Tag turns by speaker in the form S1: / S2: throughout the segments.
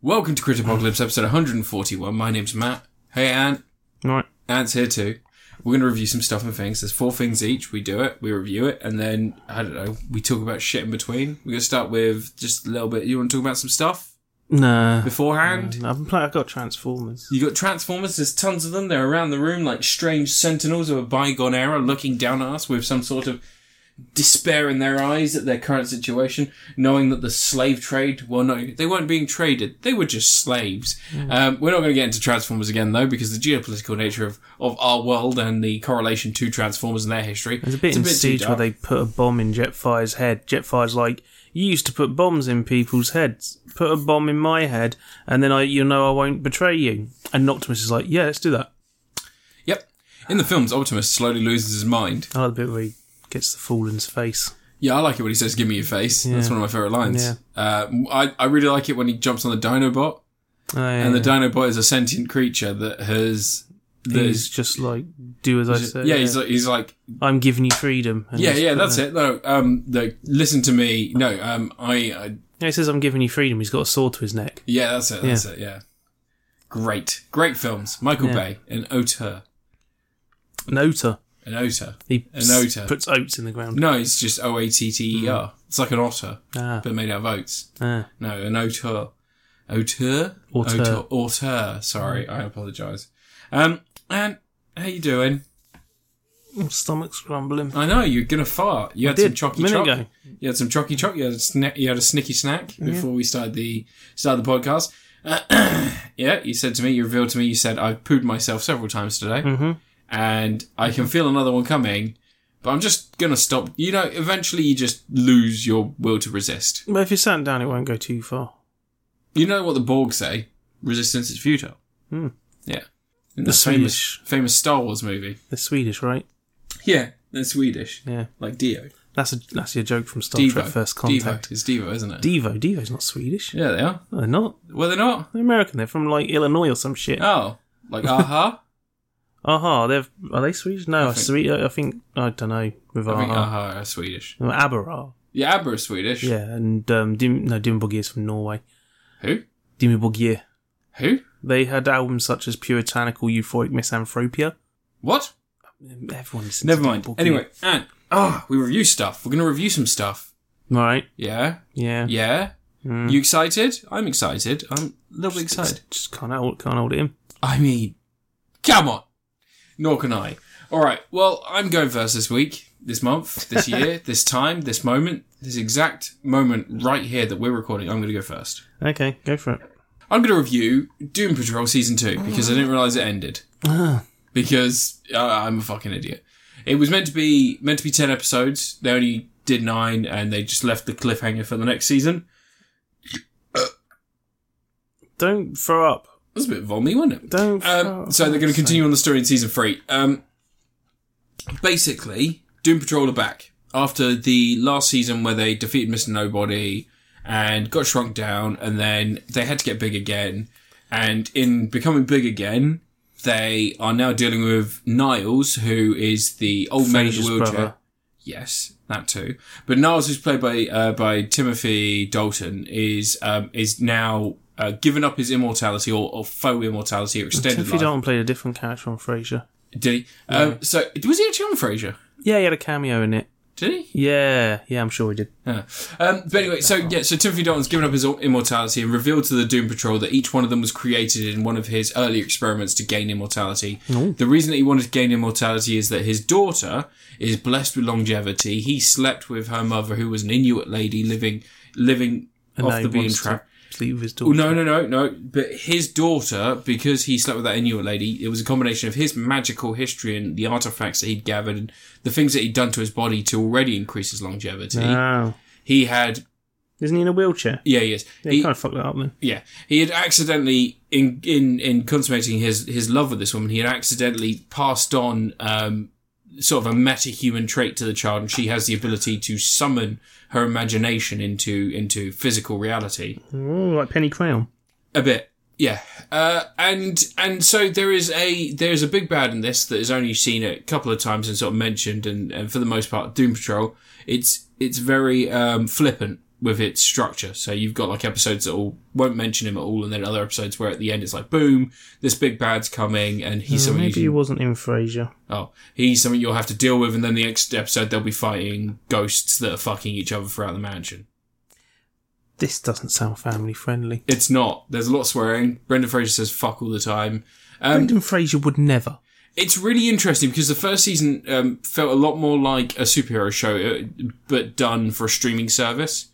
S1: Welcome to Crit Apocalypse episode 141. My name's Matt. Hey, Ant.
S2: Right.
S1: Ant's here too. We're going to review some stuff and things. There's four things each. We do it, we review it, and then, I don't know, we talk about shit in between. We're going to start with just a little bit. You want to talk about some stuff
S2: Nah.
S1: beforehand?
S2: I've been play- I've got Transformers.
S1: You got Transformers, there's tons of them. They're around the room like strange sentinels of a bygone era looking down at us with some sort of despair in their eyes at their current situation, knowing that the slave trade, well, no, they weren't being traded. They were just slaves.
S2: Mm.
S1: Um, we're not going to get into Transformers again, though, because the geopolitical nature of, of our world and the correlation to Transformers and their history.
S2: There's a bit
S1: it's
S2: in
S1: too
S2: Siege where
S1: dark.
S2: they put a bomb in Jetfire's head. Jetfire's like, you used to put bombs in people's heads. Put a bomb in my head, and then I, you know I won't betray you. And Noctimus is like, yeah, let's do that.
S1: Yep. In the films, Optimus slowly loses his mind.
S2: I like the bit where he gets the Fallen's face.
S1: Yeah, I like it when he says, "Give me your face." That's one of my favorite lines.
S2: Yeah.
S1: Uh, I I really like it when he jumps on the Dinobot,
S2: Oh, yeah,
S1: and the
S2: yeah.
S1: Dinobot is a sentient creature that has. That
S2: he's
S1: is,
S2: just like, do as I say.
S1: yeah, he's like, he's like,
S2: I'm giving you freedom. And
S1: yeah,
S2: he's
S1: yeah,
S2: put
S1: that's
S2: a-
S1: it. No, um, no, listen to me. No, um, I, I
S2: Yeah, he says, I'm giving you freedom. He's got a sword to his neck.
S1: yeah, that's it, that's it, yeah. Great, great films. Michael
S2: Yeah.
S1: Bay, an auteur,
S2: An otter.
S1: an auteur.
S2: He
S1: An
S2: s-
S1: otter.
S2: puts oats in the ground.
S1: No, it's just O A T T E
S2: Mm.
S1: R. It's like an otter,
S2: Ah,
S1: but made out of oats.
S2: ah.
S1: No, an auteur. Auteur?
S2: Auteur.
S1: Auteur. auteur. Sorry, I apologise. Um, and how you doing?
S2: My stomach's grumbling.
S1: I know you're gonna fart. You had
S2: did,
S1: some chocky
S2: minute
S1: chock.
S2: ago.
S1: You had some chocky chock. You had a snack. You had a snicky snack before we started the started the podcast. yeah, you said to me. You revealed to me. You said I pooed myself several times today, and I can feel another one coming. But I'm just gonna stop. You know, eventually you just lose your will to resist.
S2: But if you're sat down, it won't go too far.
S1: You know what the Borg say? Resistance is futile. Yeah. In Hmm. the,
S2: The
S1: famous
S2: Swedish.
S1: famous Star Wars movie.
S2: They're Swedish, right?
S1: Yeah, they're Swedish.
S2: Yeah.
S1: Like Dio.
S2: That's a that's your joke from Star Trek
S1: Devo.
S2: First
S1: Devo.
S2: Contact.
S1: It's Devo, isn't it?
S2: Devo. Devo's not Swedish.
S1: yeah, they are.
S2: No, they're not.
S1: Well, they're not.
S2: They're American. They're from like Illinois or some shit.
S1: Oh, like Aha.
S2: Aha. They're are they Swedish? No, I,
S1: think-
S2: Swe- I think I don't know with
S1: I think uh,
S2: Aha.
S1: Aha are Swedish.
S2: No, Aber are.
S1: Yeah, ABBA is Swedish.
S2: Uh-huh. Yeah, and um, Dim no Dimbogi is from Norway.
S1: Who?
S2: Dimbogi.
S1: Who?
S2: They had albums such as Puritanical Euphoric Misanthropia.
S1: What?
S2: Everyone listens
S1: Never
S2: to
S1: mind.
S2: Dimbourg Gear.
S1: Anyway, and ah, we review stuff. We're gonna review some stuff.
S2: Right.
S1: Yeah,
S2: Yeah.
S1: yeah. You excited? I'm excited. I'm a little bit excited.
S2: Hmm. Just can't hold can't hold it in.
S1: I mean, come on. Nor can I. All right. Well, I'm going first this week, this month, this year, this time, this moment, this exact moment right here that we're recording. I'm going to go first.
S2: Okay, go for it.
S1: I'm going to review Doom Patrol season two because I didn't realize it ended. Because uh, I'm a fucking idiot. It was meant to be meant to be ten episodes. They only did nine, and they just left the cliffhanger for the next season.
S2: Don't throw up.
S1: It was a bit vommy, wasn't it?
S2: Don't.
S1: Um,
S2: fuck-
S1: so they're going to continue on the story in season three. Um, basically, Doom Patrol are back after the last season where they defeated Mister Nobody and got shrunk down, and then they had to get big again. And in becoming big again, they are now dealing with Niles, who is the old man in the
S2: Frasier's
S1: wheelchair.
S2: brother.
S1: Yes, that too. But Niles, who's played by uh, by Timothy Dalton, is um, is now uh, given up his immortality or, or faux immortality or extended
S2: Timothy
S1: life.
S2: Dalton played a different character on Frasier.
S1: Did he? Um, so was he actually on Frasier?
S2: Yeah, he had a cameo in it.
S1: Did he?
S2: Yeah, yeah, I'm sure he did.
S1: Yeah. Um, but anyway, so yeah, so Timothy Dalton's given up his immortality and revealed to the Doom Patrol that each one of them was created in one of his early experiments to gain immortality. The reason that he wanted to gain immortality is that his daughter is blessed with longevity. He slept with her mother, who was an Inuit lady living living
S2: And now
S1: off
S2: he
S1: the beaten
S2: wants to
S1: track.
S2: Sleep with his
S1: Oh,
S2: daughter.
S1: no, no, no, no. But his daughter, because he slept with that Inuit lady, it was a combination of his magical history and the artifacts that he'd gathered and the things that he'd done to his body to already increase his longevity.
S2: Wow.
S1: He had,
S2: Isn't he in a wheelchair?
S1: yeah, yes,
S2: Yeah,
S1: he,
S2: kind of fucked that up then.
S1: yeah, he had accidentally in in in consummating his his love with this woman, he had accidentally passed on um, sort of a meta human trait to the child, and she has the ability to summon her imagination into into physical reality.
S2: Ooh, like Penny Crown.
S1: A bit, yeah. Uh, and and so there is a there is a big bad in this that is only seen a couple of times and sort of mentioned, and, and for the most part, Doom Patrol. It's it's very um, flippant with its structure. So you've got like episodes that all won't mention him at all, and then other episodes where at the end it's like, boom, this big bad's coming, and he's
S2: So
S1: something.
S2: Uh, Mm, maybe he
S1: you,
S2: wasn't in Frasier.
S1: oh, he's something you'll have to deal with, and then the next episode they'll be fighting ghosts that are fucking each other throughout the mansion.
S2: This doesn't sound family friendly.
S1: It's not. There's a lot of swearing. Brendan Fraser says fuck all the time. Um,
S2: Brendan Fraser would never.
S1: it's really interesting because the first season um, felt a lot more like a superhero show, uh, but done for a streaming service.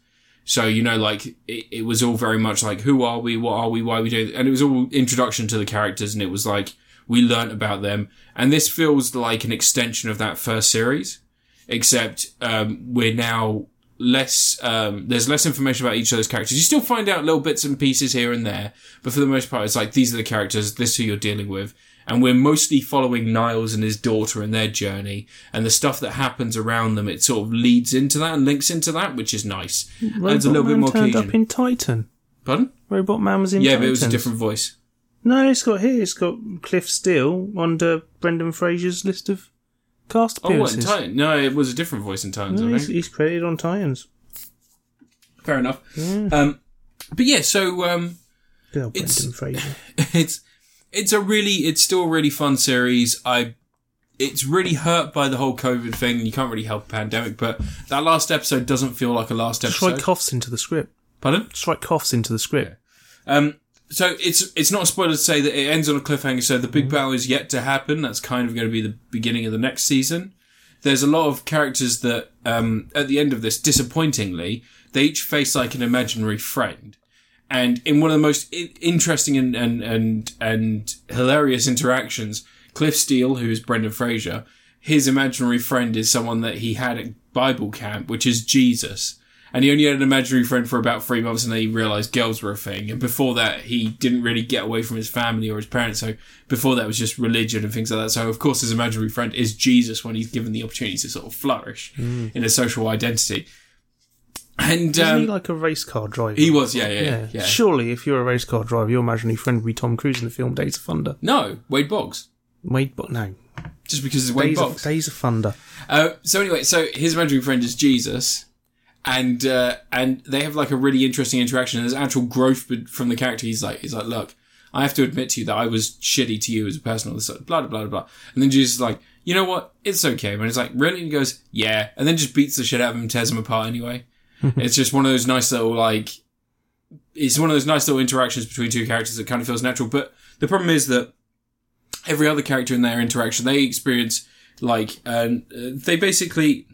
S1: So you know, like it, it was all very much like, who are we? What are we? Why are we doing? And it was all introduction to the characters, and it was like we learnt about them. And this feels like an extension of that first series, except um, we're now less. Um, there's less information about each of those characters. You still find out little bits and pieces here and there, but for the most part, it's like these are the characters. This is who you're dealing with. And we're mostly following Niles and his daughter and their journey and the stuff that happens around them. It sort of leads into that and links into that, which is nice. Adds a little bit
S2: Man
S1: more
S2: turned
S1: cohesion.
S2: up in Titan.
S1: Pardon?
S2: Robot Man was in
S1: Yeah,
S2: Titan.
S1: but it was a different voice.
S2: No, it's got here. It's got Cliff Steele under Brendan Fraser's list of cast
S1: Oh, what, in
S2: appearances.
S1: Titan? No, it was a different voice in Titans,
S2: No,
S1: I
S2: he's,
S1: think.
S2: he's credited on Titans.
S1: Fair enough. Um, but yeah, so um,
S2: Good old
S1: It's-
S2: Brendan Fraser.
S1: it's it's a really it's still a really fun series. I it's really hurt by the whole COVID thing. You can't really help a pandemic, but that last episode doesn't feel like a last
S2: Strike
S1: episode.
S2: coughs into the script.
S1: Pardon?
S2: Strike coughs into the script.
S1: Um, so it's it's not a spoiler to say that it ends on a cliffhanger. So the big battle is yet to happen. That's kind of going to be the beginning of the next season. There's a lot of characters that um, at the end of this, disappointingly, they each face like an imaginary friend. And in one of the most I- interesting and, and and and hilarious interactions, Cliff Steele, who is Brendan Fraser, his imaginary friend is someone that he had at Bible camp, which is Jesus. And he only had an imaginary friend for about three months, and then he realized girls were a thing. And before that, he didn't really get away from his family or his parents. So before that, it was just religion and things like that. So of course, his imaginary friend is Jesus when he's given the opportunity to sort of flourish in a social identity. And
S2: Hmm. Isn't he
S1: um,
S2: like a race car driver?
S1: he was, yeah, yeah,
S2: yeah.
S1: yeah. yeah.
S2: Surely, if you're a race car driver, your imaginary friend would be Tom Cruise in the film Days of Thunder.
S1: No, Wade Boggs.
S2: Wade, but no,
S1: Just because it's Wade
S2: Days of,
S1: Boggs.
S2: Days of Thunder.
S1: Uh, so anyway, so his imaginary friend is Jesus, and uh, and they have like a really interesting interaction. And there's actual growth be- from the character. He's like, he's like, look, I have to admit to you that I was shitty to you as a person. All this sort of blah blah blah blah. And then Jesus is like, you know what? It's okay. And he's like, really? And he goes, yeah. And then just beats the shit out of him, tears him apart anyway. it's just one of those nice little like. It's one of those nice little interactions between two characters that kind of feels natural. But the problem is that every other character in their interaction, they experience like um, uh, they basically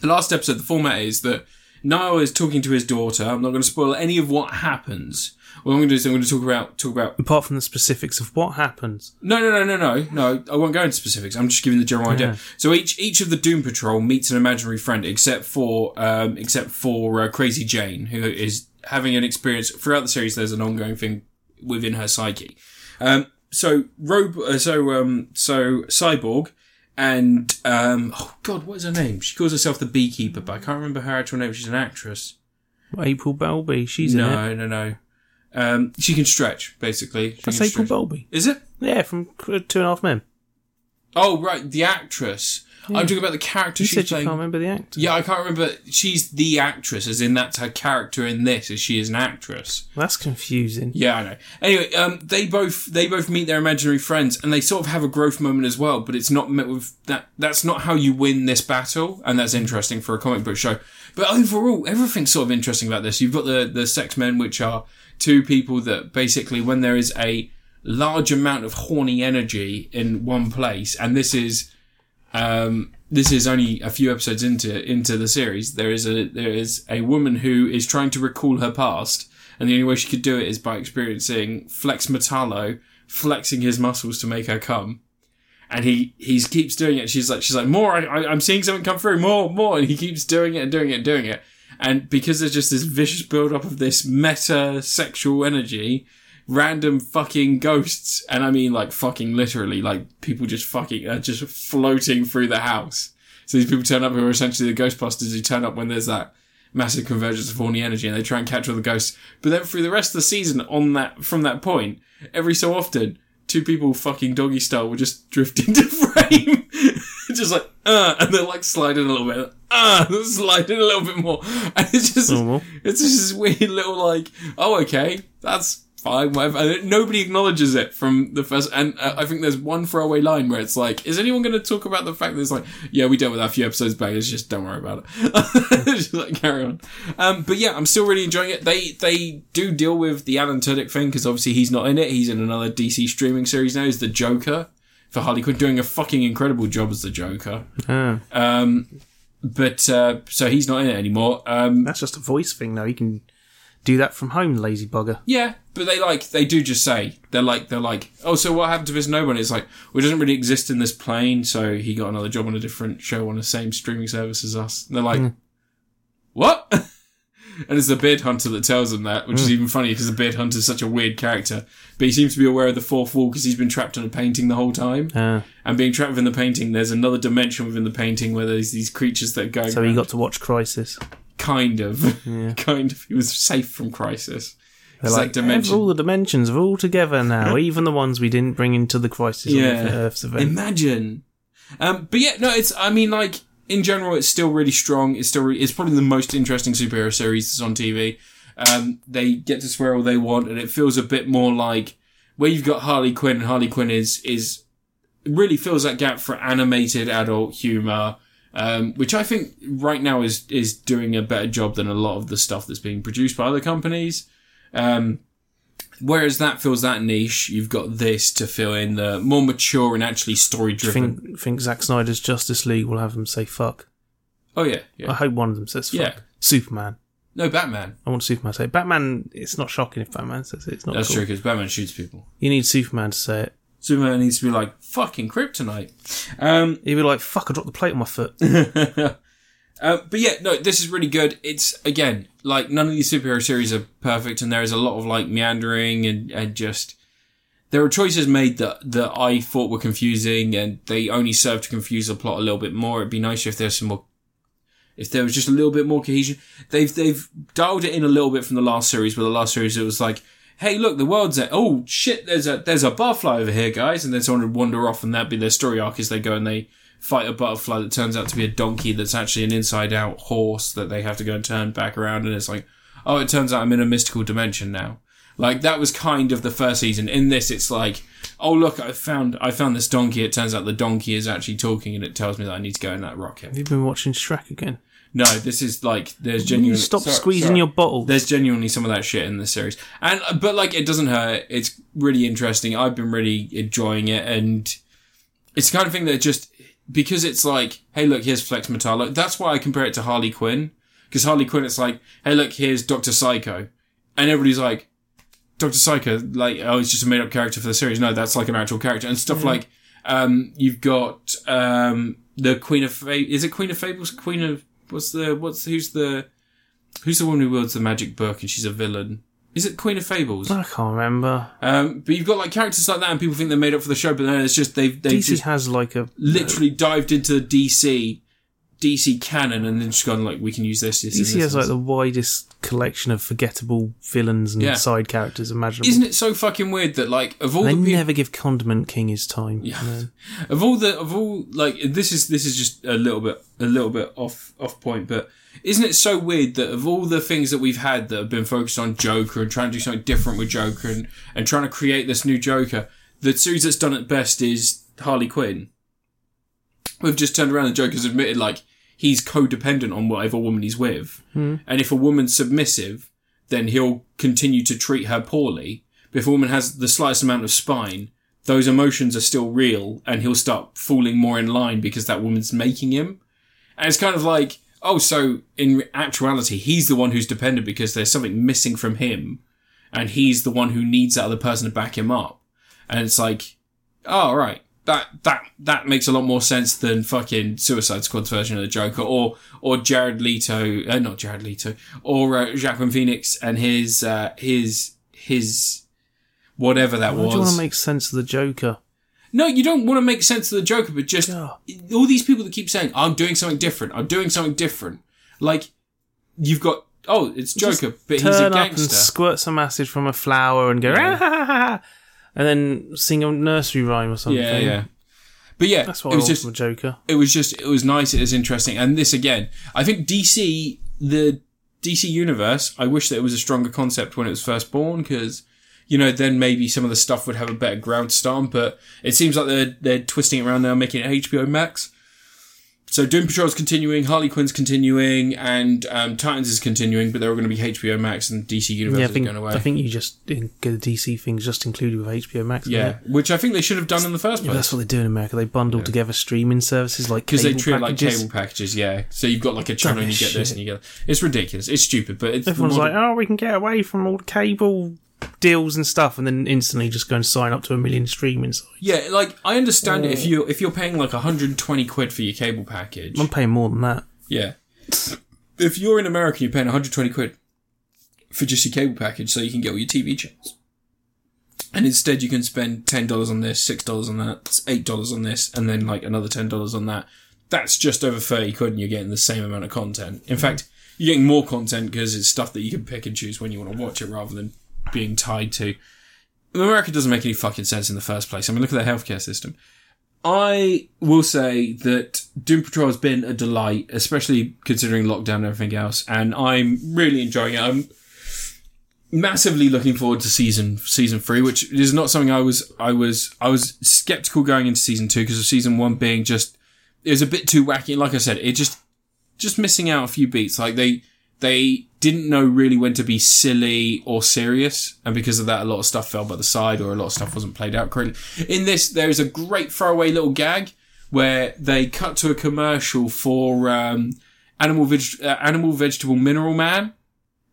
S1: the last episode. The format is that Niall is talking to his daughter. I'm not going to spoil any of what happens. What I'm going to do is I'm going to talk about talk about
S2: Apart from the specifics of what happens,
S1: no, no, no, no, no, no. I won't go into specifics. I'm just giving the general idea.
S2: Yeah.
S1: So each each of the Doom Patrol meets an imaginary friend, except for um, except for uh, Crazy Jane, who is having an experience throughout the series. There's an ongoing thing within her psyche. Um, so Rob, uh, so um, so Cyborg, and um, oh god, what is her name? She calls herself the Beekeeper, but I can't remember her actual name. She's an actress.
S2: April Belby, she's in it.
S1: no, no, no. Um, she can stretch basically. She
S2: That's
S1: can
S2: April
S1: stretch.
S2: Belby.
S1: Is it?
S2: Yeah, from uh, Two and a Half Men.
S1: Oh right, the actress. I'm talking about the character
S2: You
S1: she's
S2: said you
S1: playing.
S2: can't remember the actor.
S1: yeah, I can't remember. She's the actress, as in that's her character in this, as she is an actress.
S2: That's confusing.
S1: Yeah, I know. Anyway, um, they both they both meet their imaginary friends, and they sort of have a growth moment as well. But it's not met with that. That's not how you win this battle, and that's interesting for a comic book show. But overall, everything's sort of interesting about this. You've got the the sex men, which are two people that basically, when there is a large amount of horny energy in one place, and this is, um, this is only a few episodes into into the series. There is a there is a woman who is trying to recall her past, and the only way she could do it is by experiencing Flex Metallo flexing his muscles to make her come. And he, he keeps doing it. She's like, she's like, more. I, I, I'm seeing something come through. More, more. And he keeps doing it and doing it and doing it. And because there's just this vicious build up of this meta sexual energy, random fucking ghosts, and I mean like fucking literally, like people just fucking are just floating through the house. So these people turn up who are essentially the Ghostbusters who turn up when there's that massive convergence of horny energy and they try and catch all the ghosts. But then through the rest of the season, on that from that point, every so often, two people fucking doggy style will just drift into frame, just like uh, and they'll like slide in a little bit. ah, slide in a little bit more. And it's just,
S2: Normal.
S1: it's just this weird little like, oh, okay, that's fine, whatever. And it- nobody acknowledges it from the first, and uh, I think there's one throwaway line where it's like, is anyone going to talk about the fact that it's like, yeah, we dealt with that a few episodes back, it's just, don't worry about it. just like, carry on. Um, but yeah, I'm still really enjoying it. They, they do deal with the Alan Tudyk thing, because obviously he's not in it, he's in another DC streaming series now, he's the Joker. For Harley Quinn, doing a fucking incredible job as the Joker.
S2: Ah,
S1: Um, but uh, so he's not in it anymore. Um,
S2: that's just a voice thing, though. You can do that from home, lazy bugger.
S1: yeah, but they like they do just say they're like they're like oh so what happened to this no one? It's like well, it doesn't really exist in this plane, so he got another job on a different show on the same streaming service as us. And they're like
S2: Hmm.
S1: what? and it's the beard hunter that tells them that,
S2: Hmm.
S1: which is even funnier because the beard hunter is such a weird character, but he seems to be aware of the fourth wall because he's been trapped in a painting the whole time.
S2: Ah,
S1: And being trapped within the painting, there's another dimension within the painting where there's these creatures that go.
S2: so he got to watch Crisis.
S1: kind of, kind of. He was safe from crisis.
S2: They're
S1: It's
S2: like,
S1: like, dimension.
S2: all the dimensions are all together now, even the ones we didn't bring into the Crisis on
S1: Yeah.
S2: the Earth's event.
S1: Imagine. Um, but yeah, no, it's. I mean, like in general, it's still really strong. It's still. Re- it's probably the most interesting superhero series that's on TV. Um, they get to swear all they want, and it feels a bit more like where you've got Harley Quinn, and Harley Quinn is is really fills that gap for animated adult humor. Um, which I think right now is is doing a better job than a lot of the stuff that's being produced by other companies. Um, whereas that fills that niche, you've got this to fill in the more mature and actually story driven.
S2: think think Zack Snyder's Justice League will have them say fuck.
S1: Oh yeah, yeah,
S2: I hope one of them says fuck.
S1: yeah.
S2: Superman.
S1: No Batman.
S2: I want Superman to say it. Batman. It's not shocking if Batman says it. It's not.
S1: That's
S2: cool.
S1: true because Batman shoots people.
S2: You need Superman to say it.
S1: Superman needs to be like fucking kryptonite. Um,
S2: He'd be like, "Fuck! I dropped the plate on my foot."
S1: Uh, but yeah, no, this is really good. It's again like none of these superhero series are perfect, and there is a lot of like meandering and and just there are choices made that that I thought were confusing, and they only serve to confuse the plot a little bit more. It'd be nicer if there's some more. If there was just a little bit more cohesion, they've they've dialed it in a little bit from the last series. Where the last series it was like, "Hey, look, the world's at oh shit, there's a there's a butterfly over here, guys," and then someone would wander off, and that'd be their story arc as they go and they fight a butterfly that turns out to be a donkey that's actually an inside out horse that they have to go and turn back around and it's like oh it turns out i'm in a mystical dimension now like that was kind of the first season in this it's like oh look i found i found this donkey it turns out the donkey is actually talking and it tells me that i need to go in that rocket
S2: You've been watching Shrek again.
S1: no this is like there's
S2: You
S1: genuinely
S2: stop
S1: Sorry,
S2: squeezing
S1: sorry.
S2: your bottle.
S1: There's genuinely some of that shit in this series, and uh, but like it doesn't hurt. It's really interesting. I've been really enjoying it, and it's the kind of thing that just because it's like, hey, look, here's Flex Metallo. That's why I compare it to Harley Quinn because Harley Quinn, it's like, hey, look, here's Doctor Psycho, and everybody's like, Doctor Psycho, like, oh, it's just a made up character for the series. No, that's like an actual character and stuff like. Um, you've got um the Queen of Fa- is it Queen of Fables? Queen of what's the what's who's the who's the woman who wields the magic book and she's a villain? Is it Queen of Fables?
S2: I can't remember.
S1: Um, but you've got like characters like that, and people think they're made up for the show, but then it's just they've they've
S2: DC
S1: just
S2: has like a
S1: literally dived into the DC DC canon and then just gone like we can use this. this and
S2: DC
S1: this
S2: has
S1: and
S2: like
S1: this.
S2: the widest collection of forgettable villains and
S1: Yeah.
S2: side characters imaginable.
S1: Isn't it so fucking weird that like of all
S2: they
S1: the people
S2: never give Condiment King his time.
S1: Yeah.
S2: No.
S1: of all the of all like this is this is just a little bit a little bit off off point but isn't it so weird that of all the things that we've had that have been focused on joker and trying to do something different with joker and, and trying to create this new joker the series that's done it best is harley quinn we've just turned around and joker's admitted like he's codependent on whatever woman he's with and if a woman's submissive then he'll continue to treat her poorly but if a woman has the slightest amount of spine those emotions are still real and he'll start falling more in line because that woman's making him. And it's kind of like, oh, so in actuality, he's the one who's dependent because there's something missing from him and he's the one who needs that other person to back him up. And it's like, oh, right. That, that, that makes a lot more sense than fucking Suicide Squad's version of the Joker or, or Jared Leto, uh, not Jared Leto, or uh, Jacqueline Phoenix and his, uh, his, his, whatever that
S2: Why
S1: was.
S2: do you want to make sense of the Joker?
S1: No, you don't want to make sense of the Joker, but just
S2: Yeah.
S1: all these people that keep saying, I'm doing something different, I'm doing something different. Like, you've got, oh, it's Joker, but he's
S2: Turn
S1: a
S2: up and
S1: gangster.
S2: squirt some acid from a flower and go, "Ah, ha, ha, ha," and then sing a nursery rhyme or something.
S1: Yeah, yeah. But yeah,
S2: That's
S1: it
S2: what I
S1: was
S2: want
S1: just
S2: from a Joker.
S1: it was just it was nice it was interesting and this again i think dc the dc universe i wish that it was a stronger concept when it was first born because you know then maybe some of the stuff would have a better ground to start on but it seems like they're they're twisting it around now making it hbo max so doom patrol's continuing harley quinn's continuing and um, titans is continuing but they're all going to be hbo max and dc universe
S2: Yeah, I
S1: is
S2: think
S1: going away
S2: I think you just get the DC things just included with HBO Max. isn't
S1: yeah
S2: it?
S1: which i think they should have done in the first
S2: Yeah,
S1: place
S2: that's what they do in America. They bundle together streaming services like
S1: because
S2: cable
S1: they treat it like
S2: packages.
S1: cable packages. Yeah, so you've got like a channel and you get this and you get. It's ridiculous. It's stupid, but it's the
S2: Everyone's
S1: model-
S2: like, oh, we can get away from all the cable deals and stuff, and then instantly just go and sign up to a million streaming sites.
S1: yeah, like I understand it if you if you're paying like 120 quid for your cable package.
S2: I'm paying more than that.
S1: Yeah, if you're in America, you're paying 120 quid for just your cable package, so you can get all your TV channels. And instead, you can spend ten dollars on this, six dollars on that, eight dollars on this, and then like another ten dollars on that. That's just over thirty quid, and you're getting the same amount of content. In fact, you're getting more content because it's stuff that you can pick and choose when you want to watch it, rather than being tied to. America doesn't make any fucking sense in the first place. I mean, look at their healthcare system. I will say that Doom Patrol has been a delight, especially considering lockdown and everything else, and I'm really enjoying it. I'm massively looking forward to season season three, which is not something I was I was I was skeptical going into season two because of season one being just it was a bit too wacky. Like I said, it just just missing out a few beats. Like they they didn't know really when to be silly or serious, and because of that, a lot of stuff fell by the side or a lot of stuff wasn't played out correctly. In this, there is a great throwaway little gag where they cut to a commercial for um, animal veg- uh, animal vegetable mineral man.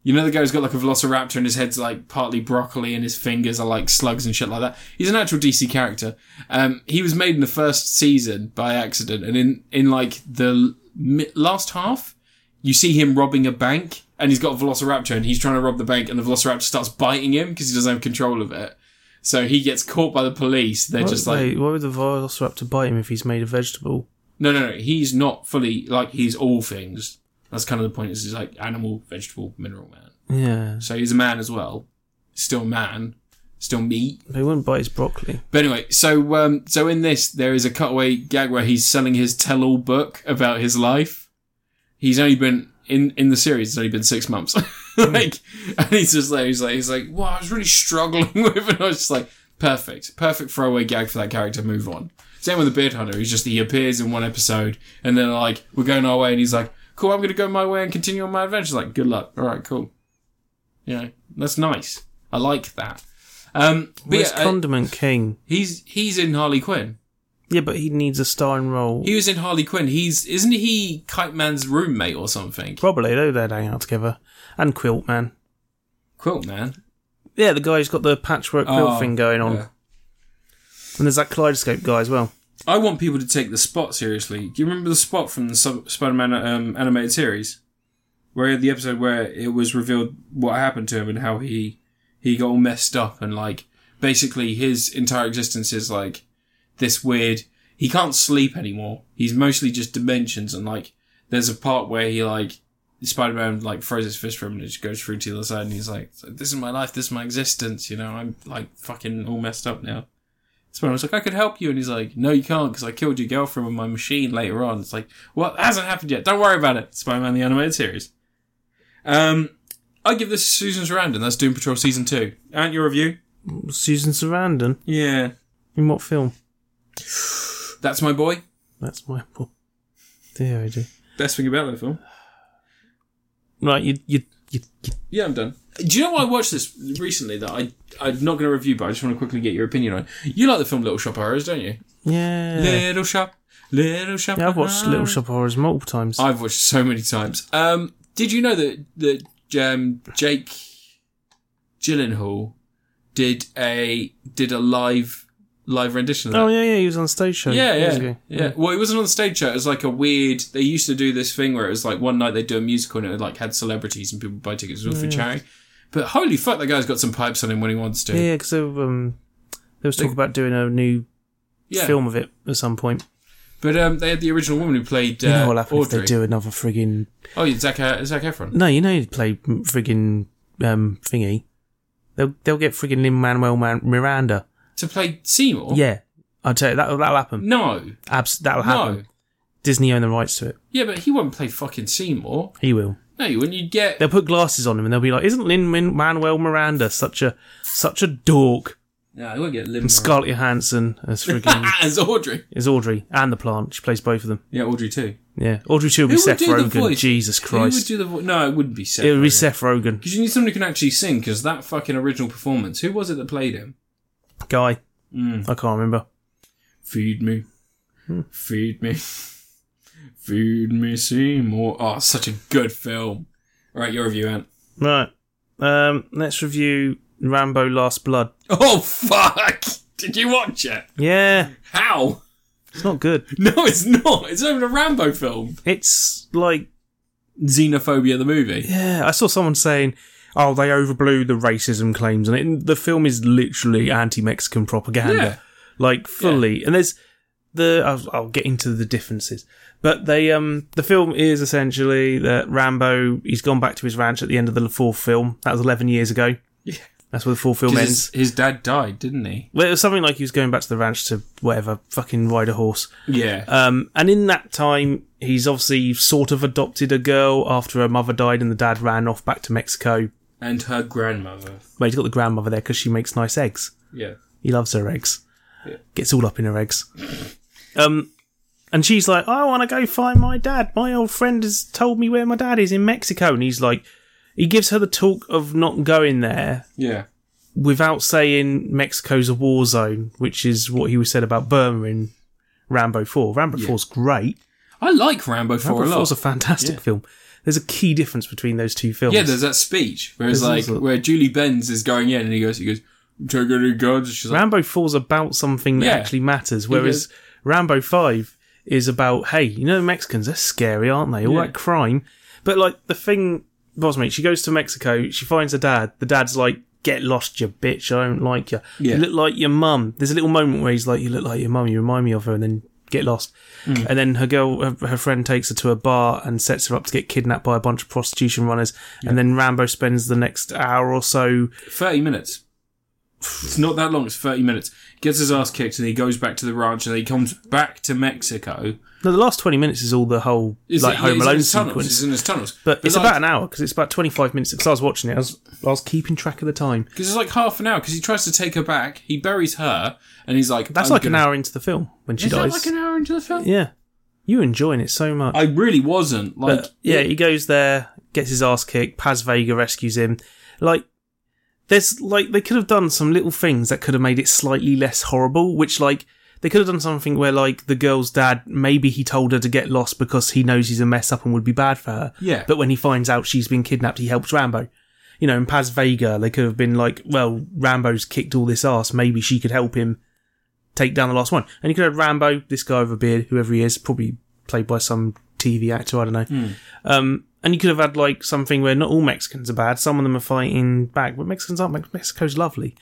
S1: You know the guy who's got like a velociraptor and his head's like partly broccoli and his fingers are like slugs and shit like that. He's an actual DC character. Um, he was made in the first season by accident, and in in like the mi- last half, you see him robbing a bank, and he's got a velociraptor, and he's trying to rob the bank, and the velociraptor starts biting him because he doesn't have control of it. So he gets caught by the police. They're
S2: Why,
S1: just like,
S2: wait, why would the Velociraptor bite him if he's made of vegetable?
S1: no, no, no. He's not fully like he's all things. That's kind of the point. Is he's like animal, vegetable, mineral man.
S2: Yeah,
S1: So he's a man as well. Still man. Still meat.
S2: they wouldn't bite his broccoli.
S1: But anyway, so um, so in this there is a cutaway gag where he's selling his tell-all book about his life. He's only been in in the series. It's only been six months. like, and he's just like he's like he's like, wow, I was really struggling with, it. and I was just like, perfect, perfect throwaway gag for that character. Move on. Same with the Beard Hunter. He's just he appears in one episode, and then like we're going our way, and he's like, cool, I'm gonna go my way and continue on my adventures. Like, good luck. All right, cool. You know, that's nice. I like that. Um, but
S2: Where's
S1: yeah, I-
S2: Condiment King?
S1: He's he's in Harley Quinn.
S2: Yeah, but he needs a starring role.
S1: He was in Harley Quinn. He's isn't he Kite Man's roommate or something?
S2: Probably though they'd hang out together. And Quilt Man.
S1: Quilt Man.
S2: Yeah, the guy who's got the patchwork quilt
S1: Oh,
S2: thing going on.
S1: yeah.
S2: And there's that kaleidoscope guy as well.
S1: I want people to take the spot seriously. Do you remember the spot from the sub- Spider-Man um, animated series, where the episode where it was revealed what happened to him and how he he got all messed up and like basically his entire existence is like this weird. He can't sleep anymore. He's mostly just dimensions and like there's a part where he like Spider-Man like throws his fist from him and it just goes through to the other side and he's like, "This is my life. This is my existence. You know, I'm like fucking all messed up now." Spider-Man's like, I could help you. And he's like, no, you can't because I killed your girlfriend with my machine later on. It's like, well, that hasn't happened yet. Don't worry about it. Spider-Man the animated series. Um, I give this Susan's Random. That's Doom Patrol Season 2. And your review?
S2: Susan Sarandon.
S1: Yeah.
S2: In what film?
S1: That's my boy.
S2: That's my boy. There I do.
S1: Best thing about that film.
S2: Right, you you you, you
S1: Yeah, I'm done. Do you know what I watched this recently that I, I'm not going to review, but I just want to quickly get your opinion on? You like the film Little Shop of Horrors, don't you?
S2: yeah.
S1: Little Shop. Little Shop.
S2: yeah, I've
S1: of
S2: watched Little
S1: Horrors.
S2: Shop of Horrors multiple times.
S1: I've watched so many times. Um, did you know that that um, Jake Gyllenhaal did a did a live live rendition of that?
S2: oh yeah, yeah, he was on a stage show.
S1: Yeah,
S2: years
S1: yeah, yeah.
S2: ago.
S1: Well, it wasn't on the stage show. It was like a weird. They used to do this thing where it was like one night they'd do a musical and it like had celebrities and people would buy tickets it was all for charity. But holy fuck, that guy's got some pipes on him when he wants to.
S2: Yeah, yeah, because um, there was talk
S1: They-
S2: about doing a new
S1: Yeah.
S2: film of it at some point.
S1: But um, they had the original woman who played uh,
S2: you know what'll happen if
S1: Audrey.
S2: they do another friggin'
S1: Oh, yeah, Zac, Zac Efron.
S2: No, you know he'd play friggin' um thingy. They'll they'll get friggin' Lin Manuel Man- Miranda.
S1: To play Seymour.
S2: Yeah. I tell you that that'll happen.
S1: No,
S2: Abs- that'll happen.
S1: no.
S2: Disney own the rights to it.
S1: Yeah, but he won't play fucking Seymour.
S2: He will.
S1: No, you wouldn't. You'd get
S2: They'll put glasses on him and they'll be like, "Isn't Lin Manuel Miranda such a such a dork?"
S1: no, you won't get Lin
S2: And Scarlett Johansson as friggin'
S1: as Audrey.
S2: is Audrey and the plant. She plays both of them.
S1: Yeah, Audrey too.
S2: Yeah, Audrey too will be
S1: Who would
S2: Seth
S1: do the
S2: Rogen.
S1: voice?
S2: Jesus
S1: Who would
S2: Christ,
S1: do the voice? No, it wouldn't be Seth.
S2: it would be
S1: Rogen.
S2: Seth Rogen.
S1: Because you need someone who can actually sing, because that fucking original performance, who was it that played him?
S2: Guy,
S1: Mm.
S2: I can't remember.
S1: Feed me. Feed me. Feed me Seymour. Oh, such a good film. Alright, your review, Ant.
S2: Right, um, let's review Rambo: Last Blood.
S1: Oh, fuck! Did you watch it?
S2: Yeah,
S1: How?
S2: it's not good.
S1: No, it's not. It's not even a Rambo film.
S2: It's like,
S1: Xenophobia, the movie.
S2: yeah, I saw someone saying, "Oh, they overblew the racism claims," and it, the film is literally anti-Mexican propaganda.
S1: Yeah.
S2: like fully. And there's the I'll, I'll get into the differences, but they um the film is essentially that Rambo he's gone back to his ranch at the end of the fourth film. That was eleven years ago.
S1: Yeah.
S2: That's where the fourth film
S1: 'Cause
S2: ends.
S1: His, his dad died, didn't he?
S2: Well, it was something like he was going back to the ranch to whatever fucking ride a horse.
S1: Yeah.
S2: Um, and in that time, he's obviously sort of adopted a girl after her mother died and the dad ran off back to Mexico.
S1: and her grandmother.
S2: But he's got the grandmother there because she makes nice eggs.
S1: Yeah.
S2: He loves her eggs.
S1: Yeah.
S2: Gets all up in her eggs. Um, and she's like, I want to go find my dad. My old friend has told me where my dad is in Mexico. And he's like, he gives her the talk of not going there
S1: Yeah.
S2: without saying Mexico's a war zone, which is what he was said about Burma in Rambo 4. Rambo 4's great.
S1: I like Rambo 4
S2: Rambo
S1: Oh, a lot.
S2: 4's a fantastic film. There's a key difference between those two films.
S1: Yeah, there's that speech where it's like
S2: There's also-
S1: where Julie Benz is going in and he goes, he goes, take any guns. She's like,
S2: Rambo 4's about something that
S1: Yeah.
S2: actually matters, whereas Rambo 5 is about, hey, you know, Mexicans, they're scary, aren't they? All
S1: Yeah.
S2: that crime. But, like, the thing bothers me. She goes to Mexico, she finds her dad. The dad's like, get lost, you bitch. I don't like you.
S1: Yeah.
S2: You look like your mum. There's a little moment where he's like, you look like your mum, you remind me of her, and then get lost.
S1: Hmm.
S2: And then her girl, her, her friend takes her to a bar and sets her up to get kidnapped by a bunch of prostitution runners. And then Rambo spends the next hour or so.
S1: thirty minutes. It's not that long. It's thirty minutes. Gets his ass kicked and he goes back to the ranch and then he comes back to Mexico.
S2: No, the last 20 minutes is all the whole,
S1: Is
S2: like,
S1: it-
S2: Home
S1: he's in
S2: Alone
S1: his tunnels.
S2: sequence.
S1: He's in his tunnels,
S2: But it's
S1: like,
S2: about an hour because it's about 25 minutes because I was watching it. I was, I was keeping track of the time.
S1: because it's like half an hour because he tries to take her back. He buries her and he's like,
S2: That's
S1: "I'm
S2: like
S1: gonna-"
S2: an hour into the film when she
S1: Is that
S2: dies.
S1: like an hour into the film?
S2: yeah. You're enjoying it so much.
S1: I really wasn't like.
S2: but, yeah, he goes there, gets his ass kicked. Paz Vega rescues him. Like, there's like they could have done some little things that could have made it slightly less horrible. Which like they could have done something where like the girl's dad maybe he told her to get lost because he knows he's a mess up and would be bad for her.
S1: Yeah.
S2: But when he finds out she's been kidnapped, he helps Rambo. You know, in Paz Vega, they could have been like, well, Rambo's kicked all this ass. Maybe she could help him take down the last one. And you could have Rambo, this guy with a beard, whoever he is, probably played by some TV actor, I don't know.
S1: Hmm.
S2: Um, and you could have had like something where not all Mexicans are bad. Some of them are fighting back, but Mexicans aren't. Mex- Mexico's lovely.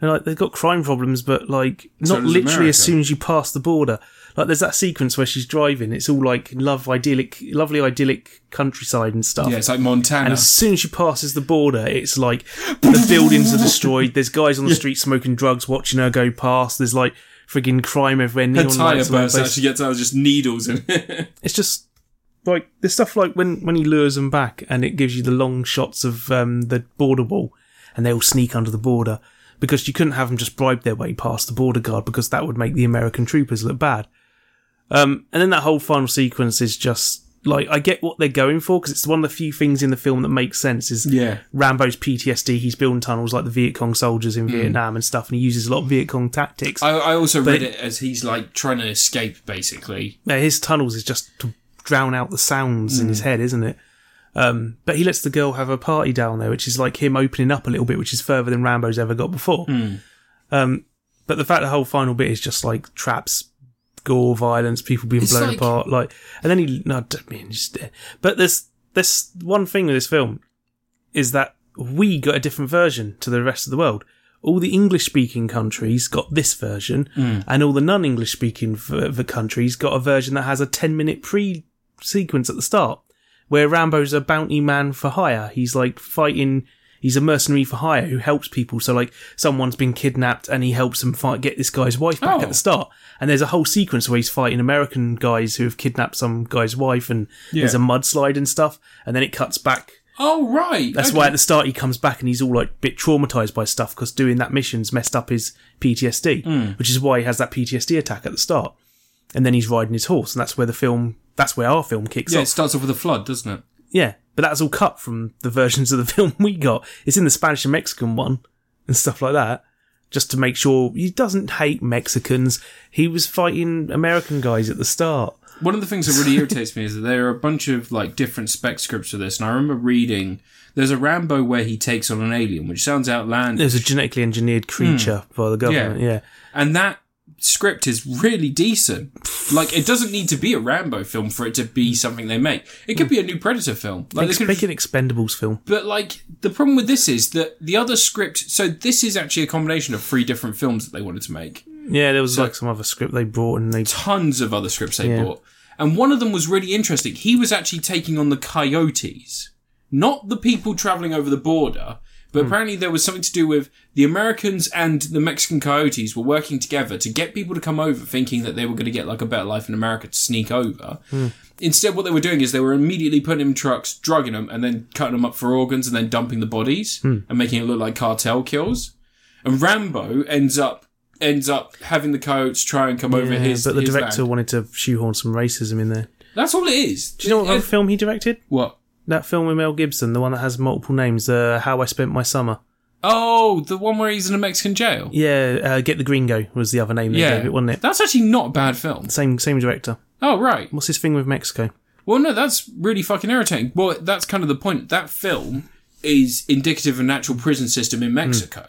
S2: And like they've got crime problems, but like
S1: So
S2: not
S1: does
S2: literally
S1: America.
S2: as soon as you pass the border. Like there's that sequence where she's driving. It's all like love, idyllic, lovely, idyllic countryside and stuff.
S1: yeah, it's like Montana.
S2: And as soon as she passes the border, it's like the buildings are destroyed. There's guys on the street smoking drugs, watching her go past. There's like frigging crime everywhere.
S1: her
S2: Neon
S1: tire
S2: lights all over
S1: bursts
S2: the
S1: out.
S2: place.
S1: She gets out. There's just needles in it.
S2: It's just like there's stuff like when when he lures them back, and it gives you the long shots of um, the border wall, and they all sneak under the border because you couldn't have them just bribe their way past the border guard because that would make the American troopers look bad. Um, and then that whole final sequence is just like I get what they're going for because it's one of the few things in the film that makes sense. Is
S1: yeah,
S2: Rambo's PTSD. He's building tunnels like the Viet Cong soldiers in Vietnam and stuff, and he uses a lot of Viet Cong tactics.
S1: I, I also read
S2: it-
S1: it as he's like trying to escape, basically.
S2: Yeah, his tunnels is just to drown out the sounds in his head, isn't it? Um, but he lets the girl have a party down there, which is like him opening up a little bit, which is further than Rambo's ever got before. Um, but the fact the whole final bit is just like traps, gore, violence, people being
S1: It's
S2: blown
S1: like-
S2: apart, like, and then he no, I don't mean just. But there's this one thing with this film is that we got a different version to the rest of the world. All the English speaking countries got this version, and all the non English speaking v- v- countries got a version that has a 10 minute pre sequence at the start where Rambo's a bounty man for hire. He's like fighting, He's a mercenary for hire who helps people. So like someone's been kidnapped and he helps them fight get this guy's wife back
S1: Oh.
S2: at the start. And there's a whole sequence where he's fighting American guys who have kidnapped some guy's wife and there's a
S1: Yeah.
S2: mudslide and stuff. And then it cuts back.
S1: Oh right.
S2: That's
S1: okay.
S2: why at the start he comes back and he's all like a bit traumatized by stuff because doing that mission's messed up his PTSD,
S1: Hmm.
S2: which is why he has that PTSD attack at the start. And then he's riding his horse, and that's where the film, that's where our film kicks
S1: Yeah,
S2: off.
S1: it starts off with a flood, doesn't it?
S2: Yeah, but that's all cut from the versions of the film we got. It's in the Spanish and Mexican one and stuff like that, just to make sure he doesn't hate Mexicans. He was fighting American guys at the start.
S1: One of the things that really irritates me is that there are a bunch of like different spec scripts for this, and I remember reading there's a Rambo where he takes on an alien, which sounds outlandish,
S2: There's a genetically engineered creature by the government. Hmm. Yeah.
S1: and that script is really decent. Like it doesn't need to be a Rambo film for it to be something they make. It could be a new Predator film. Like they
S2: Ex-
S1: could
S2: make an Expendables film.
S1: But like the problem with this is that the other script. So this is actually a combination of three different films that they wanted to make.
S2: Yeah, there was like some other script they brought and they.
S1: Tons of other scripts they
S2: Yeah.
S1: bought, and one of them was really interesting. He was actually taking on the coyotes, not the people traveling over the border. But apparently there was something to do with the Americans and the Mexican coyotes were working together to get people to come over, thinking that they were going to get like a better life in America to sneak over. Instead, what they were doing is they were immediately putting them in trucks, drugging them, and then cutting them up for organs, and then dumping the bodies
S2: Hmm.
S1: and making it look like cartel kills. And Rambo ends up ends up having the coyotes try and come over
S2: Yeah,
S1: his.
S2: but the
S1: his
S2: director
S1: land.
S2: wanted to shoehorn some racism in there.
S1: That's all it is.
S2: Do you know what
S1: It-
S2: other film he directed?
S1: what?
S2: That film with Mel Gibson, the one that has multiple names, uh, How I Spent My Summer.
S1: Oh, the one where he's in a Mexican jail.
S2: Yeah, uh, Get the Gringo was the other name they
S1: Yeah,
S2: gave it, wasn't it?
S1: That's actually not a bad film.
S2: Same same director.
S1: Oh right.
S2: What's his thing with Mexico?
S1: Well, no, that's really fucking irritating. Well, that's kind of the point. That film is indicative of an actual prison system in Mexico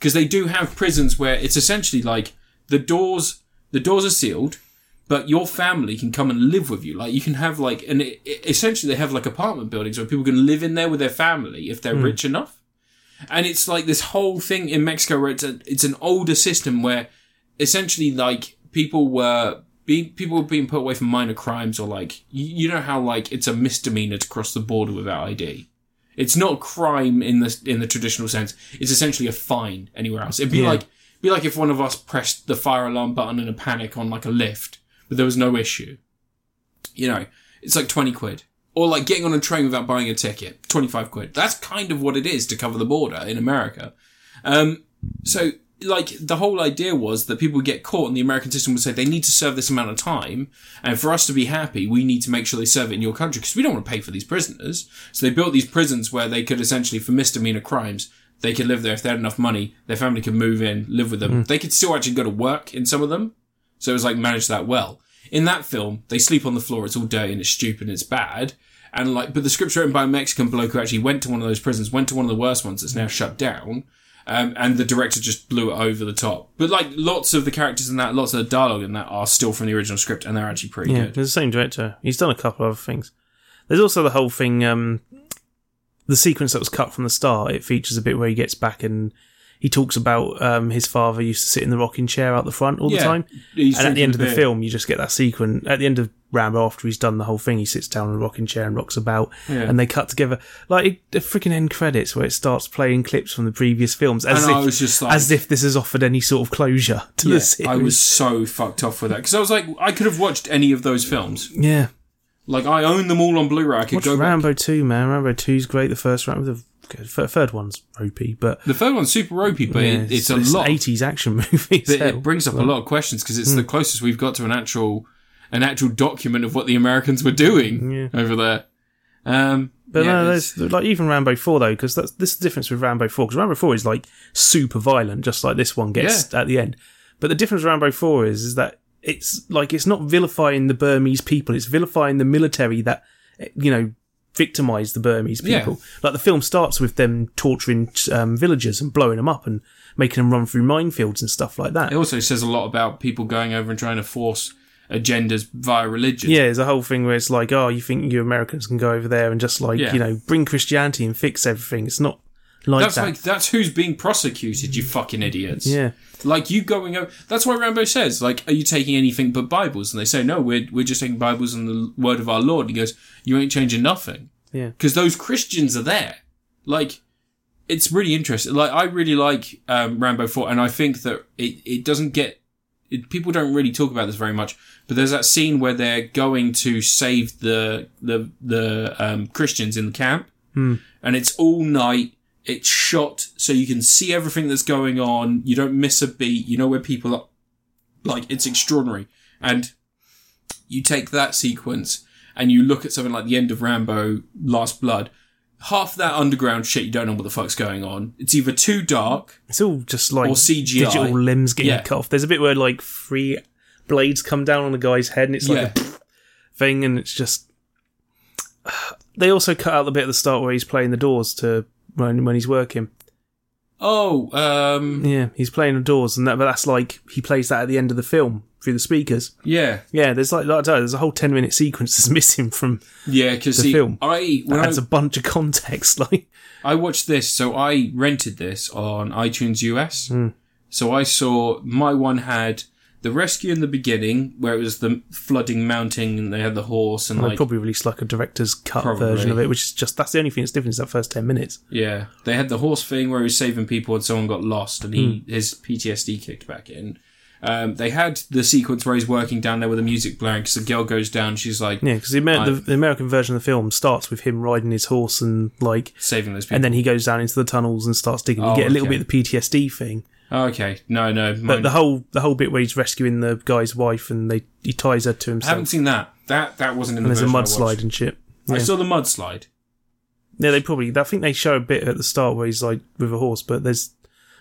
S1: because they do have prisons where it's essentially like the doors the doors are sealed, but your family can come and live with you. Like you can have like and it, it- essentially they have like apartment buildings where people can live in there with their family if they're rich enough. And it's like this whole thing in Mexico where it's a, it's an older system where essentially like people were being people were being put away for minor crimes or like you, you know how like it's a misdemeanor to cross the border without ID. It's not a crime in the in the traditional sense. It's essentially a fine anywhere else. It'd be
S2: Yeah.
S1: like be like if one of us pressed the fire alarm button in a panic on like a lift, but there was no issue. You know, it's like twenty quid. Or like getting on a train without buying a ticket, twenty five quid. That's kind of what it is to cover the border in America. Um, so like the whole idea was that people would get caught and the American system would say they need to serve this amount of time and for us to be happy we need to make sure they serve it in your country because we don't want to pay for these prisoners so they built these prisons where they could essentially for misdemeanor crimes they could live there if they had enough money their family could move in live with them they could still actually go to work in some of them so it was like managed that well in that film they sleep on the floor it's all dirty and it's stupid and it's bad and like but the script's written by a Mexican bloke who actually went to one of those prisons went to one of the worst ones that's now shut down um, and the director just blew it over the top. But like lots of the characters in that, lots of the dialogue in that are still from the original script, and they're actually pretty
S2: Yeah,
S1: good.
S2: there's the same director. He's done a couple other things. There's also the whole thing, um, the sequence that was cut from the start. It features a bit where he gets back and he talks about um, his father used to sit in the rocking chair out the front all
S1: Yeah.
S2: the time.
S1: He's
S2: and at the
S1: drinking
S2: end of the
S1: beer.
S2: film, you just get that sequence. At the end of Rambo, after he's done the whole thing, he sits down in a rocking chair and rocks about, and they cut together like it, the freaking end credits where it starts playing clips from the previous films, as
S1: And
S2: if
S1: I was just like-
S2: as if this has offered any sort of closure to the
S1: Yeah,
S2: series.
S1: I was so fucked off with that because I was like, I could have watched any of those films.
S2: yeah.
S1: Like I own them all on Blu-ray. I could
S2: Watch
S1: go. back.
S2: Rambo two, man. Rambo two's great. The first round, the good, fir- third one's ropey, but
S1: The third one's super ropey, but
S2: yeah,
S1: it, it's, a lot.
S2: eighties action movie.
S1: But
S2: so-
S1: it brings up a lot of questions because it's the
S2: hmm.
S1: closest we've got to an actual, an actual document of what the Americans were doing over there. Um,
S2: But
S1: yeah,
S2: no,
S1: it's-
S2: there's, like even Rambo four though, because that's this is the difference with Rambo four. Because Rambo four is like super violent, just like this one gets at the end. But the difference with Rambo four is is that it's like it's not vilifying the Burmese people; it's vilifying the military that eh, you know victimized the Burmese
S1: Yeah.
S2: people. Like the film starts with them torturing um, villagers and blowing them up and making them run through minefields and stuff like that.
S1: It also says a lot about people going over and trying to force agendas via religion.
S2: Yeah, there's a whole thing where it's like, oh, you think you Americans can go over there and just like
S1: Yeah.
S2: you know bring Christianity and fix everything? It's not like
S1: That's
S2: that.
S1: like that's who's being prosecuted, you fucking idiots.
S2: yeah.
S1: Like you going over that's why Rambo says, like, are you taking anything but Bibles? And they say, No, we're we're just taking Bibles and the word of our Lord. And he goes, You ain't changing nothing.
S2: Yeah.
S1: Because those Christians are there. Like it's really interesting. Like I really like um, Rambo Four, and I think that it it doesn't get it, people don't really talk about this very much. But there's that scene where they're going to save the the the um, Christians in the camp, and it's all night. It's shot so you can see everything that's going on. You don't miss a beat. You know where people are. Like it's extraordinary, and you take that sequence and you look at something like the end of Rambo Last Blood, half that underground shit you don't know what the fuck's going on. It's either too dark.
S2: It's all just like
S1: Or CGI.
S2: digital limbs getting
S1: Yeah.
S2: cut off. There's a bit where like three blades come down on a guy's head, and it's like
S1: yeah.
S2: a thing, and it's just. They also cut out the bit at the start where he's playing the doors to when when he's working.
S1: Oh, um
S2: Yeah, he's playing the doors, and that, but that's like he plays that at the end of the film through the speakers.
S1: yeah.
S2: Yeah, there's like, like I told you, there's a whole ten minute sequence that's missing from
S1: Yeah, cuz see
S2: film.
S1: I when I,
S2: adds a bunch of context. Like,
S1: I watched this so I rented this on iTunes US.
S2: Hmm.
S1: So I saw my one had the rescue in the beginning where it was the flooding mounting and they had the horse and
S2: they
S1: like
S2: probably released like a director's cut
S1: Probably.
S2: version of it, which is just that's the only thing that's different is that first ten minutes.
S1: Yeah, they had the horse thing where he was saving people and someone got lost and he
S2: Hmm.
S1: his PTSD kicked back in. Um, they had the sequence where he's working down there with the music blaring because the girl goes down. She's like
S2: Yeah, because the, Amer- the, the American version of the film starts with him riding his horse and like,
S1: saving those people.
S2: and then he goes down into the tunnels and starts digging. You
S1: Oh,
S2: get a little
S1: okay.
S2: bit of the PTSD thing,
S1: okay, no, no,
S2: but
S1: mine-
S2: the whole the whole bit where he's rescuing the guy's wife and they he ties her to
S1: I
S2: himself,
S1: haven't seen that. That that wasn't in
S2: and
S1: the
S2: there's a
S1: version I
S2: mudslide
S1: watched.
S2: and shit.
S1: I,
S2: Yeah.
S1: saw the mudslide.
S2: yeah, they probably. I think they show a bit at the start where he's like with a horse, but there's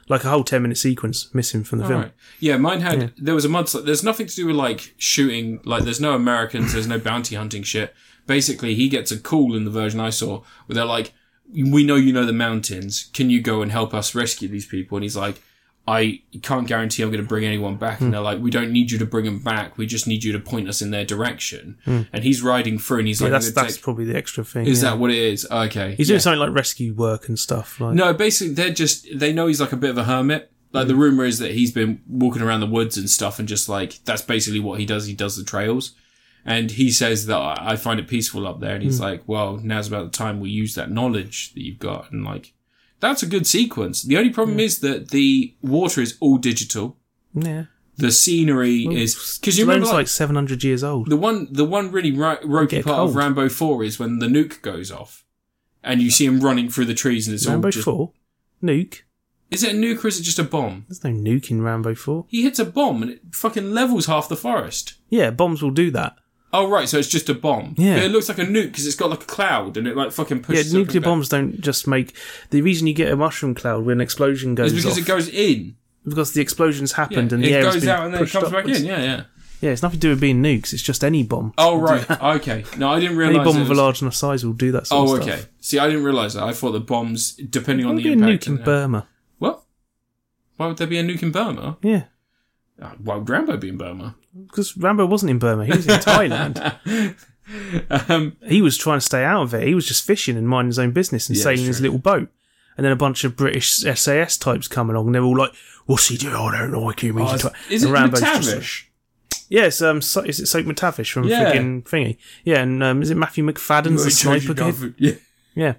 S2: like a whole ten minute sequence missing from the
S1: All
S2: film.
S1: right. Yeah, mine had there was a mudslide. There's nothing to do with like shooting. Like there's no Americans. there's no bounty hunting shit. Basically, he gets a call in the version I saw where they're like, "We know you know the mountains. Can you go and help us rescue these people?" And he's like, "I can't guarantee I'm going to bring anyone back."
S2: Hmm.
S1: And they're like, "We don't need you to bring them back. We just need you to point us in their direction." And he's riding through, and he's
S2: Hmm. Yeah,
S1: like,
S2: that's
S1: "I'm gonna
S2: that's
S1: take-
S2: probably the extra thing.
S1: "Is
S2: yeah.
S1: that what it is?" Okay,
S2: He's
S1: yeah.
S2: doing something like rescue work and stuff. Like,
S1: No, basically they're just they know he's like a bit of a hermit. Like
S2: Mm.
S1: the rumor is that he's been walking around the woods and stuff, and just like that's basically what he does. He does the trails, and he says that I I find it peaceful up there. And
S2: Mm.
S1: he's like, "Well, now's about the time we use that knowledge that you've got." And like, that's a good sequence. The only problem is that the water is all digital.
S2: yeah,
S1: The scenery is because you
S2: Stallone's
S1: remember like,
S2: Mm. like seven hundred years old.
S1: the one the one really ro- ropey
S2: Get
S1: part of
S2: cold.
S1: Rambo Four is when the nuke goes off, and you see him running through the trees, and it's
S2: Rambo
S1: all just
S2: Four, nuke.
S1: Is it a nuke or is it just a bomb?
S2: There's no nuke in Rambo Four.
S1: He hits a bomb and it fucking levels half the forest.
S2: Yeah, bombs will do that.
S1: Oh right, so it's just a bomb.
S2: Yeah.
S1: But it looks like a nuke because it's got like a cloud and it like fucking
S2: Yeah,
S1: pushes.
S2: nuclear
S1: everything back.
S2: bombs don't just make. The reason you get a mushroom cloud when an explosion goes
S1: It's because
S2: off
S1: it goes in.
S2: because the explosion's
S1: Yeah.
S2: happened and the
S1: it
S2: air has
S1: goes
S2: been
S1: out and then it
S2: pushed
S1: comes
S2: upwards.
S1: back in. Yeah, yeah.
S2: Yeah, it's nothing to do with being nukes. It's just any bomb.
S1: Oh right, okay. No, I didn't realize.
S2: any bomb
S1: it
S2: of a
S1: was-
S2: large enough size will do that sort
S1: Oh
S2: of stuff.
S1: okay. See, I didn't realize that. I thought the bombs, depending on
S2: Why
S1: the
S2: would there be a
S1: impact.
S2: nuke in
S1: and-
S2: Burma?
S1: What? Why would there be a nuke in Burma?
S2: Yeah,
S1: Uh, Why would Rambo be in Burma?
S2: because Rambo wasn't in Burma. He was in Thailand.
S1: Um,
S2: he was trying to stay out of it. He was just fishing and minding his own business and
S1: Yeah,
S2: sailing his
S1: true.
S2: little boat. And then a bunch of British SAS types come along. and They're all like, "What's he doing? I don't like him." He's
S1: oh,
S2: a twi-"
S1: is it
S2: and Rambo's just like-
S1: McTavish?
S2: yeah, it's, um, so, is it Soap McTavish from
S1: Yeah.
S2: friggin' thingy? Yeah, and um, is it Matthew McFadden's the sniper kid?
S1: Yeah.
S2: Yeah,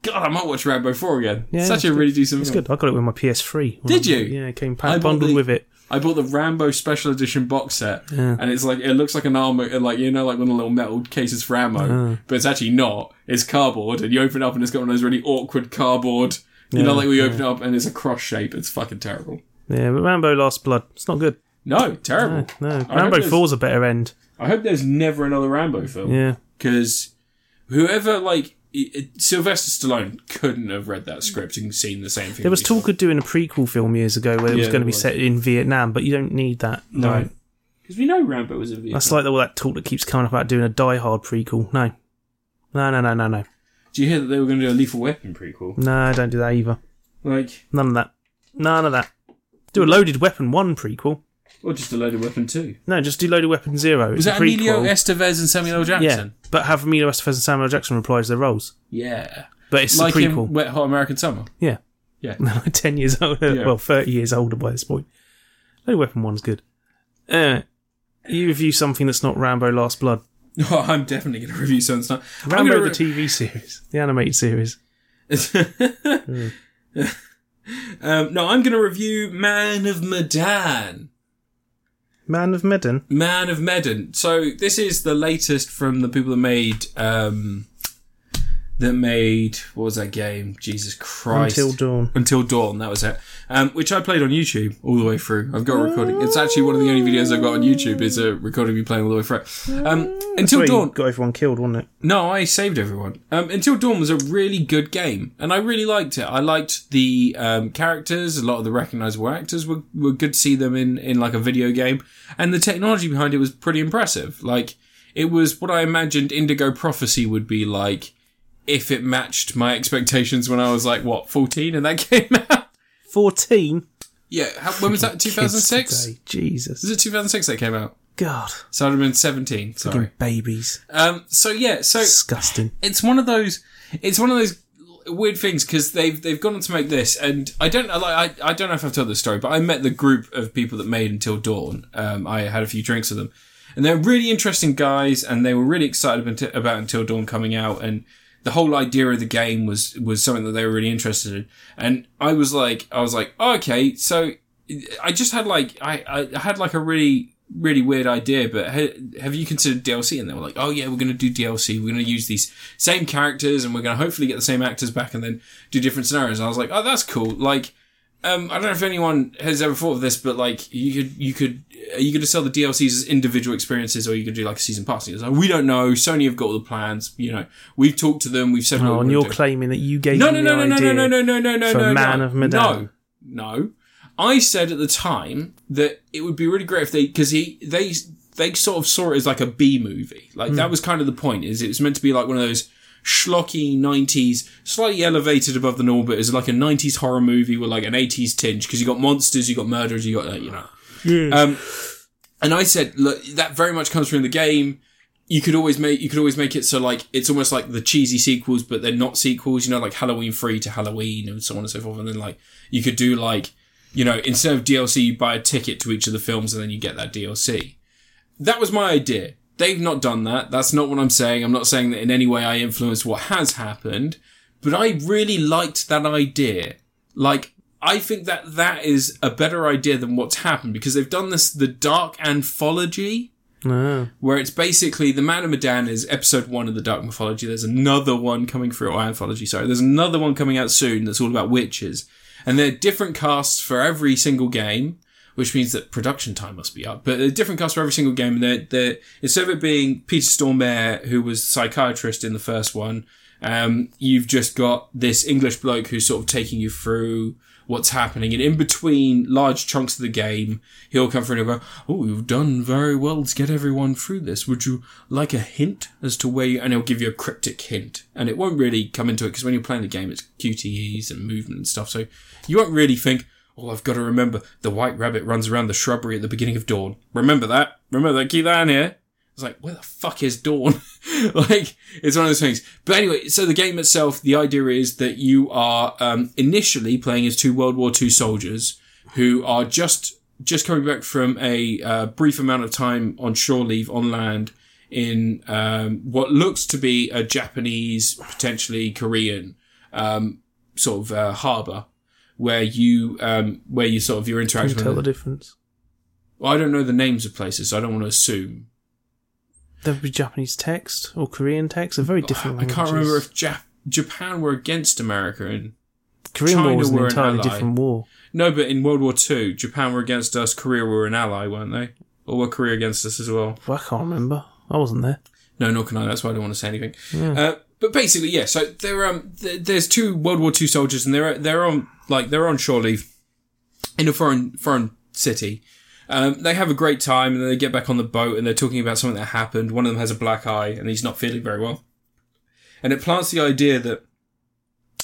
S1: God, I might watch Rambo 4 again.
S2: Yeah,
S1: Such
S2: it's
S1: a
S2: good.
S1: really decent
S2: it's
S1: film.
S2: good. I got it with my PS3. when
S1: Did
S2: I-
S1: you?
S2: Yeah, it came
S1: I
S2: packed,
S1: bought
S2: bundled
S1: the-
S2: with it.
S1: I bought the Rambo special edition box set, and it's like it looks like an armor, uh, like you know, like one of the little metal cases for ammo, but it's actually not. It's cardboard, and you open it up, and it's got one of those really awkward cardboard. You know, like we open it up, and it's a cross shape. It's fucking terrible.
S2: Yeah, but Rambo Last Blood, it's not good.
S1: No, terrible.
S2: No,
S1: I hope
S2: Rambo
S1: there's-
S2: 4's a better end.
S1: I hope there's never another Rambo film
S2: Yeah,
S1: because whoever like i i- Sylvester Stallone couldn't have read that script and seen the same thing.
S2: there was
S1: we
S2: talk of doing a prequel film years ago where it was
S1: Yeah,
S2: going to
S1: there
S2: be
S1: was.
S2: set in Vietnam, but you don't need that.
S1: saw. no, because we know Rambo was a Vietnam.
S2: That's like all that talk that keeps coming up about doing a Die Hard prequel. No. No, no, no, no, no.
S1: Do you hear that they were going to do a Lethal Weapon prequel?
S2: No, don't do that either.
S1: Like,
S2: None of that. None of that. Do a Loaded Weapon 1 prequel.
S1: or just a Loaded Weapon too?
S2: No, just do Loaded Weapon 0. It's
S1: Was
S2: a
S1: that
S2: prequel.
S1: Emilio Estevez and Samuel L.
S2: Yeah,
S1: Jackson?
S2: but have Emilio Estevez and Samuel Jackson reprise their roles.
S1: Yeah.
S2: But it's
S1: Like
S2: a
S1: in
S2: prequel.
S1: Wet Hot American Summer.
S2: Yeah.
S1: Yeah.
S2: They're like 10 years older.
S1: Yeah.
S2: Well, 30 years older by this point. Loaded Weapon 1's good. Uh, you review something that's not Rambo Last Blood.
S1: Oh, I'm definitely going to review Sunstone.
S2: Rambo the TV series. The animated series.
S1: TV. Um, no, I'm going to review Man of Medan.
S2: Man of Medan.
S1: Man of Medan. So this is the latest from the people that made um, that made what was that game? Jesus Christ!
S2: Until Dawn.
S1: Until Dawn, that was it. Um, which I played on YouTube all the way through. I've got a recording. It's actually one of the only videos I've got on YouTube is a recording of me playing all the way through. Um, Until
S2: Where you
S1: Dawn.
S2: got everyone killed, wasn't it?
S1: No, I saved everyone. Um, Until Dawn was a really good game, and I really liked it. I liked the um, characters. A lot of the recognizable actors were, were good to see them in, in like a video game, and the technology behind it was pretty impressive. Like it was what I imagined Indigo Prophecy would be like if it matched my expectations when I was like what fourteen and that came out.
S2: Fourteen.
S1: yeah, how, when was that? Two thousand six.
S2: Kids today. Jesus.
S1: Was it two thousand six that came out?
S2: God.
S1: So I'd have been seventeen. Sorry.
S2: Fucking Babies.
S1: Um. So yeah. So
S2: Disgusting.
S1: it's one of those it's one of those weird things because they've they've gone on to make this and i don't I like I, I don't know if i've told this story but i met the group of people that made until dawn um, i had a few drinks with them and they're really interesting guys and they were really excited about- about until dawn coming out and the whole idea of the game was was something that they were really interested in and i was like i was like oh, okay so i just had like i i had like a really really weird idea but ha- have you considered dlc and they were like oh yeah we're going to do dlc we're going to use these same characters and we're going to hopefully get the same actors back and then do different scenarios and i was like oh that's cool like um, I don't know if anyone has ever thought of this, but like you could, you could, are you going to sell the DLCs as individual experiences, or you could do like a season pass? And It's like we don't know. Sony have got all the plans. You know, we've talked to them. We've said. what
S2: Oh,
S1: we're
S2: and
S1: gonna
S2: you're
S1: do.
S2: claiming that you gave
S1: No,
S2: me
S1: no, no, no, no,
S2: the
S1: no, no,
S2: idea.
S1: no, no, no, no,
S2: for
S1: no,
S2: Man
S1: no.
S2: of Medan.
S1: No, no. I said at the time that it would be really great if they, because he, they, they sort of saw it as like a B movie. Like
S2: Hmm.
S1: that was kind of the point. Is it was meant to be like one of those schlocky '90s, slightly elevated above the norm, but it's like a '90s horror movie with like an '80s tinge. Because you got monsters, you got murderers, you got uh, you know.
S2: Yeah.
S1: Um, and I said, look, that very much comes from the game. You could always make you could always make it so like it's almost like the cheesy sequels, but they're not sequels. You know, like Halloween three to Halloween and so on and so forth. And then like you could do like you know instead of DLC, you buy a ticket to each of the films and then you get that DLC. That was my idea. They've not done that. That's not what I'm saying. I'm not saying that in any way I influenced what has happened, but I really liked that idea. Like, I think that that is a better idea than what's happened because they've done this, the Dark Anthology,
S2: Oh.
S1: where it's basically the Man of Medan is episode one of the Dark Mythology. There's another one coming through, or Anthology, sorry. There's another one coming out soon that's all about witches. And they're different casts for every single game, which means that production time must be up. But they're different casts for every single game. And they're, they're, instead of it being Peter Stormare, who was psychiatrist in the first one, um, you've just got this English bloke who's sort of taking you through what's happening. And in between large chunks of the game, he'll come through and he'll go, Oh, you've done very well to get everyone through this. Would you like a hint as to where you, and he'll give you a cryptic hint. And it won't really come into it because when you're playing the game, it's QTEs and movement and stuff. So you won't really think, Oh, I've got to remember the white rabbit runs around the shrubbery at the beginning of dawn. Remember that. Remember that. Keep that in here. It's like, where the fuck is Dawn? like, it's one of those things. But anyway, so the game itself, the idea is that you are um, initially playing as two World War II soldiers who are just just coming back from a uh, brief amount of time on shore leave on land in um, what looks to be a Japanese, potentially Korean um, sort of uh, harbour, where you um, where you sort of your
S2: Can
S1: interaction.
S2: you tell the
S1: With
S2: difference?
S1: well, I don't know the names of places, so I don't want to assume.
S2: There would be Japanese text or Korean text. They're very different.
S1: Oh, I can't
S2: languages.
S1: remember if Jap- Japan were against America in
S2: Korean
S1: China
S2: War was an
S1: were an
S2: entirely
S1: ally.
S2: different war.
S1: no, but in World War Two, Japan were against us. Korea were an ally, weren't they? Or were Korea against us as well?
S2: Well, I can't remember. I wasn't there.
S1: No, nor can I. That's why I don't want to say anything. Uh, but basically, yeah. So there, um, th- there's two World War Two soldiers, and they're they're on like they're on shore leave in a foreign foreign city. Um, they have a great time, and then they get back on the boat, and they're talking about something that happened. One of them has a black eye, and he's not feeling very well. And it plants the idea that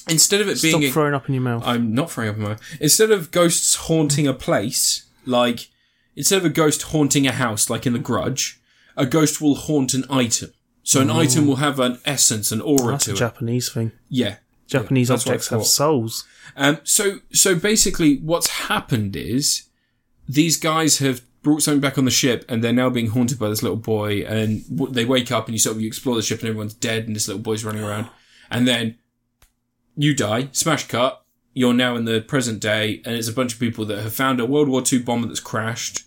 S1: instead of it
S2: Stop
S1: being a-
S2: throwing up in your mouth.
S1: I'm not throwing up in my Instead of ghosts haunting a place, like instead of a ghost haunting a house, like in The Grudge, a ghost will haunt an item. So an item will have an essence, an aura
S2: That's
S1: to
S2: a
S1: it.
S2: Japanese thing.
S1: yeah.
S2: Japanese
S1: that's what I
S2: objects have
S1: thought.
S2: souls.
S1: Um, so so basically, what's happened is these guys have brought something back on the ship, and they're now being haunted by this little boy. And w- they wake up, and you sort of you explore the ship, and everyone's dead, and this little boy's running around, and then you die. Smash cut. you're now in the present day, and it's a bunch of people that have found a World War II bomber that's crashed,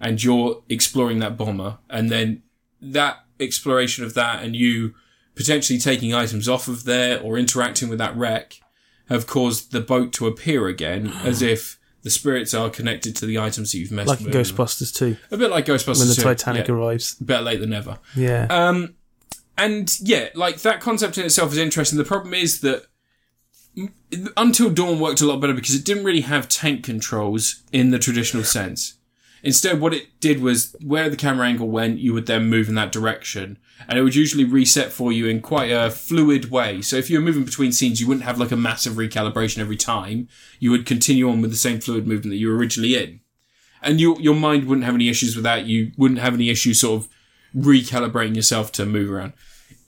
S1: and you're exploring that bomber, and then that exploration of that, and you potentially taking items off of there or interacting with that wreck, have caused the boat to appear again, as if the spirits are connected to the items that you've messed
S2: like in
S1: with.
S2: Ghostbusters 2
S1: a bit like Ghostbusters.
S2: when the
S1: too.
S2: Titanic
S1: Yeah.
S2: arrives.
S1: Better late than never.
S2: Yeah.
S1: Um, and yeah, like that concept in itself is interesting. The problem is that Until Dawn worked a lot better because it didn't really have tank controls in the traditional sense. Instead, what it did was where the camera angle went, you would then move in that direction. And it would usually reset for you in quite a fluid way. So if you were moving between scenes, you wouldn't have like a massive recalibration every time. You would continue on with the same fluid movement that you were originally in. And you, your mind wouldn't have any issues with that. You wouldn't have any issues sort of recalibrating yourself to move around.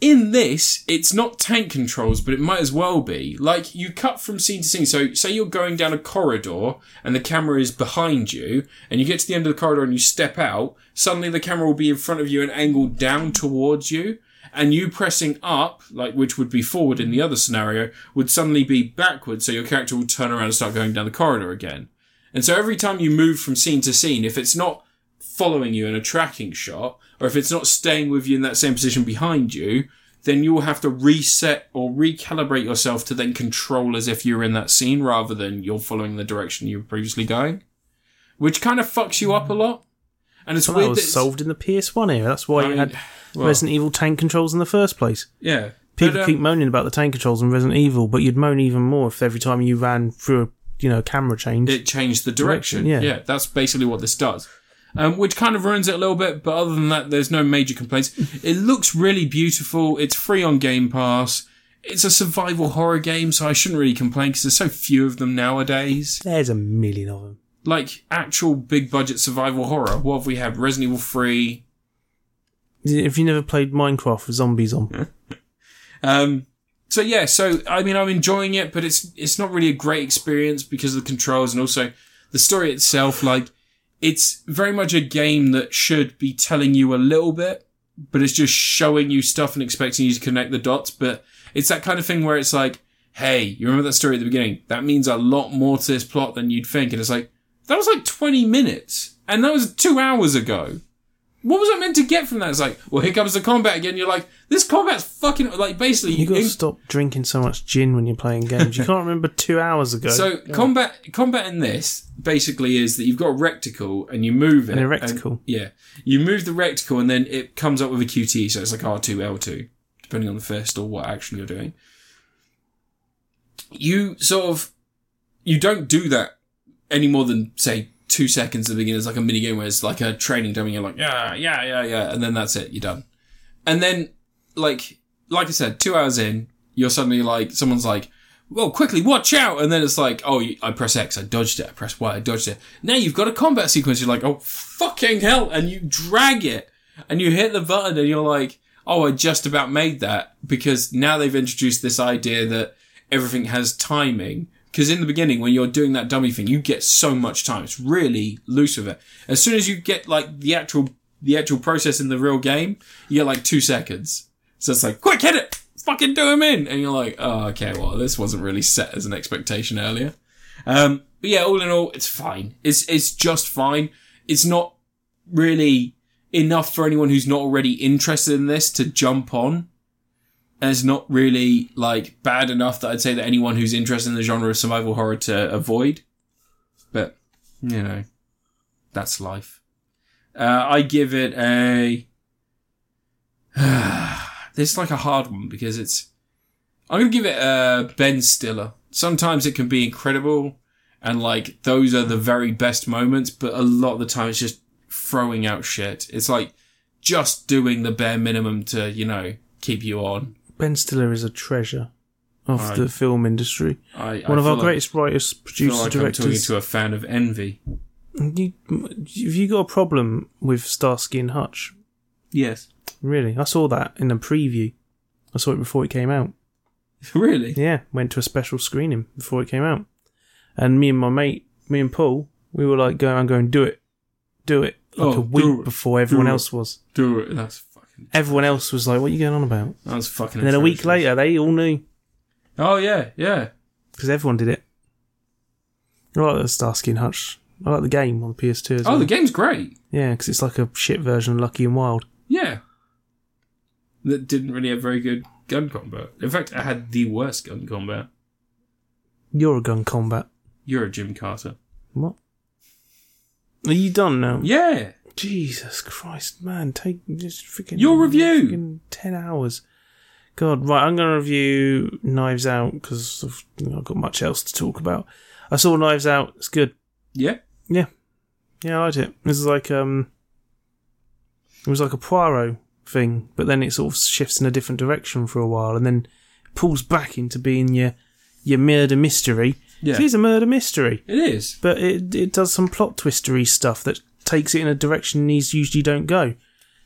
S1: In this, it's not tank controls, but it might as well be. Like, you cut from scene to scene. So, say you're going down a corridor and the camera is behind you, and you get to the end of the corridor and you step out, suddenly the camera will be in front of you and angled down towards you, and you pressing up, like, which would be forward in the other scenario, would suddenly be backwards, so your character will turn around and start going down the corridor again. And so every time you move from scene to scene, if it's not following you in a tracking shot, or if it's not staying with you in that same position behind you, then you will have to reset or recalibrate yourself to then control as if you're in that scene rather than you're following the direction you were previously going. Which kind of fucks you up a lot. And it's
S2: that
S1: weird that
S2: was
S1: it's-
S2: solved in the PS1 era. That's why
S1: I
S2: you
S1: mean,
S2: had
S1: well-
S2: Resident Evil tank controls in the first place.
S1: Yeah.
S2: People
S1: But, um,
S2: keep moaning about the tank controls in Resident Evil, but you'd moan even more if every time you ran through a you know camera change.
S1: it changed the direction.
S2: Direction,
S1: yeah.
S2: yeah.
S1: that's basically what this does. Um, which kind of ruins it a little bit, but other than that, there's no major complaints. It looks really beautiful. It's free on Game Pass. It's a survival horror game, so I shouldn't really complain because there's so few of them nowadays.
S2: There's a million of them.
S1: Like actual big budget survival horror. What have we had? Resident Evil 3.
S2: If you never played Minecraft with zombies on,
S1: Um, so yeah, so I mean, I'm enjoying it, but it's it's not really a great experience because of the controls and also the story itself. Like, it's very much a game that should be telling you a little bit, but it's just showing you stuff and expecting you to connect the dots. But it's that kind of thing where it's like, hey, you remember that story at the beginning? That means a lot more to this plot than you'd think. And it's like, that was like 20 minutes, and that was two hours ago what was I meant to get from that? It's like, well, here comes the combat again. You're like, this combat's fucking like basically.
S2: you got to
S1: in-
S2: stop drinking so much gin when you're playing games. You can't remember two hours ago.
S1: so combat combat in this basically is that you've got a recticle and you move it.
S2: An
S1: and-
S2: erecticle.
S1: yeah, you move the recticle and then it comes up with a QTE, so it's like R two L two, depending on the fist or what action you're doing. You sort of you don't do that any more than say two seconds at the beginning. It's like a mini game where it's like a training dummy. You're like yeah yeah yeah yeah, and then that's it. You're done. And then like like I said, two hours in, you're suddenly like someone's like. Well, quickly, watch out! And then it's like, oh, you- I press X, I dodged it. I press Y, I dodged it. Now you've got a combat sequence. You're like, oh, fucking hell! And you drag it, and you hit the button, and you're like, oh, I just about made that because now they've introduced this idea that everything has timing. Because in the beginning, when you're doing that dummy thing, you get so much time. It's really loose with it. As soon as you get like the actual the actual process in the real game, you get like two seconds. So it's like, quick, hit it, fucking do him in, and you're like, oh, okay, well, this wasn't really set as an expectation earlier. Um, but yeah, all in all, it's fine. It's it's just fine. It's not really enough for anyone who's not already interested in this to jump on. And it's not really like bad enough that I'd say that anyone who's interested in the genre of survival horror to avoid. But you know, that's life. Uh, I give it a. this is like a hard one because it's. I'm gonna give it a Ben Stiller. Sometimes it can be incredible, and like those are the very best moments. But a lot of the time, it's just throwing out shit. It's like just doing the bare minimum to you know keep you on.
S2: Ben Stiller is a treasure of
S1: Right.
S2: the film industry.
S1: I, I
S2: One of
S1: feel
S2: our
S1: like-
S2: greatest writers,
S1: feel
S2: producers,
S1: like I'm talking
S2: directors.
S1: to a fan of envy.
S2: You, have you got a problem with Starsky and Hutch?
S1: Yes,
S2: Really? I saw that in a preview. I saw it before it came out.
S1: really.
S2: Yeah, went to a special screening before it came out. And me and my mate, me and Paul, we were like going around going, do it, do it. Like
S1: Oh,
S2: a
S1: do
S2: week
S1: it,
S2: before everyone
S1: do it.
S2: else was.
S1: Do it. That's fucking.
S2: Everyone else was like, what are you going on about?
S1: That's fucking.
S2: And then a week
S1: atrocious.
S2: later, they all knew
S1: Oh yeah, yeah.
S2: because everyone did it. I like the Starsky and Hutch. I like the game on the PS2 as
S1: Oh,
S2: well.
S1: the game's great.
S2: yeah, because it's like a shit version of Lucky and Wild.
S1: Yeah. That didn't really have very good gun combat. In fact, I had the worst gun combat.
S2: You're a gun combat.
S1: You're a Jim Carter.
S2: What? Are you done now?
S1: Yeah.
S2: Jesus Christ, man! Take just freaking
S1: Your review!
S2: freaking ten hours. God, right? I'm going to review Knives Out because I've not got much else to talk about. I saw Knives Out. It's good.
S1: Yeah.
S2: Yeah, I liked it. This is like um, it was like a Poirot thing, but then it sort of shifts in a different direction for a while, and then pulls back into being your your murder mystery.
S1: Yeah.
S2: It is a murder mystery,
S1: It is.
S2: but it it does some plot twistery stuff that takes it in a direction these usually don't go.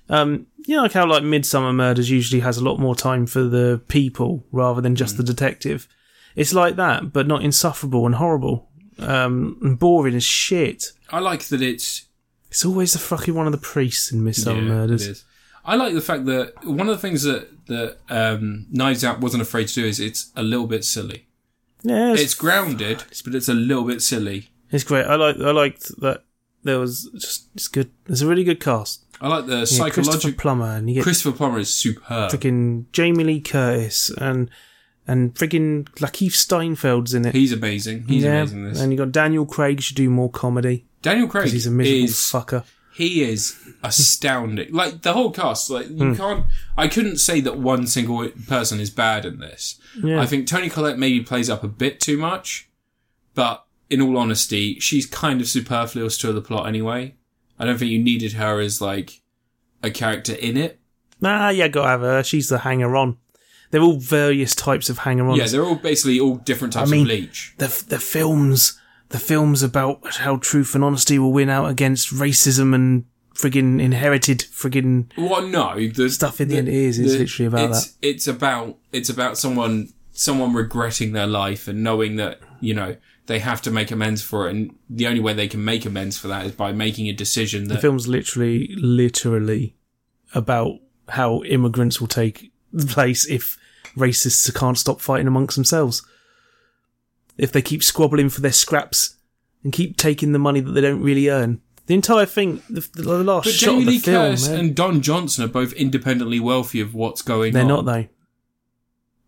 S2: Um, you know, like how like Midsummer Murders usually has a lot more time for the people rather than
S1: Mm.
S2: just the detective. It's like that, but not insufferable and horrible um, and boring as shit.
S1: I like that it's
S2: It's always the fucking one of the priests in Midsummer
S1: Yeah,
S2: Murders.
S1: It is. I like the fact that one of the things that that um, Knives Out wasn't afraid to do is it's a little bit silly.
S2: Yeah, it's,
S1: It's grounded, but it's a little bit silly.
S2: it's great. I like I liked that there was just it's good. There's a really good cast.
S1: I like the
S2: You get Christopher
S1: psychological.
S2: Plummer and you get
S1: Christopher Plummer is superb.
S2: freaking Jamie Lee Curtis and and freaking Lakeith Steinfeld's in it.
S1: He's amazing. He's
S2: yeah,
S1: amazing. in This
S2: and you got Daniel Craig should do more comedy
S1: Daniel Craig
S2: because he's a miserable
S1: is
S2: fucker.
S1: he is astounding. Like the whole cast, like you
S2: Hmm.
S1: can't. I couldn't say that one single person is bad in this.
S2: Yeah.
S1: I think Tony Collette maybe plays up a bit too much, but in all honesty, she's kind of superfluous to the plot anyway. I don't think you needed her as like a character in it.
S2: Nah, yeah, gotta have her. She's the hanger on. They're all various types of hanger ons.
S1: Yeah, they're all basically all different types
S2: mean-
S1: of leech.
S2: the the films the films about how truth and honesty will win out against racism and friggin' inherited friggin'
S1: Well, no, the
S2: Stuff in the end is- is literally about
S1: it's, It's about it's about someone someone regretting their life and knowing that you know they have to make amends for it, and the only way they can make amends for that is by making a decision
S2: the
S1: that
S2: films literally literally about how immigrants will take the place if racists can't stop fighting amongst themselves if they keep squabbling for their scraps and keep taking the money that they don't really earn the entire thing the, the last
S1: But
S2: shot
S1: Jamie
S2: of the
S1: Lee
S2: film
S1: Curtis
S2: man.
S1: and Don Johnson are both independently wealthy of what's going
S2: They're
S1: on.
S2: not though.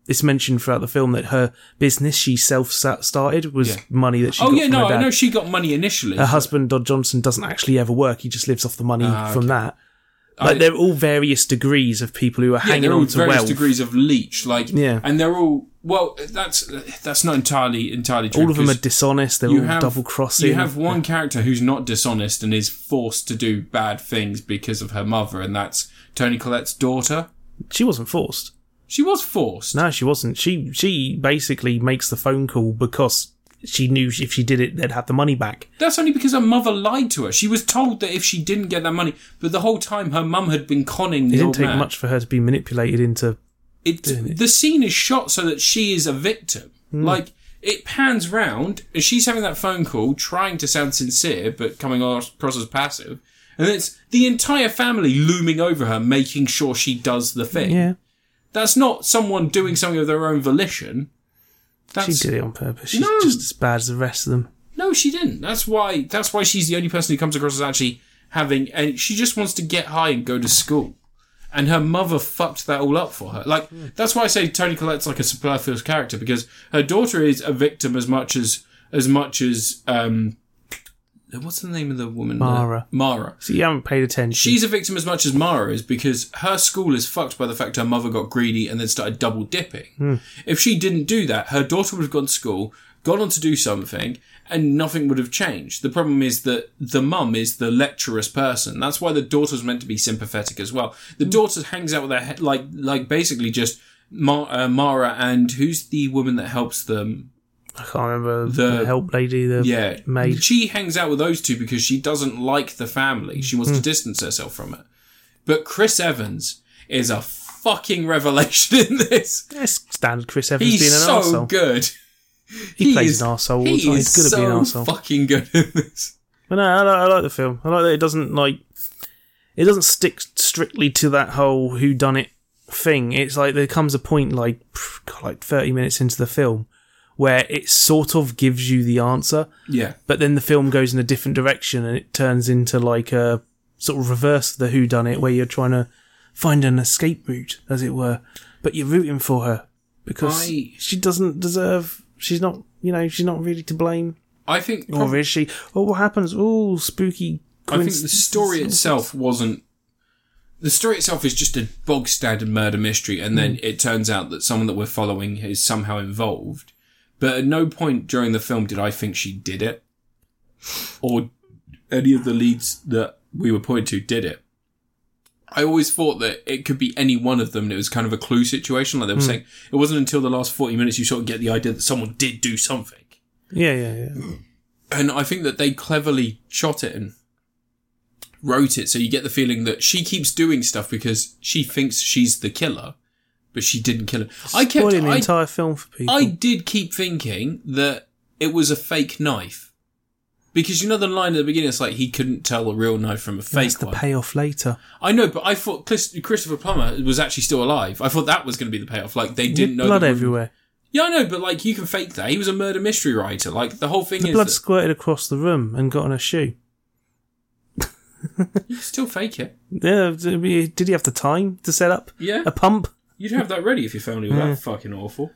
S2: It's mentioned throughout the film that her business she self sa- started was
S1: Yeah.
S2: money that she
S1: oh
S2: got
S1: yeah,
S2: from
S1: no,
S2: her dad. Uh,
S1: I know she got money initially.
S2: her husband Dodd Johnson doesn't actually ever work; he just lives off the money
S1: Ah,
S2: from
S1: okay.
S2: that.
S1: I-
S2: Like they're all various degrees of people who are
S1: yeah,
S2: hanging
S1: they're all
S2: on to
S1: various
S2: wealth.
S1: degrees of leech, like
S2: Yeah.
S1: and they're all well. That's that's not entirely entirely true.
S2: all of them are
S1: 'cause
S2: dishonest. They're
S1: you
S2: all
S1: have-
S2: double crossing.
S1: You have one character who's not dishonest and is forced to do bad things because of her mother, and that's Tony Collette's daughter.
S2: She wasn't forced.
S1: She was forced.
S2: No, she wasn't. She she basically makes the phone call because she knew if she did it, they'd have the money back.
S1: That's only because her mother lied to her. She was told that if she didn't get that money, but the whole time her mum had been conning the
S2: It didn't
S1: old
S2: take
S1: man.
S2: much for her to be manipulated into.
S1: it's the scene is shot so that she is a victim.
S2: Hmm.
S1: Like it pans round, and she's having that phone call, trying to sound sincere but coming across as passive, and it's the entire family looming over her, making sure she does the thing.
S2: Yeah,
S1: That's not someone doing something of their own volition.
S2: she
S1: That's
S2: did it on purpose. She's
S1: No.
S2: just as bad as the rest of them.
S1: no, she didn't. That's why. That's why she's the only person who comes across as actually having. And she just wants to get high and go to school. And her mother fucked that all up for her. Like that's why I say Tony Collette's like a superfluous character because her daughter is a victim as much as as much as um. What's the name of the woman?
S2: Mara.
S1: Mara.
S2: So you haven't paid attention.
S1: She's a victim as much as Mara is because her school is fucked by the fact her mother got greedy and then started double dipping. If she didn't do that, her daughter would have gone to school, gone on to do something, and nothing would have changed. The problem is that the mum is the lecherous person. That's why the daughter's meant to be sympathetic as well. The daughter hangs out with her head, like, like basically just Ma- uh, Mara and who's the woman that helps them?
S2: I can't remember
S1: The-
S2: the, help lady. The
S1: Yeah.
S2: maid.
S1: She hangs out with those two because she doesn't like the family. She
S2: Hmm.
S1: wants to distance herself from it. But Chris Evans is a fucking revelation in this.
S2: Yes, standard Chris Evans
S1: He's
S2: being an
S1: so
S2: arsehole.
S1: good.
S2: He, plays an arsehole all the
S1: He
S2: time.
S1: is
S2: He's good at being an
S1: so
S2: arsehole.
S1: fucking good in this.
S2: but no, I like, I like the film. I like that it doesn't like it doesn't stick strictly to that whole who done it thing. It's like there comes a point like pff, God, like thirty minutes into the film where it sort of gives you the answer,
S1: Yeah.
S2: but then the film goes in a different direction and it turns into like a sort of reverse of the who done it where you're trying to find an escape route as it were but you're rooting for her because
S1: I-
S2: she doesn't deserve she's not you know she's not really to blame
S1: I think prob-
S2: or is she oh what happens oh spooky
S1: I think the story itself wasn't. The story itself is just a bog standard murder mystery, and then it turns out that someone that we're following is somehow involved. But at no point during the film did I think she did it, or any of the leads that we were pointed to did it. I always thought that it could be any one of them, and it was kind of a clue situation. Like they were saying, it wasn't until the last forty minutes you sort of get the idea that someone did do something
S2: yeah yeah yeah
S1: and I think that they cleverly shot it and wrote it so you get the feeling that she keeps doing stuff because she thinks she's the killer, but she didn't kill him. I kept
S2: spoiling the
S1: I,
S2: entire film for people
S1: I did keep thinking that it was a fake knife. Because you know the line at the beginning, it's like he couldn't tell a real knife from a fake
S2: that's the
S1: one.
S2: payoff later
S1: I know, but I thought Chris- Christopher Plummer was actually still alive. I thought that was going to be the payoff. Like they didn't know
S2: blood
S1: the-
S2: everywhere
S1: Yeah, I know, but like you can fake that. He was a murder mystery writer. Like the whole thing
S2: the
S1: is
S2: blood
S1: that-
S2: squirted across the room and got on her shoe
S1: you can still fake it.
S2: yeah did he did he have the time to set up
S1: Yeah,
S2: a pump
S1: You'd have that ready if your family were
S2: Mm.
S1: that fucking awful.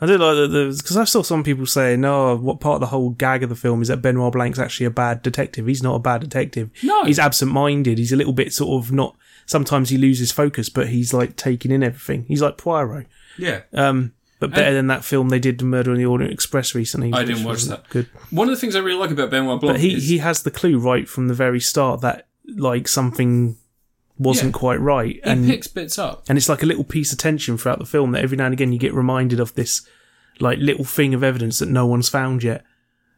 S2: I do like that because I saw some people saying, "No, what part of the whole gag of the film is that Benoit Blanc's actually a bad detective? He's not a bad detective.
S1: No.
S2: he's absent-minded. He's a little bit sort of not. Sometimes he loses focus, but he's like taking in everything. He's like Poirot,
S1: Yeah.
S2: um, but better than that film they did, Murder on the Orient Express, recently.
S1: I
S2: which
S1: didn't watch
S2: wasn't
S1: that.
S2: Good,
S1: One of the things I really like about Benoit Blanc
S2: but he
S1: is
S2: he has the clue right from the very start that like something wasn't
S1: Yeah.
S2: quite right,
S1: he
S2: and
S1: picks bits up.
S2: and it's like a little piece of tension throughout the film that every now and again you get reminded of this like little thing of evidence that no one's found yet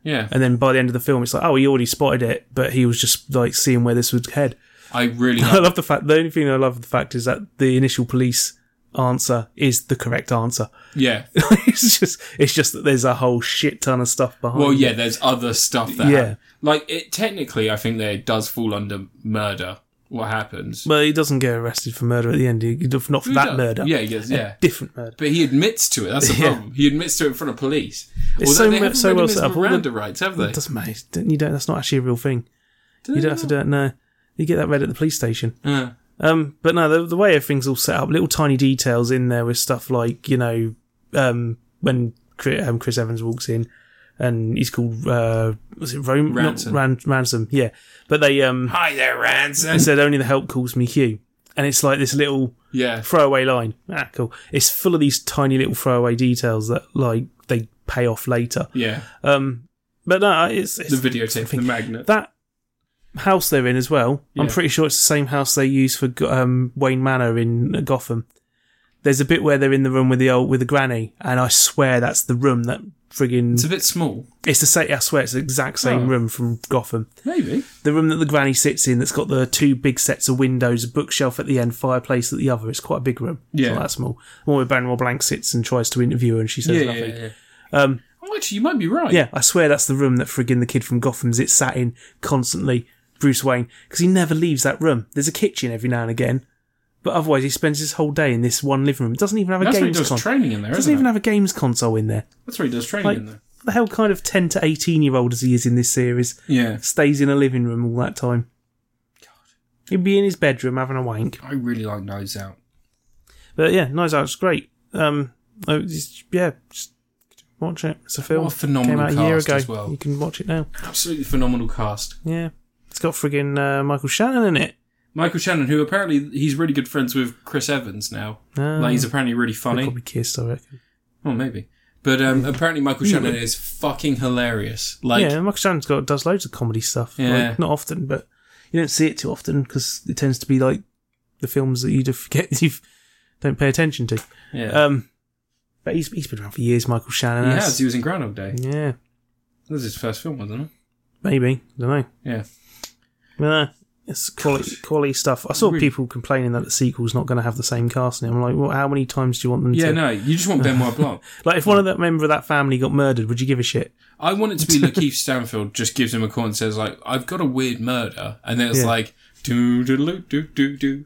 S1: Yeah.
S2: and then by the end of the film it's like oh he already spotted it but he was just like seeing where this would head
S1: I really
S2: i
S1: like
S2: love the fact the only thing i love the fact is that the initial police answer is the correct answer
S1: Yeah.
S2: it's just it's just that there's a whole shit ton of stuff behind
S1: Well,
S2: it.
S1: yeah, there's other stuff that
S2: Yeah.
S1: hap- Like, it technically, I think that it does fall under murder, what happens.
S2: but he doesn't get arrested for murder at the end he, not for
S1: Who
S2: that
S1: does?
S2: murder
S1: Yeah, he gets, yeah.
S2: different murder
S1: But he admits to it. That's the
S2: Yeah.
S1: problem. He admits to it in front of police.
S2: It's
S1: Although
S2: so
S1: they
S2: mu-
S1: haven't
S2: so
S1: read him
S2: well
S1: his
S2: set up. All the-
S1: Miranda rights, have they?
S2: it doesn't matter It's- you don't that's not actually a real thing
S1: Do they
S2: you don't have to
S1: not?
S2: do it no you get that read at the police station
S1: Uh,
S2: Um, but no, the, the way everything's all set up, little tiny details in there with stuff like you know um, when Chris, um, Chris Evans walks in and he's called uh, was it Rome not
S1: Ransom.
S2: Ran- ransom yeah, but they um
S1: Hi there, Ransom.
S2: they said only the help calls me Hugh, and it's like this little
S1: Yeah.
S2: throwaway line. Ah, cool. It's full of these tiny little throwaway details that like they pay off later.
S1: Yeah.
S2: Um, but no, it's, it's
S1: The videotape, the magnet.
S2: that house they're in as well. I'm
S1: Yeah.
S2: pretty sure it's the same house they use for Go- um, Wayne Manor in Gotham. There's a bit where they're in the room with the old with the granny, and I swear that's the room that
S1: It's
S2: friggin'
S1: a bit small.
S2: it's the same. I swear it's the exact same
S1: Oh.
S2: room from Gotham.
S1: Maybe.
S2: The room that the granny sits in that's got the two big sets of windows, a bookshelf at the end, fireplace at the other. It's quite a big room. It's
S1: Yeah.
S2: not that small. The one where Benoit Blanc sits and tries to interview her, and she says
S1: Yeah,
S2: nothing. Um,
S1: yeah, yeah. Oh, actually, you might be right.
S2: Yeah, I swear that's the room that friggin' the kid from Gotham's it sat in constantly, Bruce Wayne, because he never leaves that room. There's a kitchen every now and again, but otherwise he spends his whole day in this one living room. Doesn't even have a
S1: That's where he
S2: games
S1: does
S2: console.
S1: training in there,
S2: Doesn't
S1: isn't
S2: even
S1: it?
S2: have a games console in there.
S1: That's where he does training
S2: Like-
S1: in there.
S2: What the hell kind of ten to eighteen year old as he is in this series
S1: Yeah.
S2: stays in a living room all that time? He'd be in his bedroom having a wank.
S1: I really like Knives Out.
S2: But yeah, Knives Out's great. Um, I just- yeah, just watch it. It's a film.
S1: What a phenomenal
S2: Came out a year
S1: cast
S2: ago.
S1: as well.
S2: You can watch it now.
S1: Absolutely phenomenal cast.
S2: Yeah. It's got friggin' uh, Michael Shannon in it.
S1: Michael Shannon, who apparently he's really good friends with Chris Evans now.
S2: Ah.
S1: like he's apparently really
S2: They
S1: funny.
S2: probably kissed, I reckon.
S1: Oh, maybe. But um, apparently Michael Shannon is fucking hilarious. Like,
S2: Hmm. yeah, Michael Shannon's got does loads of comedy stuff.
S1: Yeah.
S2: Like, not often, but you don't see it too often because it tends to be like the films that you just forget you don't pay attention to.
S1: yeah.
S2: Um, but he's he's been around for years, Michael Shannon.
S1: he
S2: has.
S1: has. He was in Groundhog Day.
S2: Yeah,
S1: That was his first film, wasn't
S2: maybe. I don't know.
S1: it? Yeah.
S2: Yeah. It's quality, quality stuff. I saw
S1: Really-
S2: people complaining that the sequel's not going to have the same cast in it. I'm like, well, how many times do you want them
S1: Yeah,
S2: to?
S1: no, you just want Benoit Blanc.
S2: Like, if one of that member of that family got murdered, would you give a shit?
S1: I want it to be Lakeith Stanfield just gives him a call and says, like, I've got a weird murder. And then it's
S2: Yeah.
S1: like, do, do, do, do, do, do.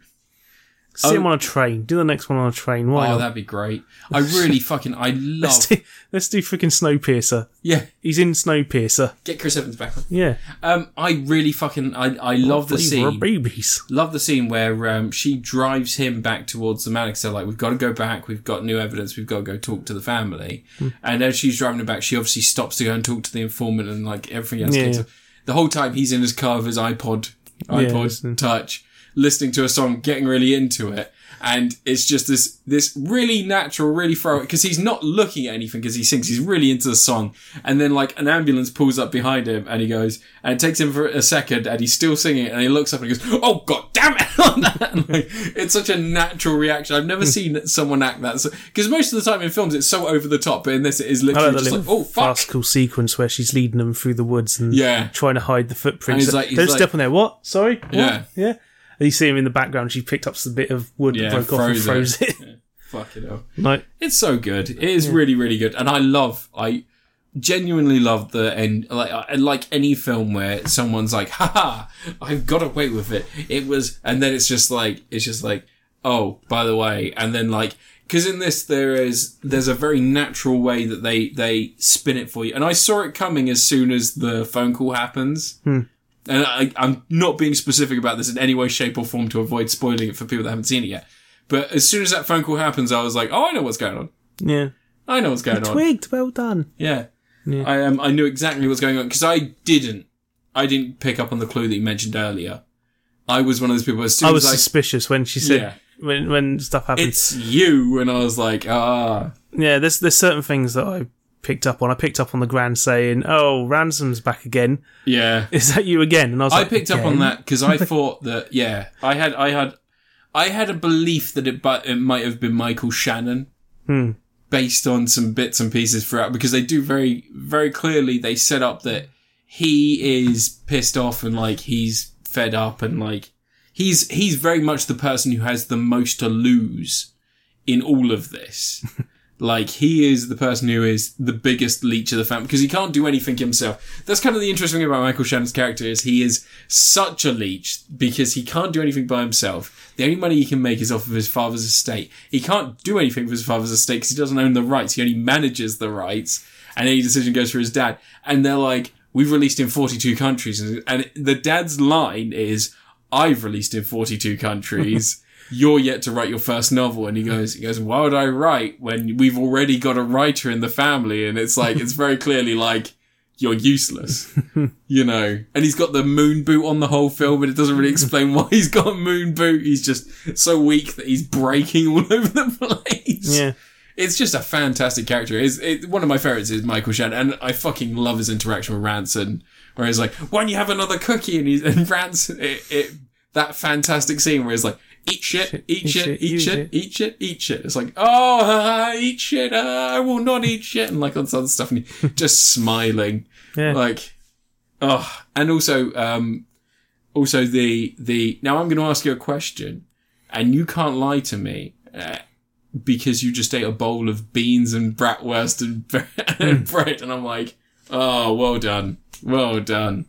S2: Sit
S1: Oh.
S2: him on a train. Do the next one on a train. Why
S1: Oh,
S2: not?
S1: that'd be great. I really fucking I love.
S2: Let's do, let's do freaking Snowpiercer.
S1: Yeah,
S2: He's in Snowpiercer.
S1: get Chris Evans back.
S2: Yeah.
S1: Um, I really fucking I
S2: Oh,
S1: I love the
S2: These
S1: scene.
S2: were babies.
S1: Love the scene where um, she drives him back towards the manic cell. Like, we've got to go back. We've got new evidence. We've got to go talk to the family.
S2: Hmm.
S1: And as she's driving him back, she obviously stops to go and talk to the informant and like everything else.
S2: Yeah,
S1: gets
S2: yeah.
S1: The whole time he's in his car with his iPod, iPod
S2: listen.
S1: Touch, listening to a song, getting really into it. And it's just this, this really natural, really throw because he's not looking at anything because he sings. He's really into the song. And then like an ambulance pulls up behind him and he goes, and it takes him for a second and he's still singing it and he looks up and he goes, Oh God damn it. on that. And, like, it's such a natural reaction. I've never
S2: Hmm.
S1: seen someone act that. Because most of the time in films, it's so over the top, but in this, it is
S2: I
S1: literally
S2: like that
S1: just
S2: little
S1: like, Oh fuck.
S2: farcical sequence where she's leading them through the woods and
S1: Yeah.
S2: trying to hide the
S1: And
S2: footprints.
S1: he's like- he's
S2: Don't
S1: like-
S2: step on there. What? Sorry? What?
S1: Yeah.
S2: Yeah. And you see him in the background. She picked up the bit of wood
S1: Yeah,
S2: that broke off and
S1: froze
S2: froze it.
S1: Fuck it up.
S2: like,
S1: It's so good. It is really, really good, and I love. I genuinely love the end. Like, I like any film where someone's like, "Ha ha, I've got away with it." It was, and then it's just like, it's just like, oh, by the way, and then like, because in this there is there's a very natural way that they they spin it for you, and I saw it coming as soon as the phone call happens. And I, I'm not being specific about this in any way, shape, or form to avoid spoiling it for people that haven't seen it yet. But as soon as that phone call happens, I was like, "Oh, I know what's going on.
S2: yeah.
S1: I know what's going on."
S2: Twigged. Well done.
S1: Yeah. I um, I knew exactly what's going on because I didn't I didn't pick up on the clue that you mentioned earlier. I was one of those people as soon
S2: I was
S1: as
S2: suspicious when she said,
S1: Yeah.
S2: when, when stuff
S1: I,
S2: happened.
S1: it's you and I was like, ah
S2: Yeah, there's there's certain things that I picked up on. I picked up on the grand saying, "Oh, ransom's back again."
S1: yeah.
S2: Is that you again? And I was
S1: I
S2: like,
S1: picked up on
S2: "Again?"
S1: that because I thought that yeah, I had I had I had a belief that it but it might have been Michael Shannon
S2: Hmm.
S1: based on some bits and pieces throughout because they do very very clearly they set up that he is pissed off and like he's fed up and like he's he's very much the person who has the most to lose in all of this. Like he is the person who is the biggest leech of the family because he can't do anything himself. That's kind of the interesting thing about Michael Shannon's character is he is such a leech because he can't do anything by himself. The only money he can make is off of his father's estate. He can't do anything with his father's estate because he doesn't own the rights. He only manages the rights, and any decision goes through his dad. And they're like, "We've released in forty-two countries," and, and the dad's line is, "I've released in forty-two countries." you're yet to write your first novel and he goes he goes why would i write when we've already got a writer in the family and it's like it's very clearly like you're useless you know and he's got the moon boot on the whole film but it doesn't really explain why he's got a moon boot he's just so weak that he's breaking all over the place
S2: Yeah,
S1: it's just a fantastic character. It's, it, one of my favorites is Michael Shannon, and I fucking love his interaction with Ranson, where he's like, "Why don't you have another cookie?" and he's and Ranson, it, it that fantastic scene where he's like, "Eat shit, eat shit, eat
S2: use
S1: shit,
S2: it."
S1: eat shit, eat shit." It's like, "Oh, ha, ha, eat shit, ah, I will not eat shit," and like all this other stuff, and he just smiling,
S2: yeah.
S1: like, oh, and also, um, also the the. Now I'm going to ask you a question, and you can't lie to me. Uh, because you just ate a bowl of beans and bratwurst and, bre- and bread. And I'm like, oh, well done. Well done.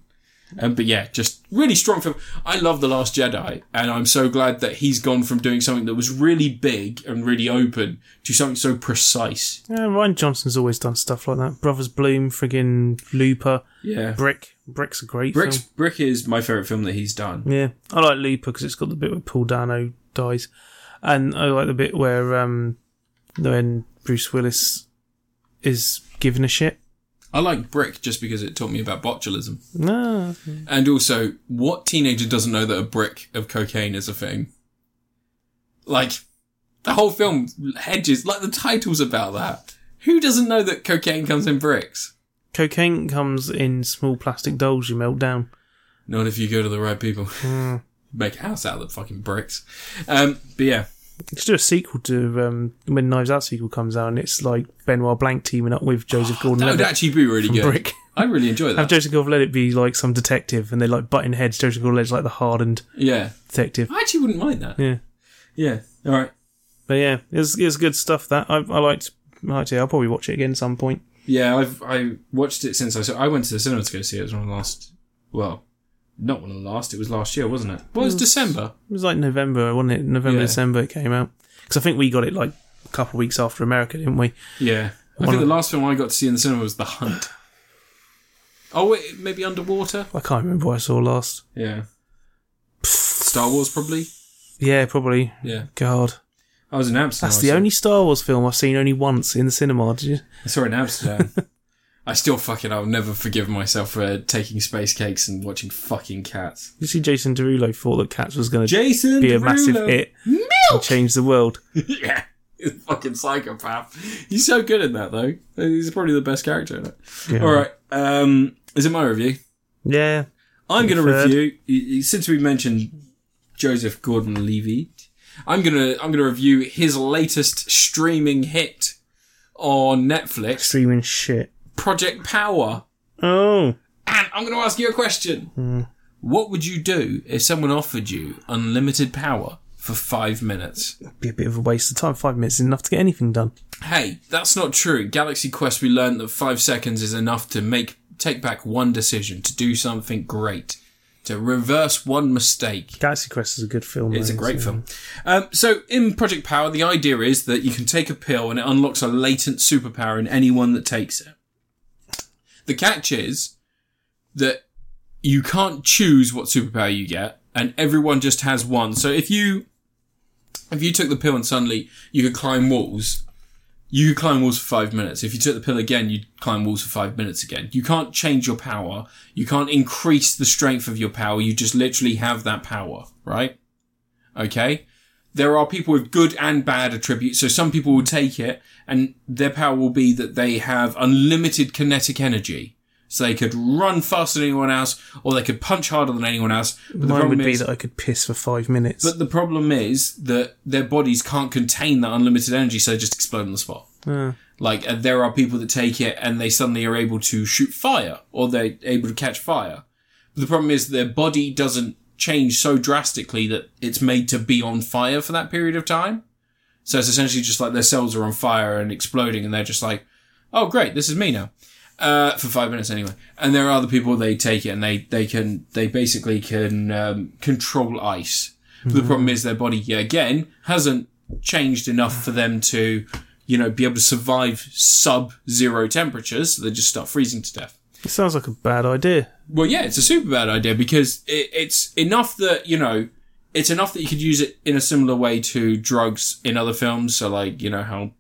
S1: Um, but yeah, just really strong film. I love The Last Jedi, and I'm so glad that he's gone from doing something that was really big and really open to something so precise.
S2: Yeah, Ryan Johnson's always done stuff like that. Brothers Bloom, friggin' Looper,
S1: Yeah.
S2: Brick. Brick's a great
S1: Brick's, Brick is my favourite film that he's done.
S2: film. Yeah, I like Looper because it's got the bit where Paul Dano dies, and I like the bit where um when Bruce Willis is giving a shit.
S1: I like Brick just because it taught me about botulism.
S2: No,
S1: And also, what teenager doesn't know that a brick of cocaine is a thing? Like, the whole film hedges, like the title's about that. Who doesn't know that cocaine comes in bricks?
S2: cocaine comes in small plastic dolls you melt down.
S1: Not if you go to the right people.
S2: Hmm.
S1: Make a house out of the fucking bricks. Um, but yeah,
S2: Let's do a sequel to um, when Knives Out sequel comes out, and it's like Benoit Blanc teaming up with Joseph
S1: that would
S2: Gordon-Levitt.
S1: actually be really good.
S2: Brick.
S1: I really enjoy
S2: Have
S1: that.
S2: Joseph Gordon-Levitt be like some detective, and they're like butting heads. Joseph Gordon-Levitt's like the hardened
S1: Yeah,
S2: detective.
S1: I actually wouldn't mind that.
S2: Yeah,
S1: Yeah, all right.
S2: but yeah, it's it's good stuff. That I, I liked. I liked it. I'll probably watch it again some point.
S1: Yeah, I've I watched it since I saw. I went to the cinema to go see it. It was one of the last. Well, not one of the last. It was last year, wasn't it? Well, it
S2: Mm.
S1: was December.
S2: It was like November, wasn't it? November,
S1: Yeah.
S2: December it came out. Because I think we got it like a couple of weeks after America, didn't we?
S1: Yeah. I
S2: One
S1: think the
S2: of-
S1: last film I got to see in the cinema was The Hunt. Oh, wait, maybe Underwater?
S2: I can't remember what I saw last.
S1: Yeah. Star Wars, probably?
S2: Yeah, probably.
S1: Yeah.
S2: God.
S1: I was in Amsterdam.
S2: That's
S1: I
S2: the
S1: saw-
S2: only Star Wars film I've seen only once in the cinema. Did you?
S1: I saw it in Amsterdam. I still fucking, I'll never forgive myself for uh, taking space cakes and watching fucking cats.
S2: You see, Jason Derulo thought that Cats was going to
S1: Jason
S2: be a massive
S1: Derulo.
S2: hit and change the world.
S1: yeah. He's a fucking psychopath. He's so good in that though. He's probably the best character in it.
S2: Yeah.
S1: All right. Um, is it my review?
S2: Yeah.
S1: I'm going to
S2: Third.
S1: review y- y- since we mentioned Joseph Gordon-Levy. I'm going to I'm going to review his latest streaming hit on Netflix,
S2: Streaming shit.
S1: Project Power.
S2: Oh.
S1: And I'm going to ask you a question. What would you do if someone offered you unlimited power for 5 minutes?
S2: Be a bit of a waste of time. Five minutes is enough to get anything done.
S1: Hey, that's not true. Galaxy Quest, we learned that five seconds is enough to make take back one decision, to do something great, to reverse one mistake.
S2: Galaxy Quest is a good film.
S1: It's a
S2: though,
S1: great
S2: so-
S1: film. Um, so, in Project Power, the idea is that you can take a pill and it unlocks a latent superpower in anyone that takes it. The catch is that you can't choose what superpower you get, and everyone just has one. So, if you if you took the pill and suddenly you could climb walls, you could climb walls for five minutes. If you took the pill again, you'd climb walls for five minutes again. You can't change your power. You can't increase the strength of your power. You just literally have that power, right? Okay. There are people with good and bad attributes. So some people will take it and their power will be that they have unlimited kinetic energy. So they could run faster than anyone else or they could punch harder than anyone else. But the
S2: Mine
S1: problem
S2: would be
S1: is-
S2: that I could piss for five minutes.
S1: but the problem is that their bodies can't contain that unlimited energy, so they just explode on the spot.
S2: Yeah.
S1: Like, uh, there are people that take it and they suddenly are able to shoot fire, or they're able to catch fire. But the problem is their body doesn't change so drastically that it's made to be on fire for that period of time. So it's essentially just like their cells are on fire and exploding, and they're just like, oh, great, this is me now. Uh, for five minutes anyway. And there are other people, they take it and they, they can, they basically can, um, control ice. But the problem is their body, yeah, again, hasn't changed enough for them to, you know, be able to survive sub-zero temperatures. So they just start freezing to death.
S2: It sounds like a bad idea.
S1: Well, yeah, it's a super bad idea because it, it's enough that, you know, it's enough that you could use it in a similar way to drugs in other films. So, like, you know, how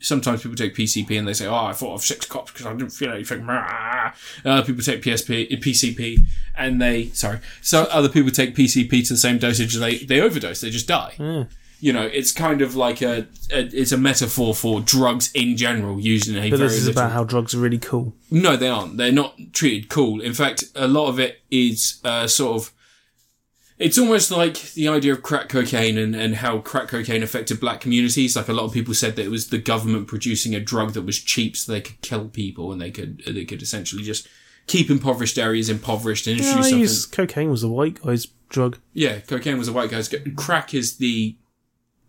S1: sometimes people take PCP and they say, oh, I thought of six cops because I didn't feel anything. And other people take PSP, uh, PCP and they, sorry. So other people take PCP to the same dosage and they, they overdose. They just die.
S2: Hmm.
S1: You know, it's kind of like a, a, it's a metaphor for drugs in general, using a
S2: But
S1: very
S2: this is
S1: literal
S2: about how drugs are really cool.
S1: no, they aren't. They're not treated cool. In fact, a lot of it is uh, sort of. It's almost like the idea of crack cocaine and, and how crack cocaine affected black communities. Like a lot of people said that it was the government producing a drug that was cheap so they could kill people and they could they could essentially just keep impoverished areas impoverished and
S2: Yeah,
S1: introduce
S2: I
S1: something.
S2: use cocaine was the white guy's drug.
S1: yeah, cocaine was a white guy's. go- Crack is the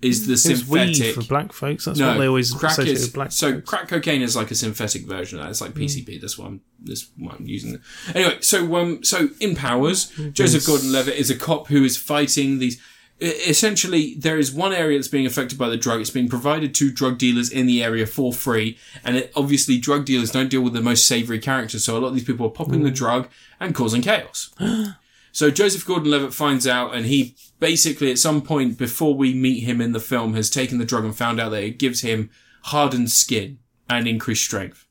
S1: is the
S2: It was weed
S1: synthetic.
S2: for black folks. That's what they always associate
S1: is,
S2: with black
S1: So
S2: folks. Mm.
S1: crack cocaine is like a synthetic version of that. It's like PCP. That's why I'm this why I'm using it. Anyway, so um, so in Powers,
S2: Mm-hmm.
S1: Joseph Gordon-Levitt is a cop who is fighting these. e- Essentially, there is one area that's being affected by the drug. It's being provided to drug dealers in the area for free, and it, obviously, drug dealers don't deal with the most savoury characters. So a lot of these people are popping the
S2: Mm.
S1: drug and causing chaos. So Joseph Gordon-Levitt finds out, and he basically, at some point before we meet him in the film, has taken the drug and found out that it gives him hardened skin and increased strength.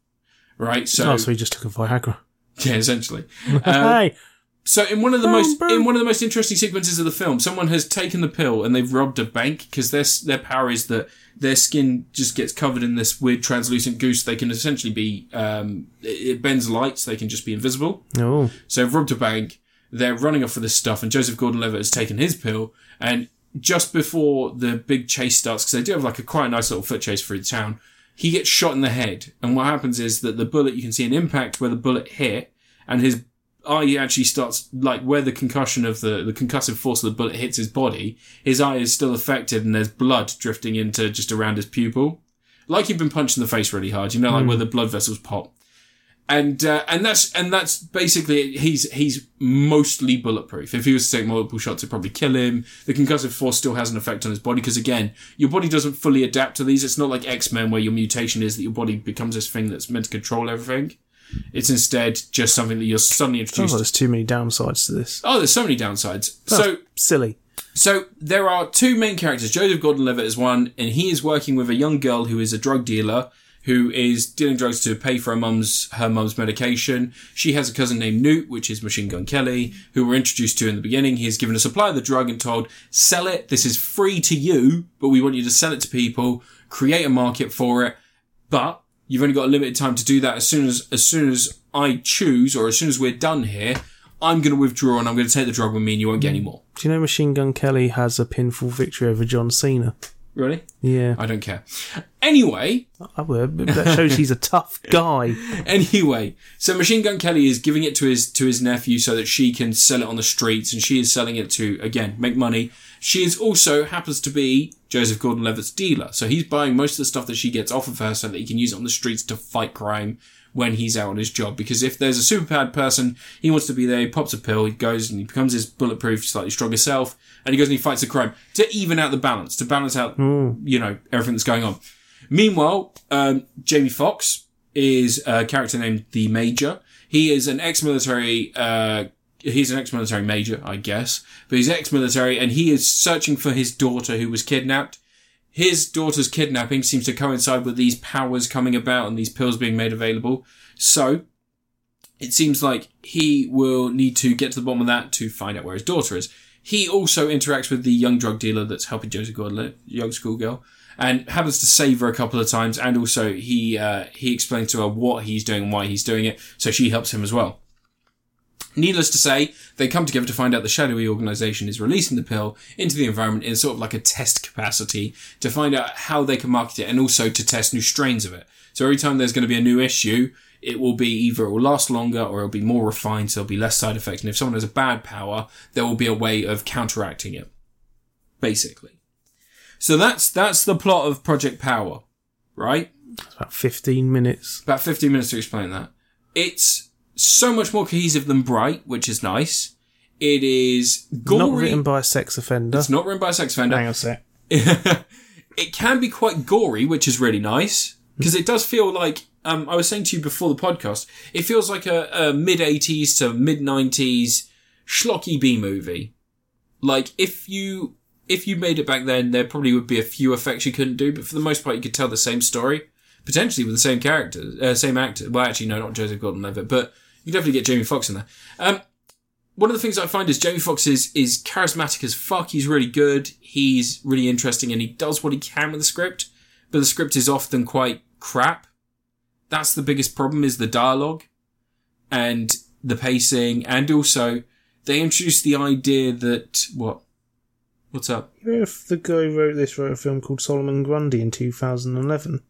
S1: Right? So, Uh,
S2: oh, so he just took a Viagra.
S1: yeah, essentially.
S2: hey,
S1: So in one of the
S2: Boom,
S1: most
S2: boom.
S1: in one of the most interesting sequences of the film, someone has taken the pill and they've robbed a bank because their s- their power is that their skin just gets covered in this weird translucent goose. They can essentially be um, it it bends lights. They can just be invisible.
S2: oh,
S1: So they've robbed a bank. They're running off with this stuff, and Joseph Gordon-Levitt has taken his pill. And just before the big chase starts, because they do have like a quite nice little foot chase through the town, he gets shot in the head. And what happens is that the bullet, you can see an impact where the bullet hit, and his eye actually starts like where the concussion of the the concussive force of the bullet hits his body. His eye is still affected, and there's blood drifting into
S2: Hmm.
S1: just around his pupil, like you've been punched in the face really hard. You know, like where the blood vessels pop and uh, and that's and that's basically he's he's mostly bulletproof. If he was to take multiple shots, it'd probably kill him. The concussive force still has an effect on his body because again, your body doesn't fully adapt to these. It's not like X Men where your mutation is that your body becomes this thing that's meant to control everything. It's instead just something that you're suddenly
S2: Sounds
S1: introduced.
S2: like
S1: to.
S2: there's too many downsides to this. Oh,
S1: Oh, there's so many downsides. So
S2: silly.
S1: so there are two main characters. Joseph Gordon-Levitt is one, and he is working with a young girl who is a drug dealer who is dealing drugs to pay for her mum's her mum's medication. She has a cousin named Newt, which is Machine Gun Kelly, who we're introduced to in the beginning. He is given a supply of the drug and told, "Sell it. This is free to you, but we want you to sell it to people, create a market for it, but you've only got a limited time to do that. As soon as as soon as I choose, or as soon as we're done here." I'm going to withdraw and I'm going to take the drug with me and you won't get any more.
S2: Do you know Machine Gun Kelly has a pinfall victory over John Cena?
S1: Really?
S2: Yeah,
S1: I don't care. Anyway,
S2: that, would- that shows he's a tough guy.
S1: anyway, so Machine Gun Kelly is giving it to his to his nephew so that she can sell it on the streets, and she is selling it to again make money. She is also happens to be Joseph Gordon-Levitt's dealer, so he's buying most of the stuff that she gets off of her so that he can use it on the streets to fight crime when he's out on his job. Because if there's a superpowered person, he wants to be there. He pops a pill, he goes and he becomes his bulletproof, slightly stronger self, and he goes and he fights the crime to even out the balance, to balance out you know everything that's going on. Meanwhile, um, Jamie Fox is a character named the Major. He is an ex-military. Uh, he's an ex-military major, I guess, but he's ex-military, and he is searching for his daughter who was kidnapped. His daughter's kidnapping seems to coincide with these powers coming about and these pills being made available. So it seems like he will need to get to the bottom of that to find out where his daughter is. He also interacts with the young drug dealer that's helping Joseph Gordon, young schoolgirl, and happens to save her a couple of times. And also, he uh, he explains to her what he's doing and why he's doing it, so she helps him as well. Needless to say, they come together to find out the shadowy organization is releasing the pill into the environment in sort of like a test capacity to find out how they can market it and also to test new strains of it. So every time there's going to be a new issue, it will be either it will last longer or it'll be more refined, so there'll be less side effects. And if someone has a bad power, there will be a way of counteracting it. Basically. So that's, that's the plot of Project Power, right?
S2: It's about 15 minutes.
S1: about 15 minutes to explain that. It's so much more cohesive than Bright, which is nice. It is gory.
S2: Not written by a sex offender.
S1: it's not written by a sex offender.
S2: Hang on a sec.
S1: it can be quite gory, which is really nice because it does feel like um, I was saying to you before the podcast. It feels like a, a mid '80s to mid '90s schlocky B movie. Like if you if you made it back then, there probably would be a few effects you couldn't do, but for the most part, you could tell the same story potentially with the same character, uh, same actor. Well, actually, no, not Joseph Gordon-Levitt, but you definitely get Jamie Foxx in there. Um, one of the things I find is Jamie Foxx is, is charismatic as fuck. He's really good. He's really interesting and he does what he can with the script, but the script is often quite crap. That's the biggest problem is the dialogue and the pacing. And also they introduce the idea that what? What's up?
S2: You know if the guy who wrote this wrote a film called Solomon Grundy in 2011?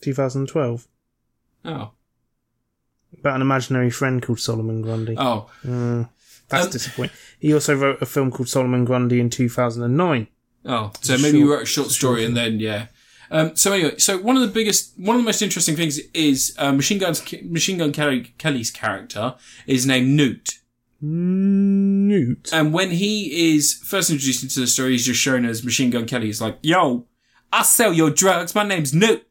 S2: 2012?
S1: Oh,
S2: About an imaginary friend called Solomon Grundy.
S1: oh,
S2: Mm, that's
S1: Um,
S2: disappointing. He also wrote a film called Solomon Grundy in 2009.
S1: Oh, so
S2: It's a
S1: maybe you
S2: short-
S1: wrote a short
S2: it's a
S1: story
S2: short
S1: and then yeah. Um, so anyway, so one of the biggest, one of the most interesting things is uh, Machine Gun's Machine Gun Kelly, Kelly's character is named Newt,
S2: Newt.
S1: and when he is first introduced into the story, he's just shown as Machine Gun Kelly. He's like, "Yo, I sell your drugs. My name's Newt,"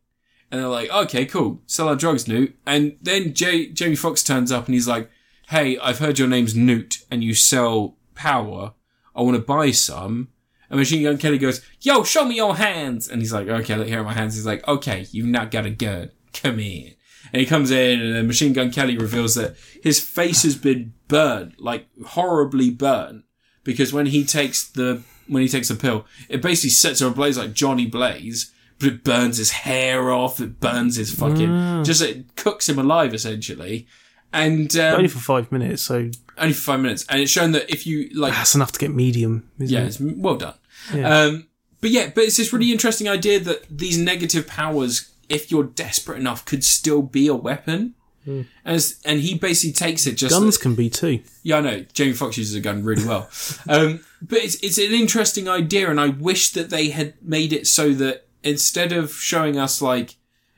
S1: and they're like, "Okay, cool, sell our drugs, Newt." And then J- Jamie Fox turns up and he's like, "Hey, I've heard your name's Newt, and you sell power. I want to buy some." And Machine Gun Kelly goes, Yo, show me your hands. And he's like, Okay, look, here are my hands. He's like, Okay, you've not got a gun. Come in. And he comes in, and then Machine Gun Kelly reveals that his face has been burnt, like horribly burnt, because when he takes the when he takes the pill, it basically sets him ablaze like Johnny Blaze, but it burns his hair off, it burns his fucking, just it cooks him alive essentially, and
S2: Only
S1: um,
S2: for five minutes, so
S1: only for five minutes. And it's shown that if you like
S2: that's enough to get medium. Isn't
S1: yeah,
S2: it?
S1: it's well done.
S2: Mm. Yeah.
S1: Um, but yeah, but it's this really interesting idea that these negative powers, if you're desperate enough, could still be a weapon. And it's- and he basically takes it just
S2: Mm. Guns can be too.
S1: yeah, I know. Jamie Foxx uses a gun really well. um, but it's, it's an interesting idea, and I wish that they had made it so that instead of showing us like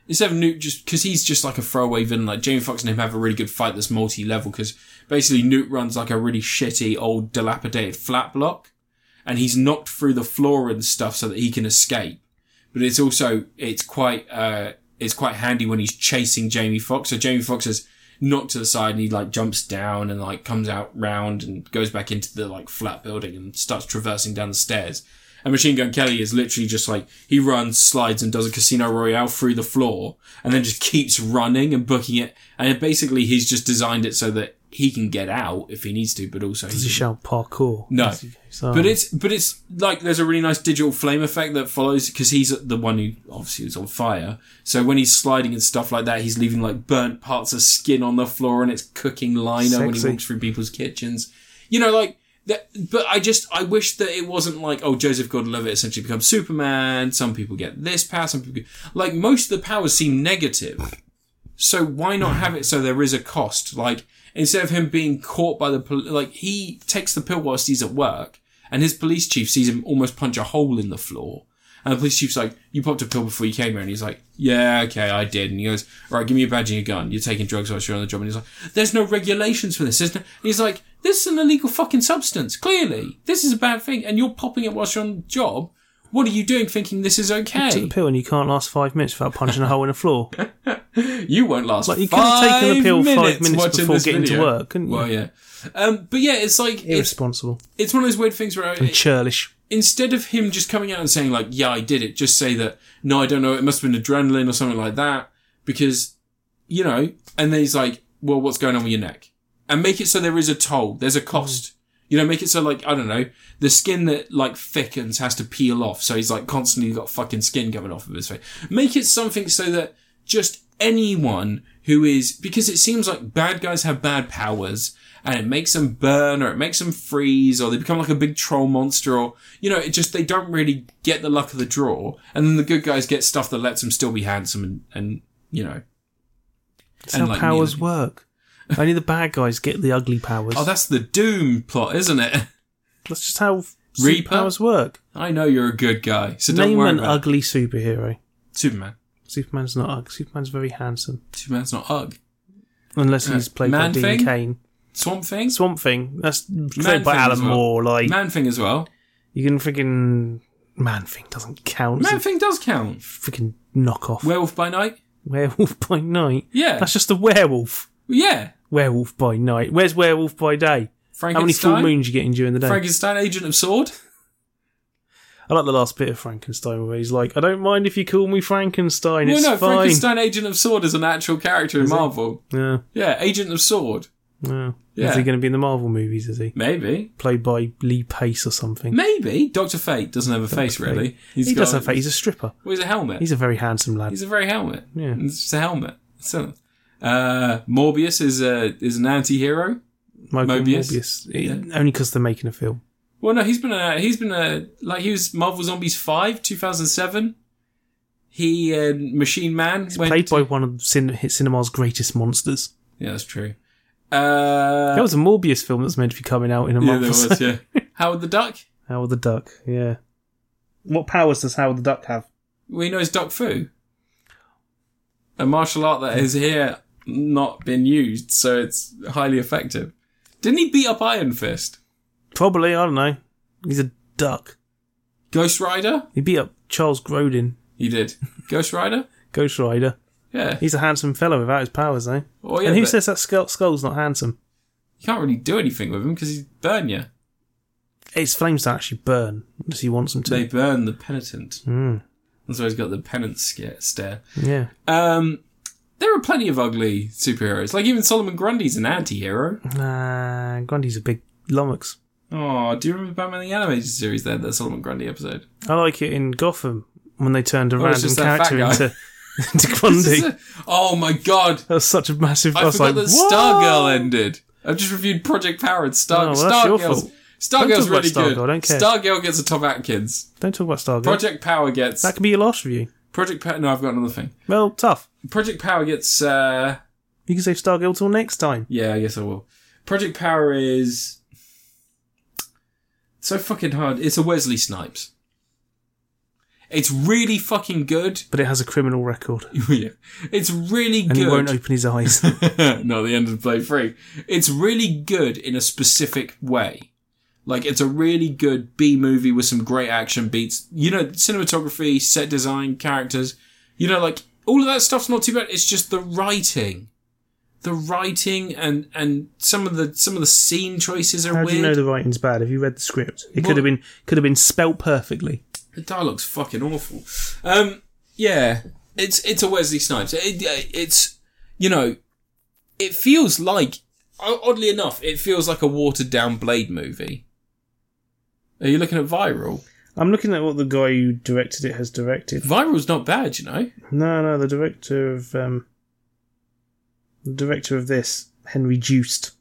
S1: instead of Newt just because he's just like a throwaway villain. Like Jamie Foxx and him have a really good fight that's multi-level because basically Newt runs like a really shitty old dilapidated flat block, and he's knocked through the floor and stuff so that he can escape. But it's also it's quite uh it's quite handy when he's chasing Jamie Foxx. So Jamie Foxx is knocked to the side and he like jumps down and like comes out round and goes back into the like flat building and starts traversing down the stairs. And Machine Gun Kelly is literally just like he runs, slides, and does a Casino Royale through the floor, and then just keeps running and booking it. And it basically, he's just designed it so that he can get out if he needs to, but also
S2: Does
S1: he
S2: he shout parkour?
S1: No.
S2: As he goes on?
S1: but it's but it's like there's a really nice digital flame effect that follows because he's the one who obviously was on fire. So when he's sliding and stuff like that, he's leaving like burnt parts of skin on the floor, and it's cooking liner when he
S2: Sexy.
S1: walks through people's kitchens. You know, like that. But I just I wish that it wasn't like oh Joseph Gordon-Levitt essentially becomes Superman. Some people get this power, some people get, like most of the powers seem negative. So why not have it so there is a cost? Like instead of him being caught by the pol- like he takes the pill whilst he's at work, and his police chief sees him almost punch a hole in the floor. And the police chief's like, "You popped a pill before you came here," and he's like, "Yeah, okay, I did." And he goes, "All right, give me your badge and your gun. You're taking drugs whilst you're on the job." And he's like, "There's no regulations for this." There's no-" And he's like, "This is an illegal fucking substance. Clearly, this is a bad thing, and you're popping it whilst you're on the job. What are you doing, thinking this is
S2: took the
S1: okay?
S2: pill and you can't last five minutes without punching a hole in the floor.
S1: You won't last
S2: Like you could
S1: five
S2: have taken the pill
S1: minutes
S2: five minutes
S1: watching
S2: before
S1: this
S2: getting
S1: video.
S2: to work, couldn't you?
S1: Well, yeah, um, but yeah, it's like it's,
S2: Irresponsible
S1: it's one of those weird things where I,
S2: and churlish.
S1: instead of him just coming out and saying like, "Yeah, I did it," just say that, "No, I don't know. It must have been adrenaline or something like that," because you know. And then he's like, "Well, what's going on with your neck?" And make it so there is a toll. There's a cost. You know, make it so like I don't know, the skin that like thickens has to peel off. So he's like constantly got fucking skin coming off of his face. Make it something so that just anyone who is because it seems like bad guys have bad powers and it makes them burn or it makes them freeze or they become like a big troll monster or you know it just they don't really get the luck of the draw and then the good guys get stuff that lets them still be handsome and, and you know
S2: That's
S1: and,
S2: how
S1: like,
S2: powers
S1: neither-
S2: work. Only the bad guys get the ugly powers.
S1: oh that's the doom plot isn't it
S2: That's just how
S1: Reaper?
S2: superpowers work.
S1: i know you're a good guy so don't
S2: Name
S1: worry
S2: an
S1: about it.
S2: ugly superhero.
S1: superman
S2: Superman's not ugly. Superman's very handsome,
S1: superman's not ugh
S2: unless he's
S1: Uh,
S2: played by
S1: Man
S2: Dean
S1: Thing?
S2: Kane.
S1: swamp thing
S2: Swamp Thing. That's played
S1: Man
S2: by
S1: Thing
S2: Alan
S1: as well.
S2: Moore. Like
S1: man thing as well
S2: you can freaking Man Thing doesn't count.
S1: man
S2: it's
S1: thing does count
S2: a freaking knockoff.
S1: werewolf by night
S2: werewolf by night.
S1: yeah
S2: That's just a werewolf.
S1: yeah
S2: Werewolf by night. Where's werewolf by day? How many
S1: frankenstein
S2: full moons you getting during the day?
S1: frankenstein agent of sword
S2: I like the last bit of Frankenstein where he's like, "I don't mind if you call me Frankenstein.
S1: No,
S2: It's
S1: no,
S2: fine."
S1: Frankenstein Agent of Sword is an actual character in Marvel.
S2: Yeah,
S1: Yeah, Agent of Sword.
S2: yeah.
S1: Yeah.
S2: Is he going to be in the Marvel movies? Is he
S1: Maybe.
S2: played by Lee Pace or something?
S1: Maybe. Doctor Fate doesn't have a face, really. He's
S2: he
S1: got,
S2: does have a face. He's a stripper.
S1: Well, he's a helmet. He's,
S2: He's a very handsome lad.
S1: a very helmet.
S2: Yeah.
S1: It's just a helmet. So, uh, Morbius is a, is an anti-hero.
S2: Michael
S1: Mobius.
S2: Morbius. It- Only because they're making a film.
S1: Well, no, he's been a, he's been a, like, he was Marvel Zombies 5, 2007. He and Machine Man. went
S2: Played
S1: to-
S2: by one of cin- hit cinema's greatest monsters.
S1: yeah, that's true. Uh,
S2: that was a Morbius film that's meant to be coming out in a
S1: yeah,
S2: month
S1: there
S2: or so.
S1: was, yeah. Howard the Duck.
S2: Howard the Duck, yeah. What powers does Howard the Duck have?
S1: We know is Duck Fu. A martial art that has here not been used, so it's highly effective. Didn't he beat up Iron Fist?
S2: Probably, I don't know. He's a duck.
S1: Ghost Rider?
S2: He beat up Charles Grodin,
S1: He did. Ghost Rider?
S2: Ghost Rider.
S1: Yeah.
S2: He's a handsome fellow without his powers, though.
S1: Oh, yeah
S2: and who
S1: but
S2: says that skull, Skull's not handsome?
S1: you can't really do anything with him because he burn you.
S2: His flames don't actually burn unless he wants them to.
S1: They burn the penitent.
S2: Mm,
S1: That's why he's got the penance scare- stare.
S2: yeah.
S1: Um, there are plenty of ugly superheroes. Like even Solomon Grundy's an anti-hero.
S2: Uh, Grundy's a big lummox.
S1: Oh, do you remember Batman the Animated Series? There, that Solomon Grundy episode.
S2: I like it in Gotham when they turned a
S1: Oh, it's
S2: random
S1: just that
S2: character
S1: fat
S2: into, into Grundy. that
S1: Oh my god!
S2: was such a massive. I,
S1: I,
S2: was
S1: forgot
S2: like,
S1: that Star Girl
S2: "Whoa!"
S1: ended. I've just reviewed Project Power and Star.
S2: Oh, well, that's
S1: Star
S2: your
S1: Girl's
S2: fault.
S1: Star
S2: Don't
S1: Girl's
S2: talk about
S1: really
S2: Star
S1: good.
S2: Girl, I don't care.
S1: Star Girl gets a Tom Atkins.
S2: Don't talk about Stargirl.
S1: Project Power gets
S2: that could be your last review.
S1: Project Power. No, I've got another thing.
S2: Well, tough.
S1: Project Power gets. uh
S2: You can save Stargirl till next time.
S1: Yeah, I guess I will. Project Power is so fucking hard. It's a Wesley Snipes. It's really fucking good.
S2: but it has a criminal record,
S1: yeah. It's really
S2: and
S1: good.
S2: he won't open his eyes.
S1: no, the end of play three. It's really good in a specific way. Like it's a really good B movie with some great action beats. You know, cinematography, set design, characters. You know, like all of that stuff's not too bad. It's just the writing, the writing, and and some of the some of the scene choices are
S2: How
S1: weird.
S2: do you know the writing's bad? Have you read the script? It
S1: Well-
S2: could have been could have been spelt perfectly.
S1: The dialogue's fucking awful. Um, yeah, it's it's a Wesley Snipes. It, it- it's you know, it feels like o- oddly enough, it feels like a watered down Blade movie. Are you looking at Viral?
S2: I'm looking at what the guy who directed it has directed.
S1: Viral's not bad, you know.
S2: No, no, the director of um, the director of this, Henry Joost.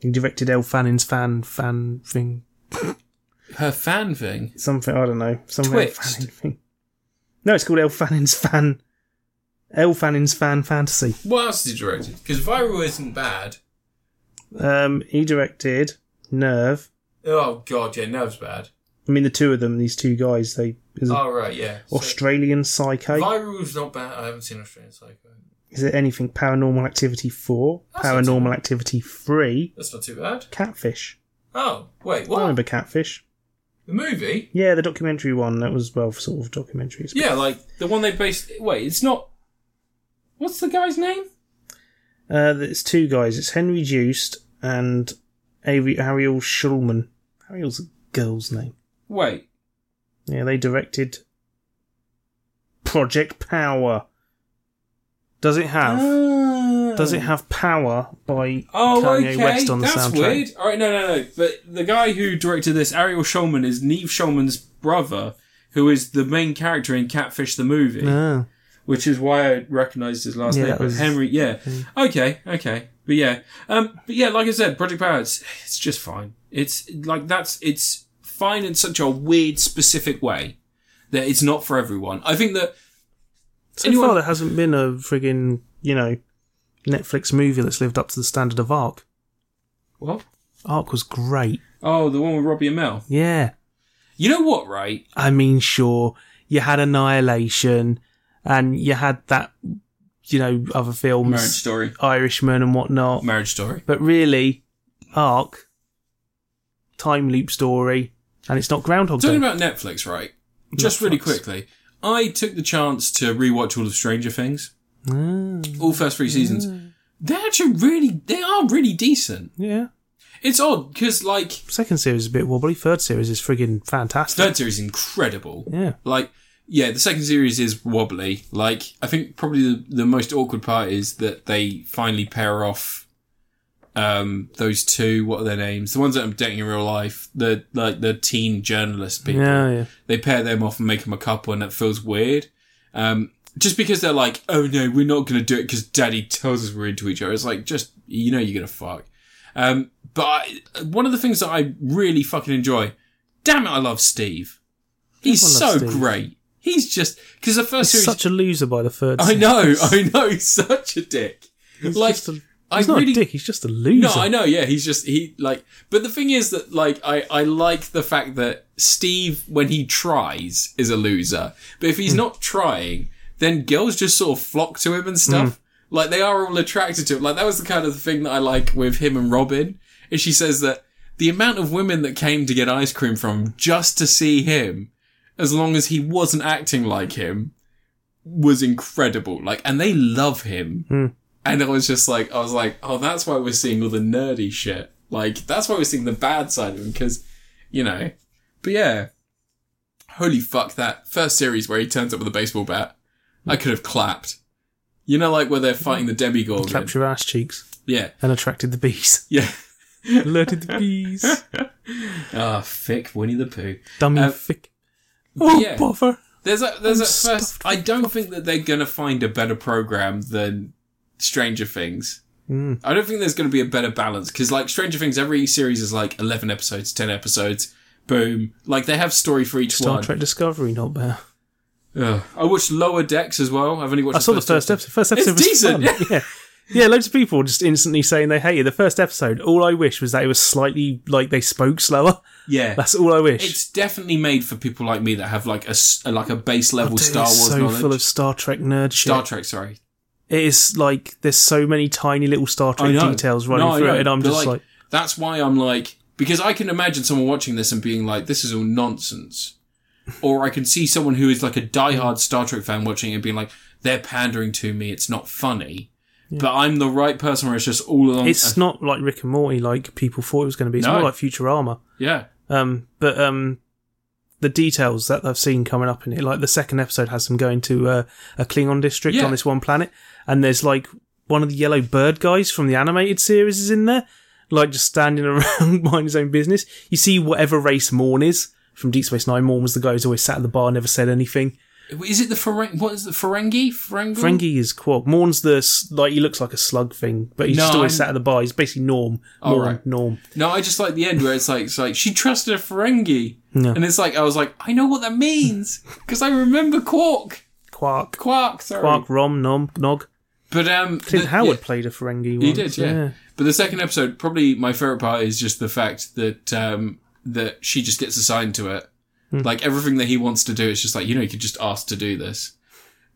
S2: He directed Elle Fanning's fan fan thing,
S1: Her fan thing.
S2: something I don't know, something Elle
S1: Twixt.
S2: Fanning thing. No, it's called Elle Fanning's fan. Elle Fanning's fan fantasy.
S1: What else did he direct? Because Viral isn't bad.
S2: Um, he directed Nerve.
S1: Oh god, yeah, Nerve's bad.
S2: I mean, the two of them, these two guys, they is it
S1: Oh right, yeah. So-
S2: Australian Psycho.
S1: Viral's not bad. I haven't seen Australian Psycho.
S2: Is it anything Paranormal Activity 4,
S1: That's not too
S2: Paranormal
S1: bad.
S2: Activity 3,
S1: That's not too bad.
S2: Catfish.
S1: Oh wait,
S2: I remember Catfish.
S1: The movie?
S2: Yeah, the documentary one that was, well, sort of documentary.
S1: Yeah, like the one they based. Wait, it's not. What's the guy's name?
S2: Uh, it's two guys. It's Henry Joost and Ari- Ariel Schulman. Ariel's a girl's name.
S1: Wait,
S2: Yeah, they directed Project Power. Does it have? Does it have Power by
S1: Ah. Oh,
S2: Kanye
S1: okay.
S2: West on the
S1: That's
S2: soundtrack?
S1: weird. All right, no, no, no. But the guy who directed this, Ariel Schulman, is Neve Schulman's brother, who is the main character in Catfish the movie,
S2: Ah.
S1: which is why I recognised his last
S2: Yeah,
S1: name.
S2: that
S1: But
S2: was-
S1: Henry, yeah. Okay, okay. But yeah, um, but yeah, like I said, Project Power, it's, it's just fine. It's like that's it's fine in such a weird, specific way that it's not for everyone. I think that
S2: So
S1: Anyone-
S2: far, there hasn't been a friggin' you know Netflix movie that's lived up to the standard of Ark.
S1: what
S2: Ark was great.
S1: Oh, the one with Robbie Amell.
S2: Yeah,
S1: You know what, right?
S2: I mean, sure, you had Annihilation, and you had that, you know, other films,
S1: Marriage Story.
S2: Irishman and whatnot.
S1: Marriage Story.
S2: But really, Ark, time loop story, and it's not Groundhog Day.
S1: Talking about Netflix, right? Just really
S2: Netflix.
S1: quickly, I took the chance to rewatch all of Stranger Things,
S2: Ah,
S1: all first three seasons.
S2: Mm.
S1: They're actually really, they are really decent.
S2: yeah,
S1: It's odd because like
S2: second series is a bit wobbly. Third series is friggin' fantastic.
S1: third series is incredible.
S2: yeah,
S1: Like, yeah, the second series is wobbly. Like, I think probably the, the most awkward part is that they finally pair off um those two. What are their names? The ones that I'm dating in real life. The like the teen journalist people.
S2: yeah, yeah.
S1: They pair them off and make them a couple, and that feels weird. Um, just because they're like, oh no, we're not going to do it because Daddy tells us we're into each other. It's like just you know you're going to fuck. Um, but I, one of the things that I really fucking enjoy. Damn it, I love Steve. He's
S2: Everyone
S1: so
S2: loves Steve.
S1: great. He's just because the first
S2: He's
S1: series.
S2: such a loser by the third.
S1: I
S2: series.
S1: know, I know, he's such a dick.
S2: He's
S1: like
S2: just a- he's
S1: I
S2: not
S1: really
S2: a dick. He's just a loser.
S1: no, I know. Yeah, he's just he like. But the thing is that like I I like the fact that Steve when he tries is a loser, but if he's not trying, then girls just sort of flock to him and stuff. Like they are all attracted to him. Like that was the kind of thing that I like with him and Robin. Is she says that the amount of women that came to get ice cream from just to see him, as long as he wasn't acting like him, was incredible. Like, and they love him. And it was just like, I was like, oh, that's why we're seeing all the nerdy shit. Like, that's why we're seeing the bad side of him, because, you know. But yeah. Holy fuck, that first series where he turns up with a baseball bat. I could have clapped. You know, like where they're fighting the Demigorgon.
S2: Clapped your ass cheeks
S1: Yeah.
S2: and attracted the bees.
S1: Yeah.
S2: Alerted the bees.
S1: Ah, fick Winnie the Pooh.
S2: Dummy
S1: Uh,
S2: fick. Oh,
S1: yeah.
S2: bother.
S1: There's a there's
S2: I'm
S1: a first.
S2: stuffed
S1: I don't think that they're gonna find a better program than Stranger Things.
S2: Mm.
S1: I don't think there's gonna be a better balance because like Stranger Things, every series is like eleven episodes, ten episodes. Boom! Like they have story for each
S2: Star
S1: one.
S2: Trek Discovery, not bad.
S1: Ugh. I watched Lower Decks as well. I've only watched.
S2: I saw the first episode. First episode
S1: It's
S2: was
S1: decent.
S2: fun. yeah. Yeah, loads of people just instantly saying they hate it. The first episode, all I wish was that it was slightly like they spoke slower.
S1: Yeah.
S2: That's all I wish.
S1: It's definitely made for people like me that have like a, s- like a base level
S2: Dude, it's
S1: Star Wars
S2: so
S1: knowledge.
S2: full of Star Trek nerd shit.
S1: Star Trek, sorry.
S2: it is like there's so many tiny little Star Trek details running
S1: No, I
S2: through
S1: know.
S2: it, and I'm
S1: But,
S2: just like,
S1: that's why I'm like because I can imagine someone watching this and being like, this is all nonsense, or I can see someone who is like a diehard Star Trek fan watching it and being like, they're pandering to me, it's not funny. But I'm the right person where it's just all along.
S2: it's not like Rick and Morty like people thought it was going to be. It's
S1: No.
S2: more like Futurama.
S1: yeah,
S2: Um, but um, the details that I've seen coming up in it, like the second episode has them going to uh, a Klingon district
S1: Yeah.
S2: on this one planet, and there's like one of the yellow bird guys from the animated series is in there, like just standing around minding his own business. You see whatever race Morn is from Deep Space Nine. Morn was the guy who's always sat at the bar, never said anything.
S1: is it the Ferengi? What is the Ferengi? Ferengi?
S2: Ferengi is Quark. Morn's the s- like he looks like a slug thing, but he's
S1: No,
S2: just always
S1: I'm-
S2: sat at the bar. He's basically Norm.
S1: Oh,
S2: Norm.
S1: right.
S2: Norm.
S1: No, I just like the end where it's like it's like she trusted a Ferengi,
S2: Yeah.
S1: and it's like I was like I know what that means because I remember Quark,
S2: Quark.
S1: Quark, sorry,
S2: Quark. Rom. Nom. Nog.
S1: But um,
S2: Clint
S1: the-
S2: Howard
S1: yeah.
S2: played a Ferengi. Once.
S1: He did, yeah. But the second episode, probably my favorite part is just the fact that um, that she just gets assigned to it.
S2: Hmm.
S1: Like everything that he wants to do, it's just like you know you could just ask to do this.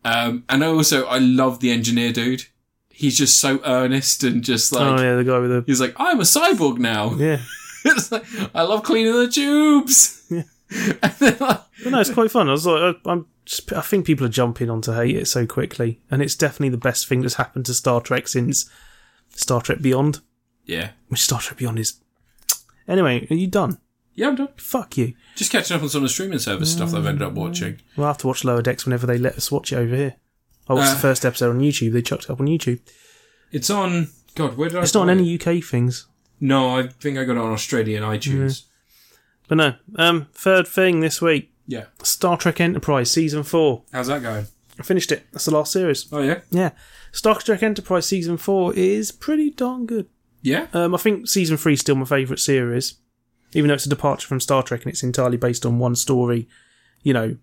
S1: Um, and I also I love the engineer dude. He's just so earnest and just like
S2: oh yeah, the guy with the
S1: he's like I'm a cyborg now.
S2: yeah.
S1: It's like, I love cleaning the tubes. and then like,
S2: But no, it's quite fun. I was like, I, I'm. Just, I think people are jumping onto hate it so quickly, and it's definitely the best thing that's happened to Star Trek since Star Trek Beyond.
S1: yeah,
S2: Which Star Trek Beyond is. Anyway, are you done?
S1: yeah, I'm done.
S2: Fuck you.
S1: Just catching up on some of the streaming service stuff that I've ended up watching.
S2: We'll have to watch Lower Decks whenever they let us watch it over here. I watched
S1: Uh.
S2: the first episode on YouTube. They chucked it up on YouTube.
S1: It's on. God, where did I?
S2: It's not on
S1: buy it?
S2: any UK things.
S1: No, I think I got it on Australian iTunes.
S2: But no. Um, third thing this week
S1: Yeah.
S2: Star Trek Enterprise Season 4.
S1: How's that going?
S2: I finished it. That's the last series.
S1: Oh yeah,
S2: Yeah. Star Trek Enterprise Season 4 is pretty darn good.
S1: yeah.
S2: Um, I think Season 3 is still my favourite series, even though it's a departure from Star Trek and it's entirely based on one story. You know,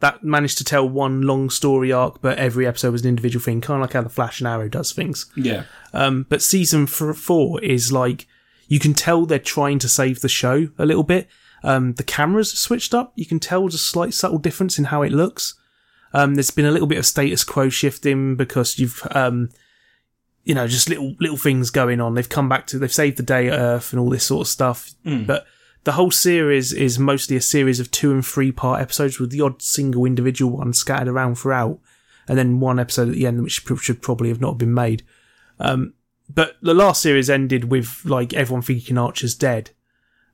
S2: that managed to tell one long story arc, but every episode was an individual thing, kind of like how The Flash and Arrow does things.
S1: Yeah.
S2: Um, but season f- four is like you can tell they're trying to save the show a little bit. Um, the cameras are switched up. You can tell there's a slight subtle difference in how it looks. Um, there's been a little bit of status quo shifting because you've, um, you know, just little little things going on. They've come back to they've saved the day at Earth and all this sort of stuff. But the whole series is mostly a series of two and three part episodes with the odd single individual one scattered around throughout, and then one episode at the end which pr- should probably have not been made but the last series ended with like everyone thinking Archer's dead.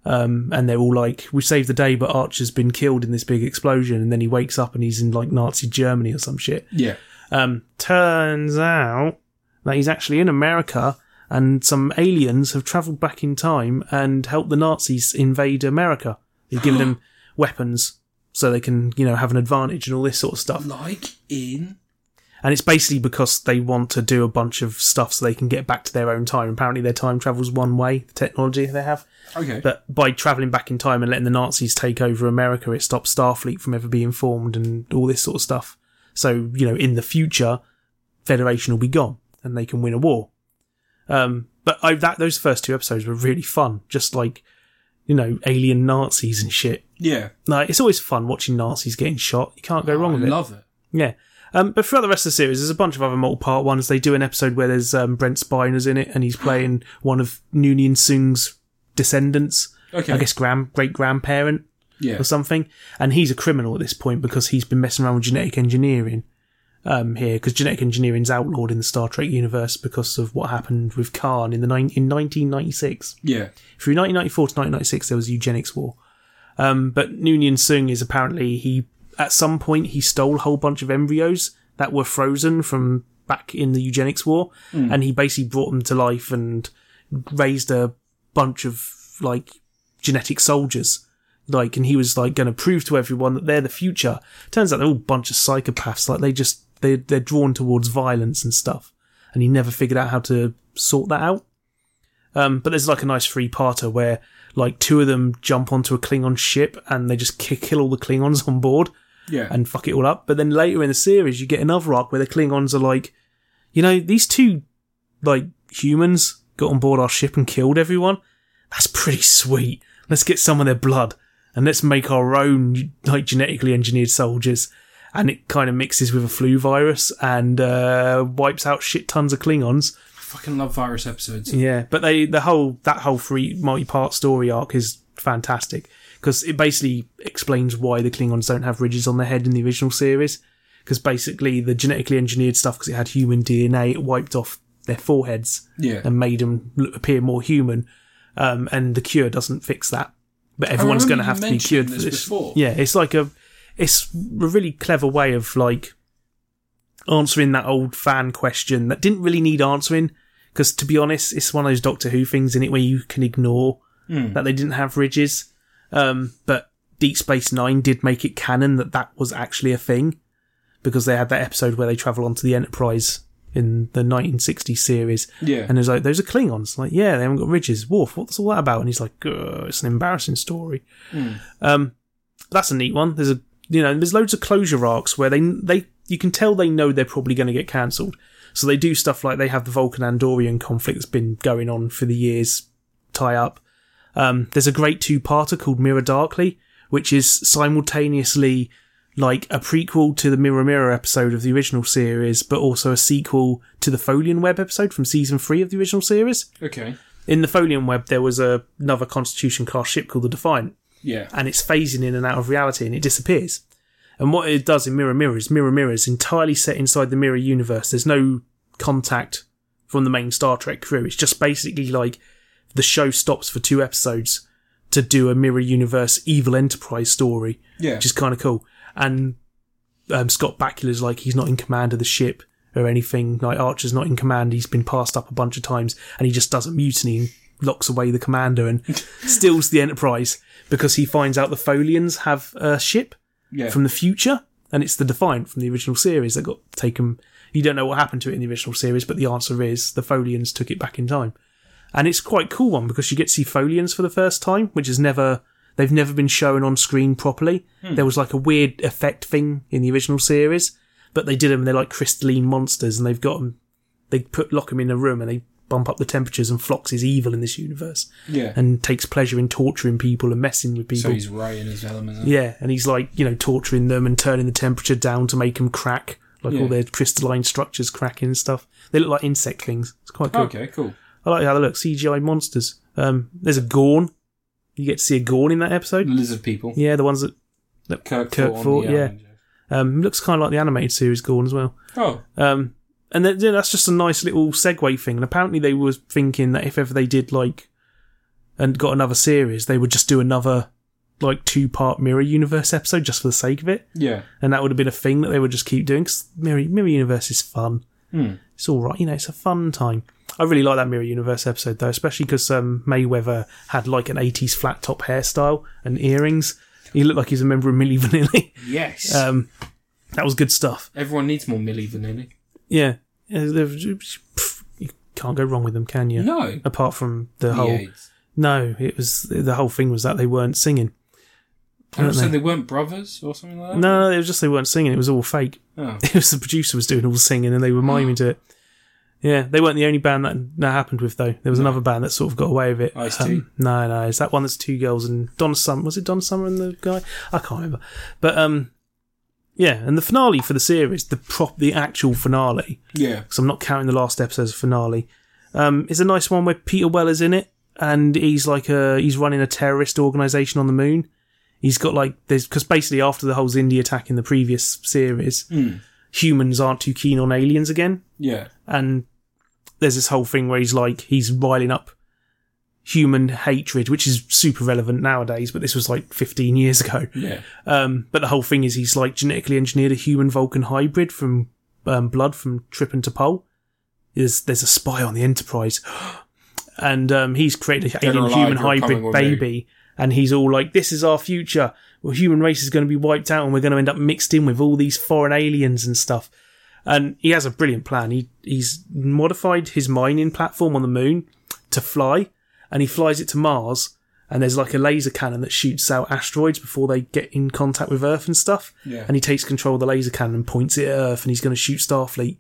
S2: Um, and they're all like, "We saved the day, but Archer's been killed in this big explosion." And then he wakes up and he's in like Nazi Germany or some shit.
S1: Yeah.
S2: Um, turns out that he's actually in America, and some aliens have travelled back in time and helped the Nazis invade America. They've given them weapons so they can, you know, have an advantage and all this sort of stuff.
S1: Like in
S2: And it's basically because they want to do a bunch of stuff so they can get back to their own time. Apparently, their time travels one way, the technology they have.
S1: okay.
S2: But by travelling back in time and letting the Nazis take over America, it stops Starfleet from ever being formed and all this sort of stuff. So, you know, in the future, Federation will be gone and they can win a war. Um, but I, that those first two episodes were really fun. Just like, you know, alien Nazis and shit.
S1: yeah.
S2: Like, it's always fun watching Nazis getting shot. You can't go wrong
S1: I
S2: with it.
S1: love it.
S2: Yeah. Um, but throughout the rest of the series, there's a bunch of other multi-part ones. They do an episode where there's um, Brent Spiner's in it, and he's playing one of Noonien Sung's descendants.
S1: Okay.
S2: I guess grand great grandparent
S1: Yeah.
S2: or something. And he's a criminal at this point because he's been messing around with genetic engineering um, here, because genetic engineering's outlawed in the Star Trek universe because of what happened with Khan in the nine in 1996
S1: Yeah.
S2: through 1994 to 1996 there was a eugenics war um, but Noonien Sung is apparently he at some point he stole a whole bunch of embryos that were frozen from back in the eugenics war and he basically brought them to life and raised a bunch of like genetic soldiers like and he was like going to prove to everyone that they're the future turns out they're all a bunch of psychopaths like they just they they're drawn towards violence and stuff and he never figured out how to sort that out um, but there's like a nice three parter where like two of them jump onto a Klingon ship and they just ki- kill all the Klingons on board
S1: Yeah.
S2: and fuck it all up. But then later in the series, you get another arc where the Klingons are like, you know, these two like humans got on board our ship and killed everyone. That's pretty sweet. Let's get some of their blood and let's make our own like genetically engineered soldiers. And it kind of mixes with a flu virus and uh, wipes out shit tons of Klingons.
S1: I fucking love virus episodes.
S2: Yeah, but they the whole that whole three multi-part story arc is fantastic because it basically explains why the Klingons don't have ridges on their head in the original series. Because basically the genetically engineered stuff, because it had human DNA, it wiped off their foreheads
S1: Yeah.
S2: and made them look, appear more human. Um, and the cure doesn't fix that, but everyone's going to
S1: remember
S2: have
S1: you
S2: to be
S1: mentioning
S2: cured for
S1: this
S2: this.
S1: before.
S2: Yeah, it's like a, it's a really clever way of like answering that old fan question that didn't really need answering. Because to be honest, it's one of those Doctor Who things in it where you can ignore that they didn't have ridges. Um, but Deep Space Nine did make it canon that that was actually a thing because they had that episode where they travel onto the Enterprise in the 1960s series
S1: Yeah.
S2: and he's like, those are Klingons. Like, yeah, they haven't got ridges. Worf, what's all that about? And he's like, "Ugh, it's an embarrassing story. Um, that's a neat one. There's a, you know, there's loads of closure arcs where they, they, you can tell they know they're probably going to get cancelled. So they do stuff like they have the Vulcan Andorian conflict that's been going on for the years tie up. Um, there's a great two-parter called Mirror Darkly, which is simultaneously like a prequel to the Mirror Mirror episode of the original series, but also a sequel to the Folian Web episode from season three of the original series.
S1: Okay.
S2: In the Folian Web, there was a, another Constitution class ship called the Defiant,
S1: Yeah.
S2: and it's phasing in and out of reality, and it disappears. And what it does in Mirror Mirror is Mirror Mirror is entirely set inside the Mirror universe. There's no contact from the main Star Trek crew. It's just basically like the show stops for two episodes to do a Mirror Universe Evil Enterprise story
S1: Yeah.
S2: which is kind of cool. And um, Scott Bakula's like he's not in command of the ship or anything. Like Archer's not in command. He's been passed up a bunch of times, and he just doesn't mutiny and locks away the commander and steals the Enterprise because he finds out the Folians have a ship
S1: yeah.
S2: from the future, and it's the Defiant from the original series that got taken. You don't know what happened to it in the original series, but the answer is the Folians took it back in time. And it's quite cool one because you get to see Folians for the first time, which is never they've never been shown on screen properly.
S1: Hmm.
S2: There was like a weird effect thing in the original series, but they did them. They're like crystalline monsters, and they've got them. They put lock them in a room and they bump up the temperatures. And Flox is evil in this universe
S1: yeah.
S2: and takes pleasure in torturing people and messing with people.
S1: so he's right in his element. huh?
S2: Yeah, and he's like, you know, torturing them and turning the temperature down to make them crack, like
S1: Yeah.
S2: all their crystalline structures cracking and stuff. They look like insect things. It's quite cool.
S1: Oh, Okay, cool.
S2: I like how they look. CGI monsters. Um, there's a Gorn. You get to see a Gorn in that episode.
S1: Lizard people.
S2: Yeah, the ones that
S1: Kirk,
S2: Kirk
S1: Thorne,
S2: Thorne,
S1: the
S2: yeah.
S1: Avenger.
S2: um, looks kind of like the animated series Gorn as well.
S1: Oh,
S2: Um, and that, yeah, that's just a nice little segue thing. And apparently they were thinking that if ever they did like and got another series, they would just do another like two part Mirror Universe episode just for the sake of it.
S1: yeah.
S2: and that would have been a thing that they would just keep doing because Mirror, Mirror Universe is fun.
S1: Hmm.
S2: It's all right, you know, it's a fun time. I really like that Mirror Universe episode though, especially because um, Mayweather had like an 80s flat top hairstyle and earrings. He looked like he's a member of Milli Vanilli.
S1: Yes.
S2: um, that was good stuff.
S1: Everyone needs more Milli Vanilli.
S2: Yeah. Yeah, they're- pff, You can't go wrong with them, can you?
S1: No.
S2: Apart from the
S1: The
S2: whole.
S1: AIDS.
S2: No, it was the whole thing was that they weren't singing.
S1: And
S2: don't
S1: also,
S2: they?
S1: they weren't brothers or something like that.
S2: No, it was just they weren't singing. It was all fake.
S1: Oh.
S2: it was the producer was doing all the singing and they were miming to it. Yeah, they weren't the only band that that happened with though. There was another band that sort of got away with it. Um,
S1: Ice-T.
S2: no, no, it's that one that's two girls and Donna Summer. Was it Donna Summer and the guy? I can't remember. But um, yeah, and the finale for the series, the prop, the actual finale,
S1: Yeah.
S2: because I'm not counting the last episode as a finale. Um, is a nice one where Peter Weller's in it, and he's like a he's running a terrorist organization on the moon. He's got like there's because basically after the whole Zindi attack in the previous series, humans aren't too keen on aliens again,
S1: Yeah.
S2: and there's this whole thing where he's like he's riling up human hatred, which is super relevant nowadays, but this was like 15 years ago.
S1: Yeah.
S2: Um, but the whole thing is he's like genetically engineered a human Vulcan hybrid from um, blood from Trip and Topol. There's there's a spy on the Enterprise, and um, he's created an
S1: Dead or
S2: alien
S1: alive,
S2: human
S1: you're coming
S2: hybrid
S1: with me.
S2: baby, and he's all like, "This is our future. Well, human race is going to be wiped out, and we're going to end up mixed in with all these foreign aliens and stuff." And he has a brilliant plan. He he's modified his mining platform on the moon to fly, and he flies it to Mars, and there's like a laser cannon that shoots out asteroids before they get in contact with Earth and stuff.
S1: Yeah.
S2: And he takes control of the laser cannon and points it at Earth, and he's going to shoot Starfleet.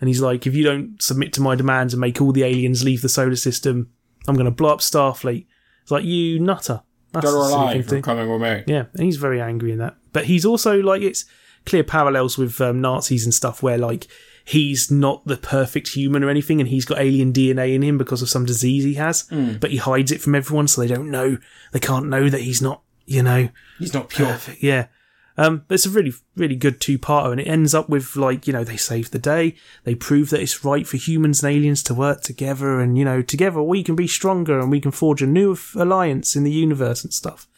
S2: And he's like, if you don't submit to my demands and make all the aliens leave the solar system, I'm going to blow up Starfleet. It's like, you nutter. That's
S1: Dead or
S2: a silly
S1: Alive
S2: thing to
S1: from
S2: do.
S1: Coming With Me.
S2: Yeah, and he's very angry in that. But he's also like it's clear parallels with um, Nazis and stuff, where like he's not the perfect human or anything, and he's got alien DNA in him because of some disease he has, but he hides it from everyone, so they don't know. They can't know that he's not, you know,
S1: He's not pure.
S2: perfect. Yeah. Um, but it's a really, really good two-parter, and it ends up with like you know they save the day, they prove that it's right for humans and aliens to work together, and you know together we can be stronger and we can forge a new f- alliance in the universe and stuff.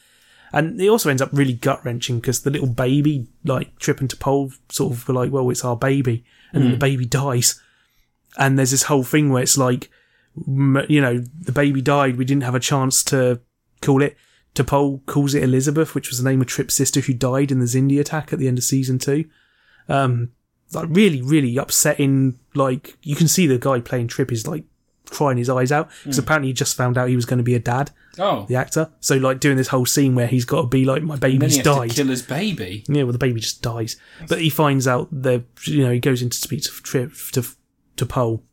S2: And it also ends up really gut wrenching because the little baby, like Trip and Topol, sort of were like, "Well, it's our baby," and then the baby dies, and there's this whole thing where it's like, m- you know, the baby died, we didn't have a chance to call it. Topol calls it Elizabeth, which was the name of Trip's sister who died in the Zindi attack at the end of season two. Um, like really, really upsetting. Like you can see the guy playing Trip is like crying his eyes out because apparently he just found out he was going to be a dad
S1: Oh,
S2: the actor. So like doing this whole scene where he's got to be like, my
S1: then he
S2: baby's
S1: has
S2: died.
S1: to kill his baby.
S2: yeah, well the baby just dies, but he finds out the you know he goes in to speak to Trip to to Pole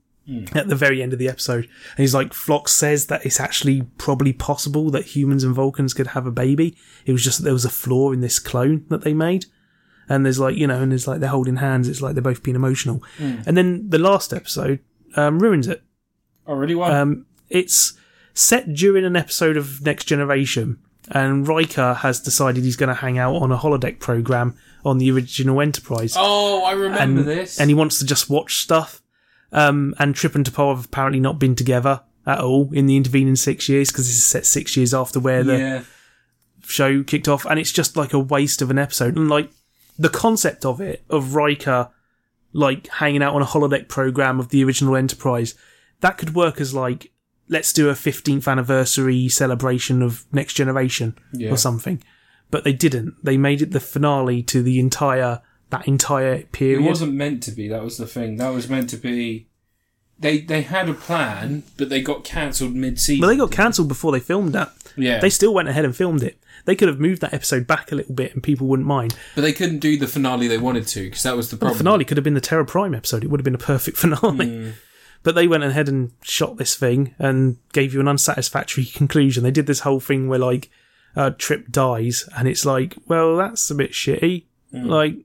S2: at the very end of the episode, and he's like, Flock says that it's actually probably possible that humans and Vulcans could have a baby. It was just that there was a flaw in this clone that they made. And there's like, you know, and there's like they're holding hands. It's like they're both being emotional. And then the last episode um, ruins it.
S1: Oh, really? What?
S2: Um, it's set during an episode of Next Generation, and Riker has decided he's going to hang out on a holodeck program on the original Enterprise,
S1: oh, I
S2: and,
S1: remember this.
S2: and he wants to just watch stuff. Um, and Trip and Topol have apparently not been together at all in the intervening six years because this is set six years after where the
S1: yeah.
S2: show kicked off, and it's just like a waste of an episode. And like the concept of it, of Riker like hanging out on a holodeck program of the original Enterprise, that could work as like let's do a 15th anniversary celebration of Next Generation
S1: Yeah.
S2: or something. But they didn't. They made it the finale to the entire that entire
S1: It
S2: period.
S1: wasn't meant to be. That was the thing. That was meant to be. They they had a plan, but they got cancelled mid season.
S2: but they got cancelled before they filmed that.
S1: yeah,
S2: They still went ahead and filmed it. They could have moved that episode back a little bit and people wouldn't mind.
S1: but they couldn't do the finale they wanted to because that was the
S2: The
S1: problem.
S2: finale could have been the Terra Prime episode. It would have been a perfect finale. But they went ahead and shot this thing and gave you an unsatisfactory conclusion. They did this whole thing where like uh, Trip dies, and it's like, well, that's a bit shitty. Like,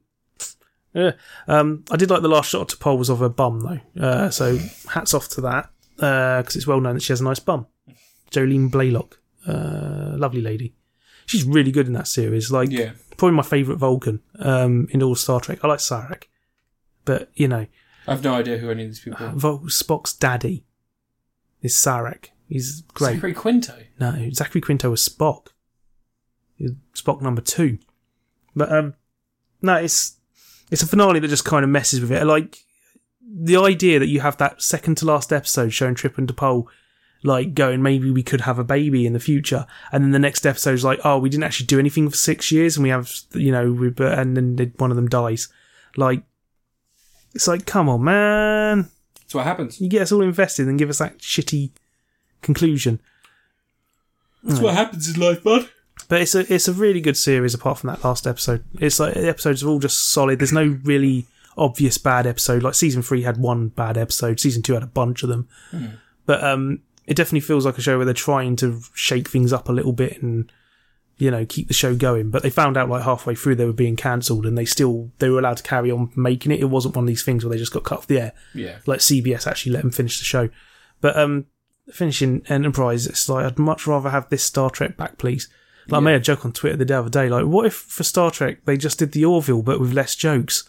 S2: eh. um, I did like the last shot to Paul was of her bum though. Uh, so hats off to that because it's well known that she has a nice bum. Jolene Blaylock, uh, lovely lady. She's really good in that series. Like,
S1: Yeah,
S2: probably my favourite Vulcan um, in all Star Trek. I like Sarek, but you know,
S1: I've no idea who any of these people. are.
S2: Vol- Spock's daddy is Sarek. He's great.
S1: Zachary Quinto.
S2: No, Zachary Quinto was Spock. He was Spock number two, but um, no, it's it's a finale that just kind of messes with it. Like the idea that you have that second to last episode showing Trip and DePaul like going, maybe we could have a baby in the future, and then the next episode's like, oh, we didn't actually do anything for six years, and we have you know, we, but- and then they- one of them dies. Like it's like, come on, man,
S1: That's what happens.
S2: you get us all invested and give us that shitty conclusion.
S1: That's what happens in life, bud.
S2: But it's a it's a really good series apart from that last episode. It's like the episodes are all just solid. There's no really obvious bad episode. Like season three had one bad episode, season two had a bunch of them. But um it definitely feels like a show where they're trying to shake things up a little bit and you know, keep the show going. But they found out like halfway through they were being cancelled and they still they were allowed to carry on making it. It wasn't one of these things where they just got cut off the air
S1: Yeah,
S2: like CBS actually let them finish the show. But um, finishing Enterprise, it's like I'd much rather have this Star Trek back, please. Like I made a joke on Twitter the other day, like what if for Star Trek they just did the Orville but with less jokes,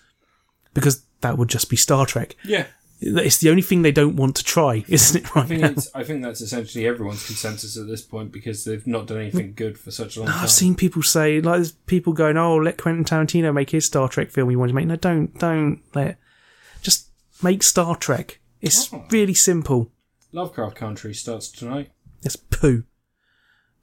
S2: because that would just be Star Trek.
S1: yeah.
S2: It's the only thing they don't want to try, isn't it?
S1: I
S2: Right
S1: think
S2: now,
S1: it's, I think that's essentially everyone's consensus at this point because they've not done anything good for such a long time.
S2: Mm. I've seen people say like there's people going, oh, let Quentin Tarantino make his Star Trek film he wants to make. No, don't, don't let. Just make Star Trek. It's
S1: Oh.
S2: really simple.
S1: Lovecraft Country starts tonight.
S2: It's poo.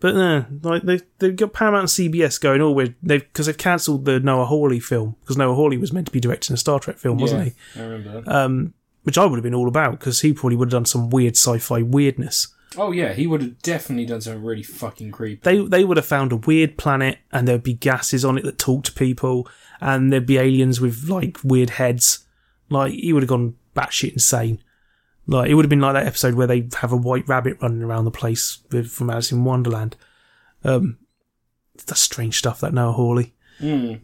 S2: But no, like they they've got Paramount and CBS going. Oh, we're they've because they've cancelled the Noah Hawley film because Noah Hawley was meant to be directing a Star Trek film, wasn't
S1: yeah,
S2: he?
S1: I remember that.
S2: Um, which I would have been all about because he probably would have done some weird sci-fi weirdness.
S1: oh yeah, he would have definitely done something really fucking creepy.
S2: They they would have found a weird planet and there'd be gases on it that talk to people and there'd be aliens with like weird heads. Like he would have gone batshit insane. Like it would have been like that episode where they have a white rabbit running around the place with, from Alice in Wonderland. Um, That's strange stuff, that Noah Hawley.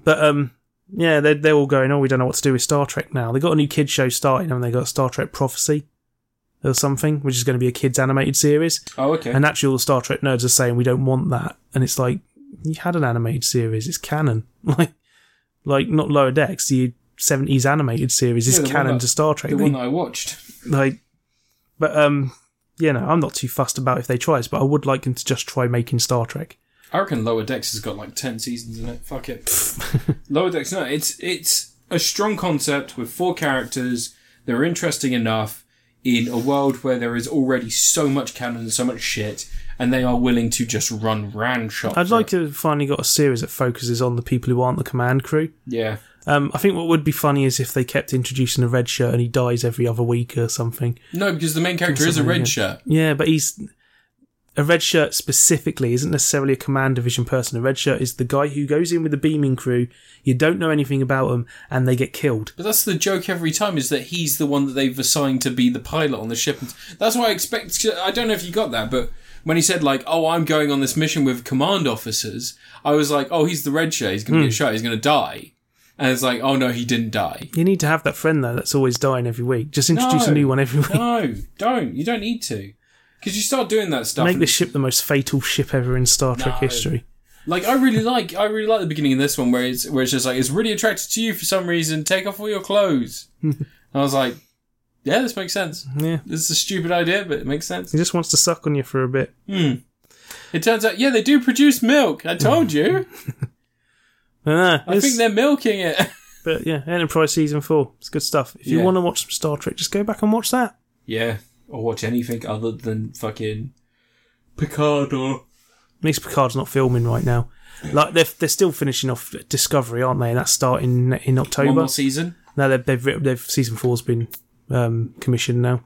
S2: But um, yeah, they're, they're all going, oh, we don't know what to do with Star Trek now. They got a new kid show starting, and they got Star Trek Prophecy or something, which is going to be a kids animated series.
S1: Oh, okay.
S2: And actually, all the Star Trek nerds are saying we don't want that, and it's like you had an animated series, it's canon. Like, like not Lower Decks, the seventies animated series
S1: Yeah,
S2: is
S1: the one
S2: canon
S1: that-
S2: to Star Trek.
S1: the
S2: They-
S1: one that I watched.
S2: like, but um, you know, I'm not too fussed about if they try this, but I would like them to just try making Star Trek.
S1: I reckon Lower Decks has got like ten seasons in it. Fuck it. Lower Decks, no, it's it's a strong concept with four characters. They're interesting enough in a world where there is already so much canon and so much shit, and they are willing to just run ramshot.
S2: I'd
S1: through
S2: like
S1: it.
S2: to have finally got a series that focuses on the people who aren't the command crew.
S1: Yeah,
S2: Um, I think what would be funny is if they kept introducing a red shirt and he dies every other week or something.
S1: no, because the main character is a red shirt.
S2: Yeah, but he's a red shirt specifically isn't necessarily a command division person. A red shirt is the guy who goes in with the beaming crew. You don't know anything about them, and they get killed.
S1: But that's the joke every time is that he's the one that they've assigned to be the pilot on the ship. And that's why I expect. I don't know if you got that, but when he said like, "Oh, I'm going on this mission with command officers," I was like, "Oh, he's the red shirt. He's
S2: Hmm.
S1: going to get shot. He's going to die." And it's like, "Oh no, he didn't die."
S2: You need to have that friend though that's always dying every week. Just introduce
S1: No.
S2: a new one every week.
S1: No, don't. You don't need to, because you start doing that stuff.
S2: Make
S1: and-
S2: the ship the most fatal ship ever in Star Trek
S1: No.
S2: history.
S1: Like I really like, I really like the beginning of this one where it's where it's just like it's really attracted to you for some reason. Take off all your clothes.
S2: Hmm.
S1: I was like, "Yeah, this makes sense."
S2: Yeah,
S1: This is a stupid idea, but it makes sense.
S2: he just wants to suck on you for a bit.
S1: It turns out, yeah, they do produce milk. I told you.
S2: Ah,
S1: I think
S2: it's-
S1: they're milking it.
S2: But yeah, Enterprise season four. It's good stuff. If you
S1: Yeah.
S2: want to watch some Star Trek, just go back and watch that.
S1: yeah, or watch anything other than fucking Picard or.
S2: At least Picard's not filming right now. Like they're they're still finishing off Discovery, aren't they? And that's starting in
S1: One
S2: October.
S1: more season.
S2: No, they've they've, writ- they've season four's been um, commissioned now.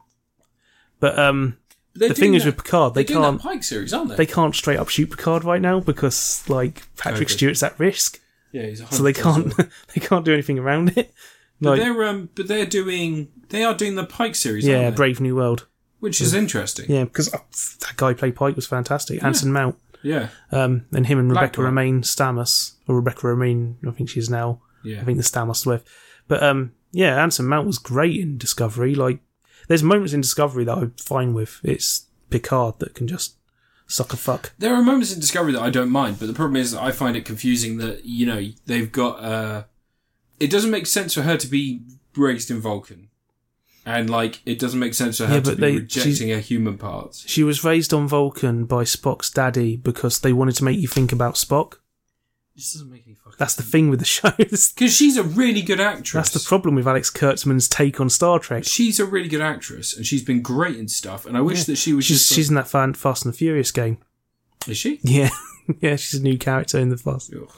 S2: But um,
S1: They're
S2: the thing
S1: doing
S2: is with
S1: that-
S2: Picard, they
S1: they're doing
S2: can't
S1: that Pike series, aren't they?
S2: they can't straight up shoot Picard right now because like Patrick
S1: Okay.
S2: Stewart's at risk,
S1: yeah, he's a
S2: so they can't they can't do anything around it.
S1: But
S2: Like
S1: they're um, but they're doing. They are doing the Pike series.
S2: yeah,
S1: aren't they?
S2: Brave New World.
S1: which is interesting.
S2: Yeah, because uh, that guy who played Pike was fantastic. Anson Mount.
S1: Yeah,
S2: Um, and him and
S1: Black
S2: Rebecca
S1: Pearl.
S2: remain Stamus, or Rebecca remain. I think she's now.
S1: yeah.
S2: I think the Stamus with. But um, yeah, Anson Mount was great in Discovery. Like, there's moments in Discovery that I'm fine with. It's Picard that can just suck a fuck.
S1: there are moments in Discovery that I don't mind, but the problem is that I find it confusing that you know they've got. Uh, it doesn't make sense for her to be raised in Vulcan, and like it doesn't make sense for her
S2: Yeah,
S1: to
S2: but
S1: be
S2: they-
S1: rejecting her human parts.
S2: She was raised on Vulcan by Spock's daddy because they wanted to make you think about Spock.
S1: This doesn't make any fucking.
S2: That's the thing with the show. It's-
S1: because she's a really good actress.
S2: That's the problem with Alex Kurtzman's take on Star Trek.
S1: She's a really good actress, and she's been great in stuff. And I wish that she was
S2: She's,
S1: just.
S2: she's in that fan Fast and the Furious game.
S1: like- is she?
S2: Yeah, yeah, she's a new character in the Fast.
S1: Ugh.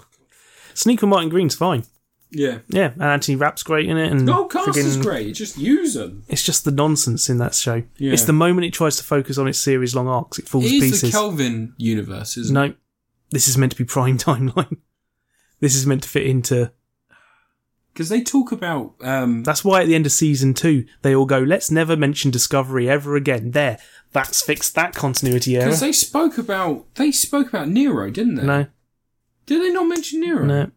S2: Sneaker Martin Green's fine.
S1: Yeah.
S2: Yeah, and Anthony Rapp's great in it. And
S1: No, cast is
S2: Mm. friggin-
S1: great. Just use them.
S2: It's just the nonsense in that show.
S1: Yeah.
S2: It's the moment it tries to focus on its series long arcs, it
S1: It
S2: falls to
S1: is the
S2: pieces.
S1: Kelvin universe, isn't it?
S2: no, this is meant to be prime timeline. This is meant to fit into.
S1: Because they talk about um,
S2: That's why at the end of season two, they all go, "Let's never mention Discovery ever again." There, that's fixed that continuity error.
S1: Because they spoke about they spoke about Nero, didn't they?
S2: no,
S1: Did they not mention Nero?
S2: no.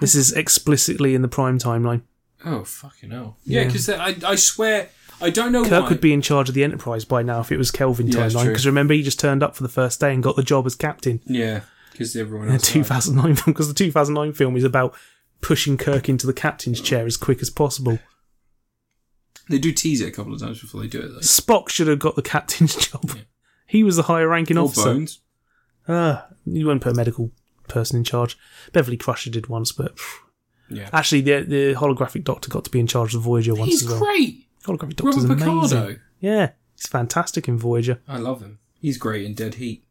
S2: This is explicitly in the prime timeline.
S1: Oh fucking hell! Yeah,
S2: Yeah.
S1: because I I swear I don't know
S2: Kirk
S1: why.
S2: would be in charge of the Enterprise by now if it was Kelvin
S1: Yeah, it's
S2: timeline.
S1: true.
S2: Because remember, he just turned up for the first day and got the job as captain.
S1: yeah, because everyone
S2: the
S1: else. died.
S2: 2009 film because the 2009 film is about pushing Kirk into the captain's chair as quick as possible.
S1: They do tease it a couple of times before they do it. Though.
S2: Spock should have got the captain's job. He was the higher ranking
S1: Or
S2: officer.
S1: bones.
S2: Ah, you won't put a medical person in charge. Beverly Crusher did once, but phew.
S1: Yeah,
S2: actually the the holographic doctor got to be in charge of Voyager once
S1: he's
S2: as well.
S1: great.
S2: Holographic doctor's
S1: Robert
S2: amazing.
S1: Picardo.
S2: Yeah, he's fantastic in Voyager.
S1: I love him. He's great in Dead Heat.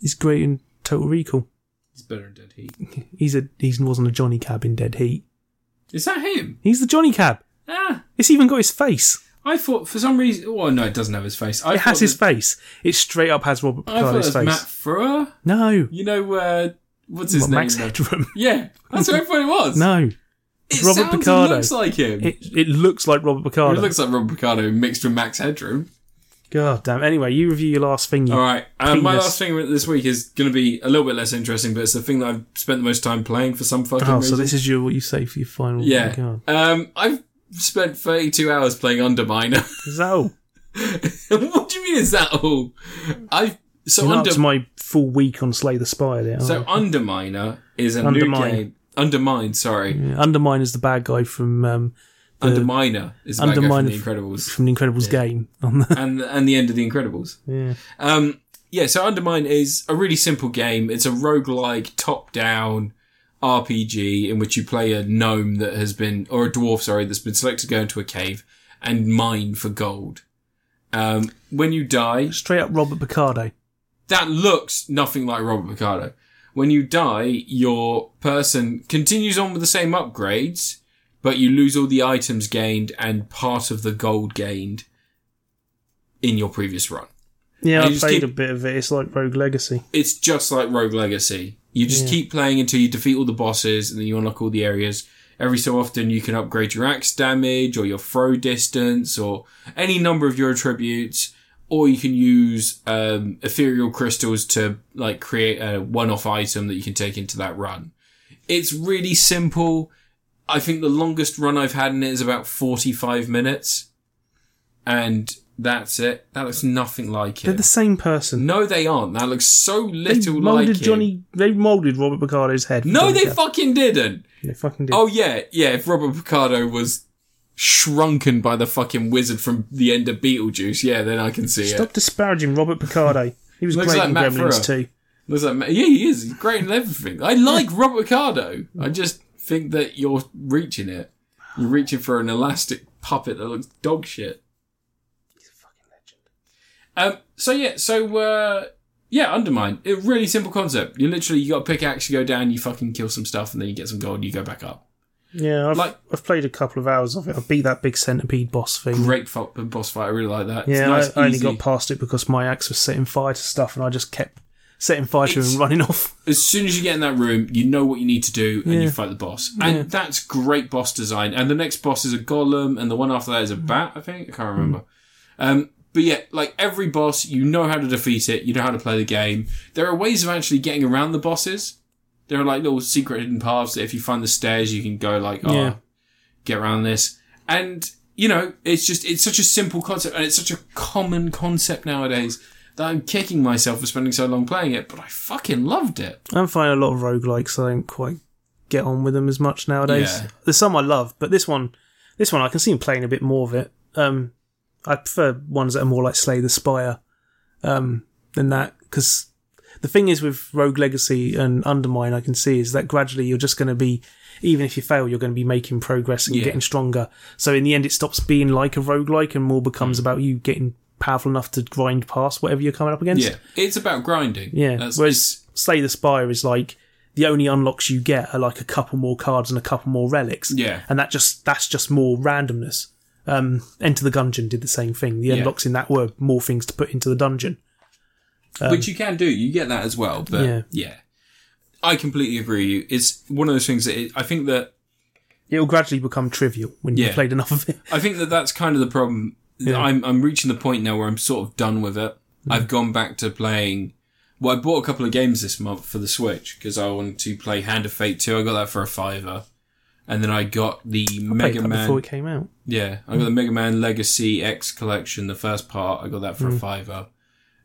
S2: He's great in Total Recall.
S1: He's better in Dead Heat.
S2: He's a he wasn't a Johnny Cab in Dead Heat.
S1: Is that him?
S2: He's the Johnny Cab.
S1: Ah,
S2: It's even got his face.
S1: I thought for some reason. Well, no, it doesn't have his face. I
S2: It has
S1: thought
S2: his
S1: that-
S2: face. It straight up has Robert
S1: I thought it
S2: Picardo's
S1: was
S2: face.
S1: Matt Frewer.
S2: No.
S1: You know uh, what's his
S2: What,
S1: name?
S2: Max
S1: though?
S2: Headroom.
S1: Yeah, that's what everybody was.
S2: No.
S1: It
S2: Robert
S1: sounds and
S2: Picardo.
S1: looks like him.
S2: It, it looks like Robert Picardo.
S1: It looks like Robert Picardo mixed with Max Headroom.
S2: God damn. Anyway, you review your last thing. You
S1: All right. Um, my
S2: Penis.
S1: last thing this week is going to be a little bit less interesting, but it's the thing that I've spent the most time playing for some fucking
S2: Oh,
S1: reason.
S2: so this is your what you say for your final.
S1: yeah.
S2: God.
S1: um, I've spent 32 hours playing Underminer.
S2: Is that all?
S1: what do you mean? Is that all? I've so
S2: You're not
S1: under
S2: up to my full week on Slay the Spire. There.
S1: so
S2: So
S1: Underminer is a
S2: Undermine.
S1: new game. Undermine, sorry,
S2: Undermine is the bad guy from um,
S1: Underminer is about Undermine from
S2: Undermine-
S1: the Incredibles
S2: from the Incredibles game. On the
S1: and and the end of the Incredibles.
S2: yeah.
S1: Um, yeah, so Undermine is a really simple game. It's a roguelike top-down RPG in which you play a gnome that has been, or a dwarf, sorry, that's been selected to go into a cave and mine for gold. Um, when you die,
S2: straight up Robert Picardo.
S1: that looks nothing like Robert Picardo. When you die, your person continues on with the same upgrades, but you lose all the items gained and part of the gold gained in your previous run.
S2: Yeah,
S1: And
S2: I
S1: you
S2: played
S1: just keep-
S2: a bit of it. It's like Rogue Legacy.
S1: it's just like Rogue Legacy. You just
S2: Yeah.
S1: keep playing until you defeat all the bosses and then you unlock all the areas. Every so often you can upgrade your axe damage or your throw distance or any number of your attributes, or you can use um, ethereal crystals to like create a one-off item that you can take into that run. It's really simple. I think the longest run I've had in it is about 45 minutes. And that's it. That looks nothing like it.
S2: They're the same person.
S1: No, they aren't. That looks so
S2: they
S1: little
S2: molded
S1: like him.
S2: Johnny. They molded Robert Picardo's head. for
S1: No,
S2: Johnny
S1: they
S2: Depp.
S1: fucking didn't.
S2: they fucking did.
S1: Oh yeah, yeah. If Robert Picardo was shrunken by the fucking wizard from the end of Beetlejuice, yeah, then I can see
S2: Stop disparaging Robert Picardo. He was
S1: Looks
S2: great
S1: like
S2: in
S1: Matt
S2: Gremlins
S1: Fuhrer.
S2: too.
S1: it. Looks like, yeah, he is. He's great in everything. I like Robert Picardo. I
S2: Mm.
S1: just think that you're reaching it. You're reaching for an elastic puppet that looks dog shit. Um, so yeah, so uh, yeah, undermine. A really simple concept. You literally you got a pickaxe, you go down, you fucking kill some stuff, and then you get some gold, you go back up.
S2: Yeah, I've,
S1: Like-
S2: I've played a couple of hours of it. I beat that big centipede boss thing.
S1: Great fo- boss fight. I really like that.
S2: Yeah,
S1: it's nice,
S2: I, I only
S1: easy.
S2: got past it because my axe was setting fire to stuff, and I just kept setting fire to it
S1: It's-
S2: and running off.
S1: as soon as you get in that room, you know what you need to do, and
S2: Yeah.
S1: you fight the boss. And
S2: Yeah.
S1: that's great boss design. And the next boss is a golem, and the one after that is a
S2: Mm-hmm.
S1: bat. I think I can't remember. Um, but yeah, like every boss, you know how to defeat it. You know how to play the game. There are ways of actually getting around the bosses. There are like little secret hidden paths that if you find the stairs, you can go like, oh,
S2: Yeah.
S1: get around this. And you know, it's just it's such a simple concept, and it's such a common concept nowadays that I'm kicking myself for spending so long playing it. But I fucking loved it.
S2: I'm finding a lot of roguelikes. I don't quite get on with them as much nowadays.
S1: Yeah.
S2: There's some I love, but this one, this one I can see him playing a bit more of it. Um, I prefer ones that are more like Slay the Spire um, than that because the thing is with Rogue Legacy and Undermine, I can see is that gradually you're just going to be, even if you fail, you're going to be making progress and
S1: Yeah.
S2: getting stronger. So in the end, it stops being like a roguelike and more becomes
S1: Hmm.
S2: about you getting powerful enough to grind past whatever you're coming up against.
S1: Yeah, it's about grinding.
S2: Yeah.
S1: That's-
S2: Whereas Slay the Spire is like the only unlocks you get are like a couple more cards and a couple more relics.
S1: Yeah.
S2: And that just that's just more randomness. Um, Enter the Dungeon did the same thing. The unlocks in that were more things to put into the dungeon.
S1: which you can do. You get that as well. But
S2: um, Yeah.
S1: yeah, I completely agree. with you. It's one of those things that it, I think that
S2: It'll gradually become trivial when you've
S1: Yeah.
S2: played enough of it.
S1: I think that that's kind of the problem. I'm I'm reaching the point now where I'm sort of done with it.
S2: Mm.
S1: I've gone back to playing. Well, I bought a couple of games this month for the Switch because I wanted to play Hand of Fate 2. I got that for a fiver, and then I got the
S2: Played
S1: Mega
S2: that
S1: Man.
S2: before it came out.
S1: Yeah, I got the Mega Man Legacy X collection, the first part. I got that for
S2: Hmm.
S1: a fiver,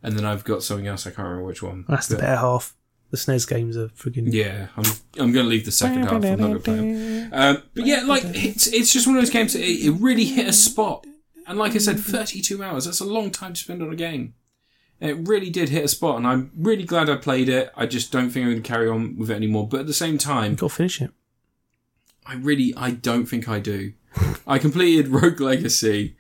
S1: and then I've got something else. I can't remember which one.
S2: That's the
S1: But-
S2: better half. The SNES games are friggin'
S1: Yeah, I'm I'm going to leave the second half. I'm not going to play it. Um, but yeah, like it's it's just one of those games. That it, it really hit a spot, and like I said, 32 hours. That's a long time to spend on a game. And It really did hit a spot, and I'm really glad I played it. I just don't think I'm going to carry on with it anymore. But at the same time,
S2: Gotta finish it.
S1: I really I don't think I do. I completed Rogue Legacy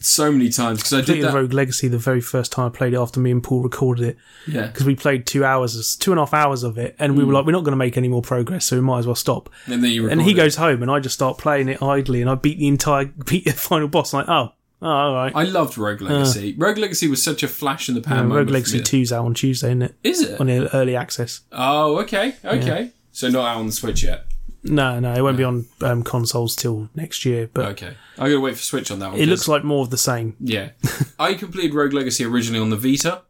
S1: so many times because I did
S2: Completed
S1: that.
S2: Rogue Legacy the very first time I played it after me and Paul recorded it.
S1: yeah,
S2: because we played two hours, two and a half hours of it, and we
S1: Hmm.
S2: were like, we're not going to make any more progress, so we might as well stop.
S1: and then you
S2: and he
S1: recorded.
S2: goes home, and I just start playing it idly, and I beat the entire, beat the final boss. Like, oh, oh all right.
S1: I loved Rogue Legacy. Rogue Legacy was such a flash in the pan.
S2: Um,
S1: moment
S2: uh, Rogue
S1: for
S2: Legacy
S1: me.
S2: 2's out on Tuesday, isn't it?
S1: Is it?
S2: On early access.
S1: Oh, okay, okay. So not out on the Switch yet.
S2: No, no, it won't be on um, consoles till next year. But
S1: Okay. I gotta wait for Switch on that one.
S2: it
S1: 'cause-
S2: looks like more of the same.
S1: Yeah. I completed Rogue Legacy originally on the Vita.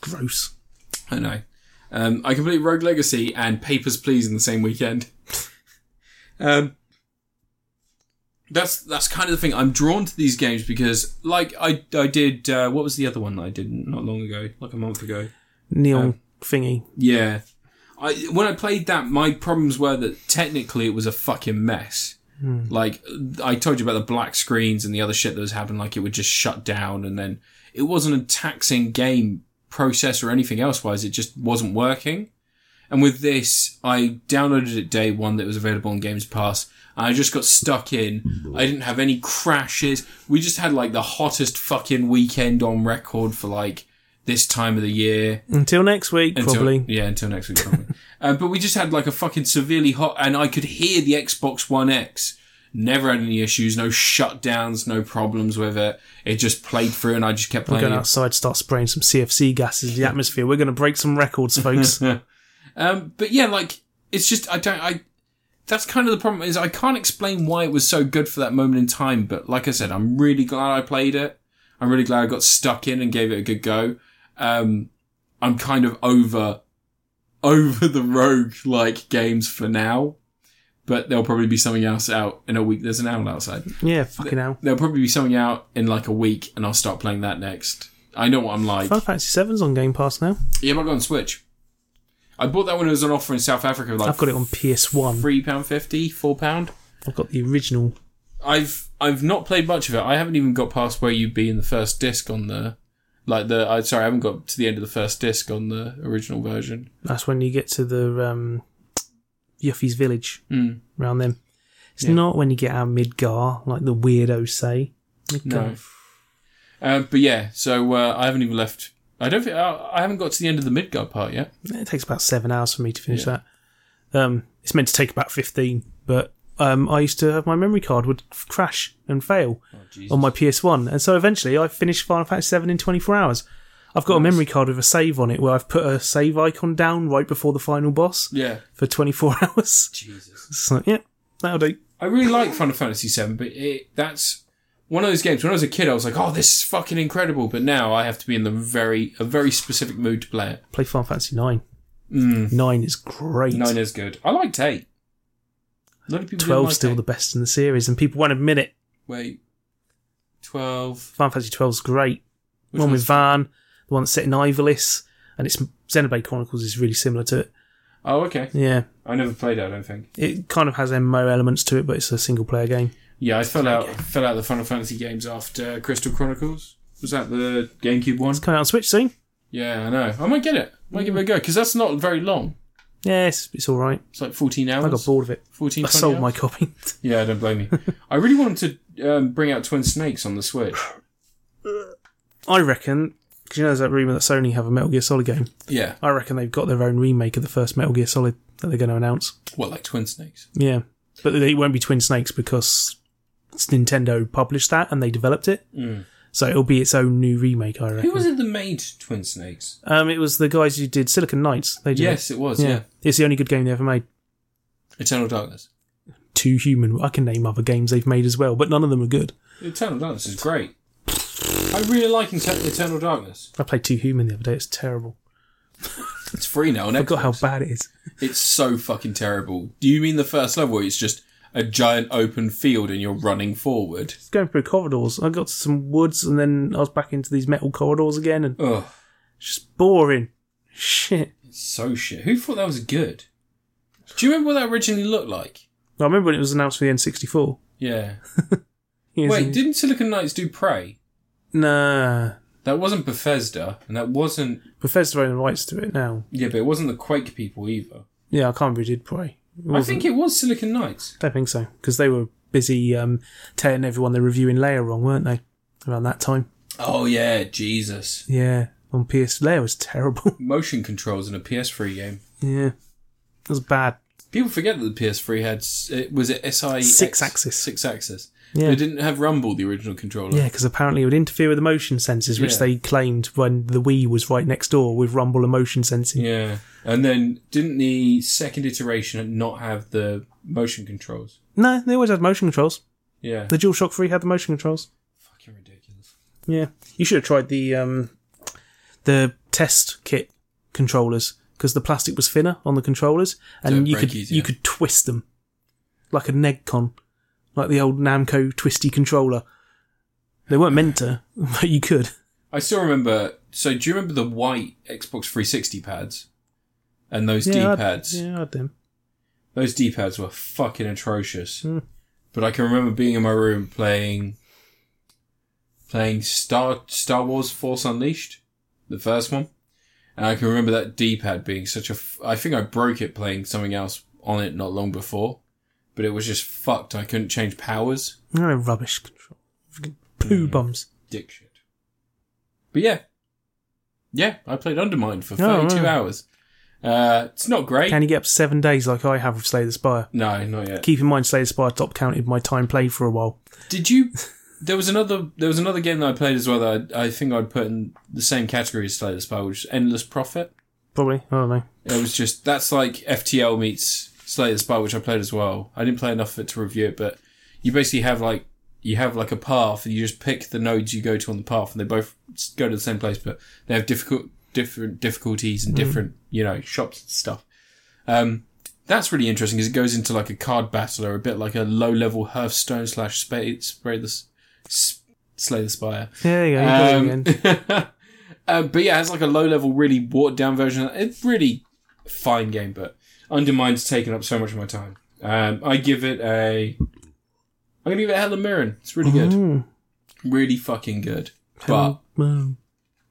S2: Gross.
S1: I know. Um, I completed Rogue Legacy and Papers, Please in the same weekend. um, that's that's kind of the thing. I'm drawn to these games because, like, I I did uh, what was the other one that I did not long ago, like a month ago.
S2: Neon thingy.
S1: Yeah, I when I played that, my problems were that technically it was a fucking mess. Like I told you about the black screens and the other shit that was happening, like it would just shut down, and then it wasn't a taxing game process or anything else wise. It just wasn't working. And with this, I downloaded it day one that was available on Games Pass. And I just got stuck in. I didn't have any crashes. We just had like the hottest fucking weekend on record for like this time of the year.
S2: Until next week,
S1: Until-
S2: probably.
S1: Yeah, until next week, probably. uh, but we just had like a fucking severely hot, and I could hear the Xbox One X. Never had any issues, no shutdowns, no problems with it. It just played through, and I just kept playing.
S2: Going
S1: it.
S2: outside, start spraying some CFC gases in the atmosphere. We're going to break some records, folks.
S1: Um, but yeah, like it's just I don't. I that's kind of the problem is I can't explain why it was so good for that moment in time. But like I said, I'm really glad I played it. I'm really glad I got stuck in and gave it a good go. Um, I'm kind of over over the rogue like games for now. But there'll probably be something else out in a week. There's an owl outside.
S2: yeah, fucking hell.
S1: There'll probably be something out in like a week, and I'll start playing that next. I know what I'm like.
S2: Final Fantasy VII's on Game Pass now.
S1: Yeah, but I got it on Switch. I bought that when it was on offer in South Africa. for, Like
S2: I've got it on PS1.
S1: three pound fifty, four pound.
S2: I've got the original.
S1: I've I've not played much of it. I haven't even got past where you be in the first disc on the, like the. I sorry, I haven't got to the end of the first disc on the original version.
S2: That's when you get to the um, Yuffie's village
S1: Mm.
S2: around them. It's not when you get out of Midgar, like the weirdos say. Midgar.
S1: Uh, but yeah, so uh, I haven't even left. I don't think uh, I, I haven't got to the end of the Midgard part yet.
S2: It takes about seven hours for me to finish that. Um, it's meant to take about 15, but um, I used to have my memory card would f- crash and fail on my PS1. And so eventually I finished Final Fantasy VII in 24 hours. I've got a memory card with a save on it where I've put a save icon down right before the final boss
S1: Yeah,
S2: for 24 hours.
S1: Jesus.
S2: It's like, yeah, that'll do.
S1: I really like Final Fantasy VII, but it, that's one of those games. When I was a kid, I was like, "Oh, this is fucking incredible," but now I have to be in the very a very specific mood to play it. Hmm.
S2: Play Final Fantasy 9. 9 is great.
S1: Nine is good. I liked eight. A lot of people didn't
S2: 12
S1: like
S2: still
S1: eight.
S2: the best in the series, and people won't admit it.
S1: Wait, twelve.
S2: Final Fantasy 12 is great.
S1: Which
S2: one
S1: one's-
S2: with Van, the one that's set in Ivalice, and it's Xenoblade Chronicles is really similar to it.
S1: Oh, okay.
S2: Yeah,
S1: I never played it. I don't think.
S2: it kind of has MMO elements to it, but it's a single player game.
S1: Yeah, I fell out. Fell out of the Final Fantasy games after Crystal Chronicles. Was that the GameCube one?
S2: It's coming out on Switch soon.
S1: Yeah, I know. I might get it. I might give it a go because that's not very long.
S2: Yes, it's all right.
S1: It's like fourteen
S2: I got
S1: hours.
S2: bored of it.
S1: Fourteen.
S2: I sold
S1: 20
S2: my
S1: hours.
S2: copy.
S1: Yeah, don't blame me. I really wanted to um, bring out Twin Snakes on the Switch.
S2: I reckon because you know there's that rumor that Sony have a Metal Gear Solid game.
S1: Yeah.
S2: I reckon they've got their own remake of the first Metal Gear Solid that they're going to announce.
S1: What, like Twin Snakes?
S2: Yeah, but it won't be Twin Snakes because Nintendo published that and they developed it. So it'll be its own new remake, I reckon.
S1: Mm. Who was it that made Twin Snakes?
S2: Um, it was the guys who did Silicon Knights. They did.
S1: Yes, it was.
S2: it.
S1: Yeah.
S2: yeah. It's the only good game they ever made.
S1: Eternal Darkness.
S2: Too human. I can name other games they've made as well, but none of them are good.
S1: Eternal Darkness is great. I really like Inter- Eternal Darkness.
S2: I played Too Human the other day. It's terrible.
S1: It's free now. On
S2: I forgot
S1: Xbox.
S2: how bad it is.
S1: It's so fucking terrible. Do you mean the first level where it's just a giant open field and you're running forward?
S2: It's going through corridors. I got to some woods and then I was back into these metal corridors again, and
S1: Ugh,
S2: it's just boring. Shit.
S1: it's so shit. Who thought that was good? Do you remember what that originally looked like?
S2: I remember when it was announced for the N64.
S1: Yeah.
S2: Yes,
S1: Wait,
S2: it-
S1: didn't Silicon Knights do Prey?
S2: nah.
S1: That wasn't Bethesda, and that wasn't
S2: Bethesda own the rights to it now.
S1: yeah, but it wasn't the Quake people either.
S2: Yeah, I can't remember who did Prey. It
S1: I
S2: wasn't-
S1: think it was Silicon Knights.
S2: Don't think so because they were busy um, telling everyone they're reviewing Leia wrong, weren't they? Around that time.
S1: Oh yeah, Jesus.
S2: Yeah, on PS Layer was terrible.
S1: Motion controls in a PS3 game.
S2: yeah, it was bad.
S1: People forget that the PS3 had s- it was it SI
S2: Six axis.
S1: six axis.
S2: Yeah.
S1: It didn't have rumble the original controller.
S2: Yeah, because apparently it would interfere with the motion sensors, which
S1: Yeah.
S2: they claimed when the Wii was right next door with rumble and motion sensing.
S1: Yeah. And then didn't the second iteration not have the motion controls?
S2: No, they always had motion controls.
S1: Yeah.
S2: The DualShock 3 had the motion controls.
S1: Fucking ridiculous.
S2: Yeah, you should have tried the um, the test kit controllers because the plastic was thinner on the controllers,
S1: So
S2: and
S1: it
S2: you
S1: break
S2: could
S1: easier.
S2: you could twist them like a Negcon, like the old Namco twisty controller. They weren't meant to, but you could.
S1: I still remember. So do you remember the white Xbox 360 pads? And those
S2: Yeah, I'd-
S1: D-pads.
S2: Yeah, I'd them.
S1: Those D-pads were fucking atrocious.
S2: Hmm.
S1: But I can remember being in my room playing playing Star Star Wars Force Unleashed, the first one. And I can remember that D-pad being such a f- I think I broke it playing something else on it not long before, but it was just fucked. I couldn't change powers.
S2: No rubbish control. Fucking Poo bums.
S1: Dick shit. But yeah. Yeah, I played Undermine for
S2: Oh,
S1: 32
S2: right.
S1: hours. Uh, it's not great.
S2: Can you get up to seven days like I have with Slay the Spire?
S1: no, not yet.
S2: Keep in mind, Slay the Spire top counted my time played for a while.
S1: Did you? There was another. There was another game that I played as well that I, I think I'd put in the same category as Slay the Spire, which is Endless Profit.
S2: Probably, I don't know.
S1: It was just that's like FTL meets Slay the Spire, which I played as well. I didn't play enough of it to review it, but you basically have like you have like a path, and you just pick the nodes you go to on the path, and they both s- go to the same place, but they have difficult different difficulties and different you know shops and stuff. Um, that's really interesting because it goes into like a card battle or a bit like a low level Hearthstone slash spray, spray the s- s- Slay the Spire.
S2: Yeah, you go. you got it
S1: Um,
S2: again.
S1: uh, but yeah, it's like a low level, really watered down version. It's really fine game, but Undermine's taken up so much of my time. Um, I give it a. I'm gonna give it Helen Mirren. It's really good,
S2: Mm.
S1: really fucking good. But
S2: Mm.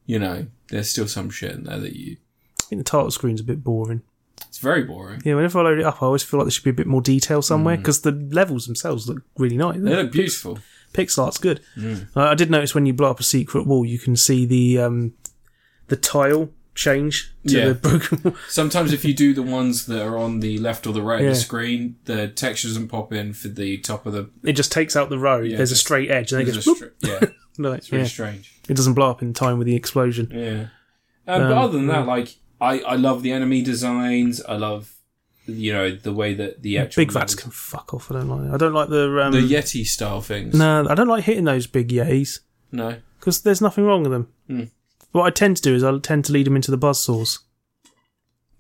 S1: you know, there's still some shit in there that you.
S2: I think the title screen's a bit boring.
S1: It's very boring.
S2: Yeah, whenever I load it up, I always feel like there should be a bit more detail somewhere
S1: Mm.
S2: because the levels themselves look really nice.
S1: They look beautiful.
S2: Pixel art's good.
S1: Mm.
S2: Uh, I did notice when you blow up a secret wall, you can see the um, the tile change to
S1: Yeah.
S2: the broken wall.
S1: Sometimes if you do the ones that are on the left or the right
S2: Yeah.
S1: of the screen, the texture doesn't pop in for the top of the.
S2: It just takes out the road.
S1: Yeah,
S2: There's a
S1: just-
S2: straight edge, and then it
S1: there's a
S2: goes. whoop,
S1: stri- yeah,
S2: like,
S1: it's really
S2: yeah.
S1: strange.
S2: It doesn't blow up in time with the explosion.
S1: Yeah. Um, but other than that, like I, I love the enemy designs. I love you know the way that the actual
S2: Big vats can fuck off. I don't like. I don't like the. Um,
S1: the Yeti style things.
S2: no, I don't like hitting those big yetis
S1: No.
S2: because there's nothing wrong with them.
S1: Mm.
S2: What I tend to do is I tend to lead them into the buzzsaws,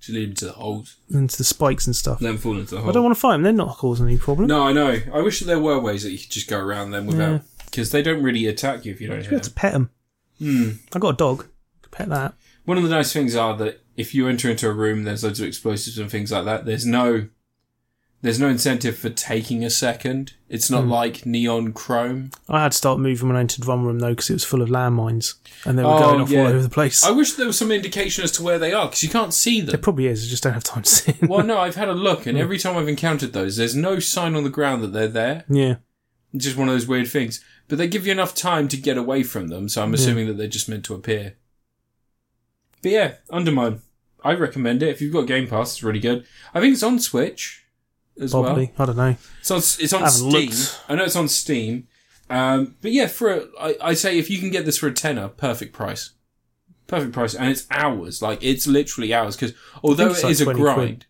S1: To lead them to the holes,
S2: into the spikes and stuff.
S1: then fall into the hole.
S2: I don't want to fight them. They're not causing any problem.
S1: no, I know. I wish that there were ways that you could just go around them without because they don't really attack you if you don't
S2: You
S1: hit
S2: have to
S1: them.
S2: pet them.
S1: Hmm.
S2: I got a dog. Could Pet that.
S1: One of the nice things are that if you enter into a room, there's loads of explosives and things like that. There's no there's no incentive for taking a second. It's not
S2: Hmm.
S1: like neon chrome.
S2: I had to start moving when I entered one room though because it was full of landmines and they were
S1: Oh,
S2: going off
S1: yeah.
S2: all over the place.
S1: I wish there was some indication as to where they are because you can't see them.
S2: There probably is. I just don't have time to see. Them.
S1: well, no, I've had a look,
S2: Hmm.
S1: and every time I've encountered those, there's no sign on the ground that they're there.
S2: yeah,
S1: It's just one of those weird things. But they give you enough time to get away from them, so I'm assuming that they're just meant to appear. But yeah, Undermine. I recommend it. If you've got Game Pass, it's really good. I think it's on Switch as well.
S2: probably. I don't know.
S1: So it's, it's on
S2: I haven't
S1: Steam.
S2: looked.
S1: I know it's on Steam. Um, but yeah, for a, I, I say if you can get this for a tenner, perfect price, perfect price, and it's hours. Like it's literally hours because although
S2: it's
S1: it
S2: like
S1: is a
S2: 20
S1: grind,
S2: quid.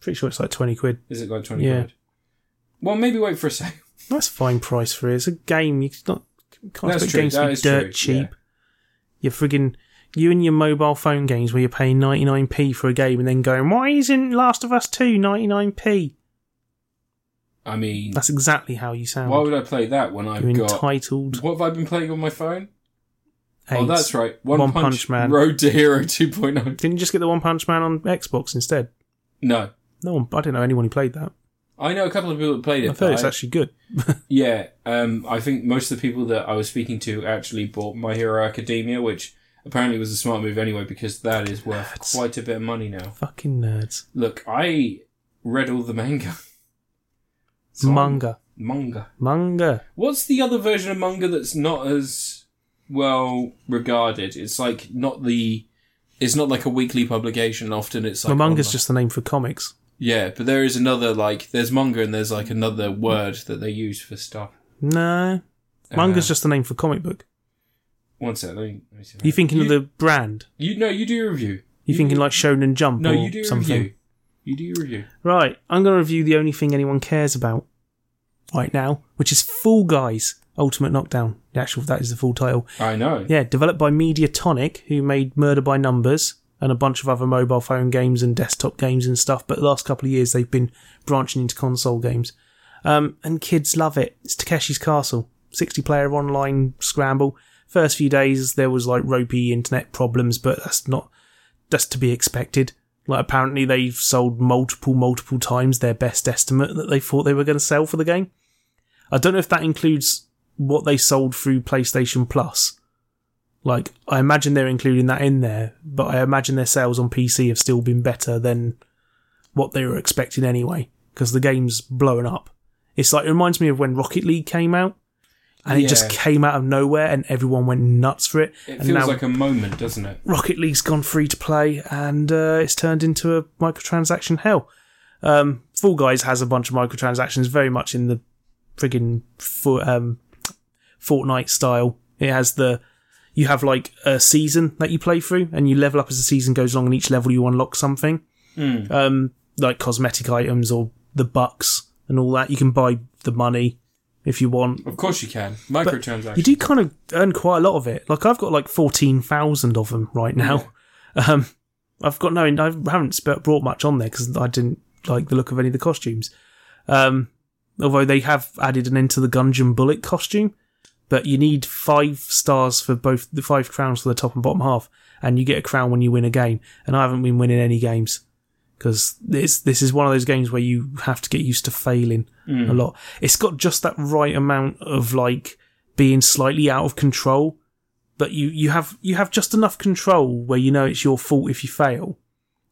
S2: Pretty sure it's like twenty quid.
S1: is it like twenty
S2: Yeah.
S1: quid? Well, maybe wait for a second.
S2: That's a fine price for it. It's a game. You not can't
S1: That's
S2: expect
S1: true,
S2: games
S1: that
S2: to be
S1: is
S2: dirt
S1: true,
S2: cheap.
S1: yeah.
S2: You're friggin' you and your mobile phone games where you're paying ninety nine p for a game and then going, why isn't Last of Us two 99 p?
S1: I mean,
S2: That's exactly how you sound.
S1: why would I play that when I've
S2: you're
S1: got
S2: entitled.
S1: what have I been playing on my phone? Oh,
S2: AIDS.
S1: that's right, One, Punch, Man, Road to Hero 2.0.
S2: Didn't you just get the One Punch Man on Xbox instead?
S1: No,
S2: No one, I don't know anyone who played that.
S1: I know a couple of people that played it.
S2: I thought it
S1: but
S2: was
S1: I-
S2: actually good.
S1: Yeah, um, I think most of the people that I was speaking to actually bought My Hero Academia, which apparently was a smart move anyway, because that is worth
S2: Nerds.
S1: quite a bit of money now.
S2: Fucking nerds.
S1: Look, I read all the manga.
S2: manga.
S1: Manga.
S2: Manga.
S1: What's the other version of manga that's not as well regarded? It's like not the. It's not like a weekly publication. Often it's like
S2: well, manga's
S1: online.
S2: just the name for comics.
S1: Yeah, but there is another like there's manga and there's like another word that they use for stuff.
S2: No. Manga's
S1: Uh,
S2: just the name for comic book.
S1: One sec. Let me, let me see if I-
S2: You thinking
S1: you,
S2: of the brand?
S1: You no, you do your review.
S2: You thinking like Shonen Jump
S1: no,
S2: or
S1: you do your
S2: something?
S1: review. You do your review.
S2: Right, I'm going to review the only thing anyone cares about right now, which is Fool Guys Ultimate Knockdown. The actual that is the full title.
S1: I know.
S2: Yeah, developed by Mediatonic, who made Murder by Numbers and a bunch of other mobile phone games and desktop games and stuff. But the last couple of years, they've been branching into console games, um, and kids love it. It's Takeshi's Castle, sixty-player online scramble. First few days, there was like ropey internet problems, but that's not that's to be expected. Like apparently, they've sold multiple, multiple times their best estimate that they thought they were going to sell for the game. I don't know if that includes what they sold through PlayStation Plus. Like, I imagine they're including that in there, but I imagine their sales on PC have still been better than what they were expecting anyway, because the game's blowing up. It's like, it reminds me of when Rocket League came out, and it just
S1: Yeah.
S2: came out of nowhere, and everyone went nuts for it.
S1: It
S2: and
S1: feels
S2: now
S1: like a moment, doesn't it?
S2: Rocket League's gone free to play and uh, it's turned into a microtransaction hell. Um, Fall Guys has a bunch of microtransactions, very much in the friggin' for, um, Fortnite style. It has the you have like a season that you play through, and you level up as the season goes along, and each level you unlock something, um, like cosmetic items or the bucks and all that. You can buy the money if you want.
S1: Of course you can.
S2: But
S1: Microtransactions.
S2: You do kind of earn quite a lot of it. Like I've got like fourteen thousand of them right now. Um, I've got no, I haven't sp- brought much on there because I didn't like the look of any of the costumes. Um, although they have added an into the Gungeon Bullet costume, but you need five stars for both the five crowns for the top and bottom half, and you get a crown when you win a game. And I haven't been winning any games because this this is one of those games where you have to get used to failing a lot. It's got just that right amount of like being slightly out of control, but you you have you have just enough control where you know it's your fault if you fail,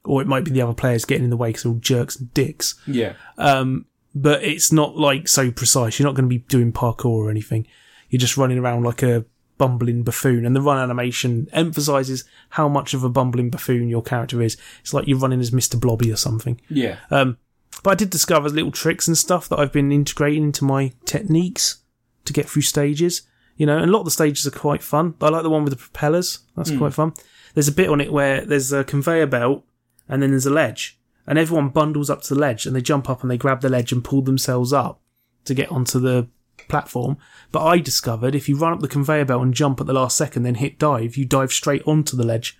S2: or it might be the other players getting in the way because they're all jerks and dicks.
S1: yeah.
S2: Um, but it's not like so precise. You're not going to be doing parkour or anything. You're just running around like a bumbling buffoon, and the run animation emphasizes how much of a bumbling buffoon your character is. It's like you're running as Mr. Blobby or something.
S1: Yeah.
S2: Um, but I did discover little tricks and stuff that I've been integrating into my techniques to get through stages. You know, and a lot of the stages are quite fun. I like the one with the propellers. That's quite fun. There's a bit on it where there's a conveyor belt and then there's a ledge. And everyone bundles up to the ledge and they jump up and they grab the ledge and pull themselves up to get onto the platform. But I discovered if you run up the conveyor belt and jump at the last second, then hit dive, you dive straight onto the ledge.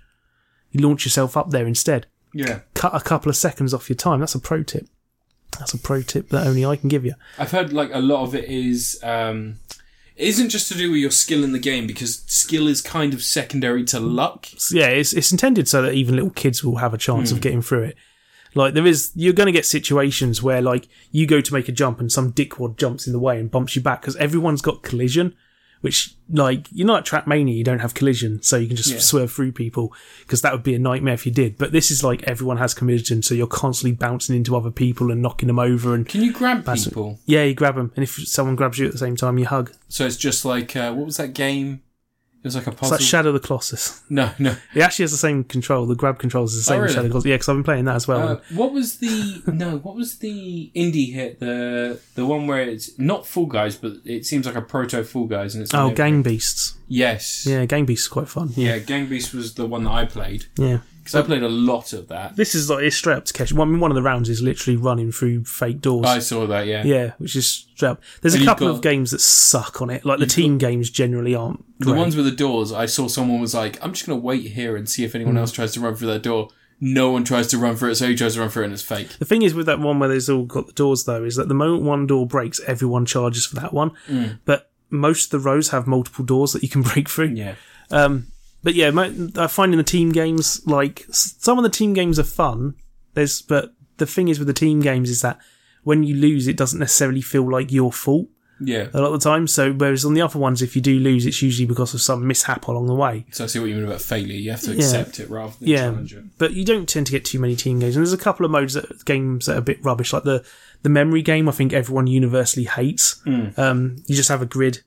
S2: You launch yourself up there instead
S1: Yeah.
S2: cut a couple of seconds off your time. That's a pro tip. That's a pro tip that only I can give you.
S1: I've heard like a lot of it is um it isn't just to do with your skill in the game because skill is kind of secondary to luck.
S2: So, yeah, it's it's intended so that even little kids will have a chance of getting through it. Like there is, you're going to get situations where like you go to make a jump and some dickwad jumps in the way and bumps you back because everyone's got collision. Which like you're not at Trackmania, you don't have collision, so you can just
S1: Yeah.
S2: swerve through people because that would be a nightmare if you did. But this is like everyone has collision, so you're constantly bouncing into other people and knocking them over. And
S1: Can you grab
S2: That's-
S1: people?
S2: yeah, you grab them, and if someone grabs you at the same time, you hug.
S1: So it's just like uh, what was that game? It was like a
S2: It's
S1: puzzle.
S2: like Shadow of the Colossus.
S1: no, no.
S2: It actually has the same control. The grab controls is the
S1: Oh,
S2: same as
S1: really?
S2: Shadow Colossus. Yeah, because I've been playing that as well.
S1: Uh, what was the no? What was the indie hit? The the one where it's not Full Guys, but it seems like a proto Full Guys, and it's
S2: oh,
S1: on
S2: Gang Beasts.
S1: every- Yes,
S2: Yeah, Gang Beasts is quite fun. Yeah,
S1: yeah. Gang Beast was the one that I played
S2: yeah.
S1: because I played a lot of that.
S2: This is like it's straight up to catch. Well, I mean, one of the rounds is literally running through fake doors.
S1: I saw that. Yeah,
S2: yeah, which is straight up. There's
S1: And
S2: a
S1: you've
S2: couple
S1: got-
S2: of games that suck on it. Like the team games generally aren't.
S1: The
S2: great.
S1: ones with the doors, I saw someone was like, I'm just going to wait here and see if anyone else tries to run through that door. No one tries to run through it, so he tries to run through it and it's fake.
S2: The thing is with that one where there's all got the doors though is that the moment one door breaks, everyone charges for that one.
S1: Mm.
S2: But most of the rows have multiple doors that you can break through.
S1: Yeah.
S2: Um, but yeah, my, I find in the team games, like s- some of the team games are fun. There's, but the thing is with the team games is that when you lose, it doesn't necessarily feel like your fault
S1: Yeah.
S2: a lot of the time. So whereas on the other ones, if you do lose, it's usually because of some mishap along the way.
S1: So I see what you mean about failure. You have to accept it rather than
S2: Yeah,
S1: challenge it.
S2: but you don't tend to get too many team games. And there's a couple of modes that games that are a bit rubbish, like the the memory game. I think everyone universally hates. Um, you just have a grid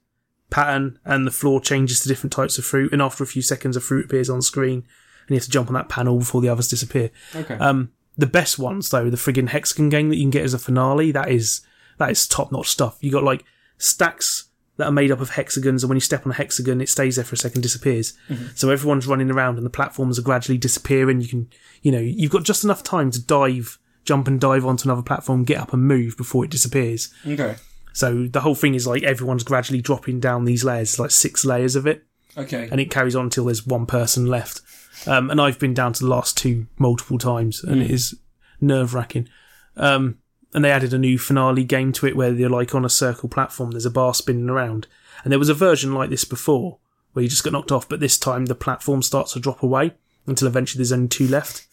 S2: pattern, and the floor changes to different types of fruit. And after a few seconds, a fruit appears on screen, and you have to jump on that panel before the others disappear.
S1: Okay.
S2: Um, The best ones though, the friggin' Hexagon game that you can get as a finale, that is that is top notch stuff. You got like stacks that are made up of hexagons, and when you step on a hexagon, it stays there for a second, disappears. So everyone's running around, and the platforms are gradually disappearing. You can, you know, you've got just enough time to dive, jump, and dive onto another platform, get up, and move before it disappears.
S1: Okay.
S2: So the whole thing is like everyone's gradually dropping down these layers, like six layers of it
S1: Okay.
S2: and it carries on until there's one person left. Um, and I've been down to the last two multiple times, and it is nerve wracking. Um, and they added a new finale game to it where they're like on a circle platform, there's a bar spinning around. And there was a version like this before where you just got knocked off, but this time the platform starts to drop away until eventually there's only two left.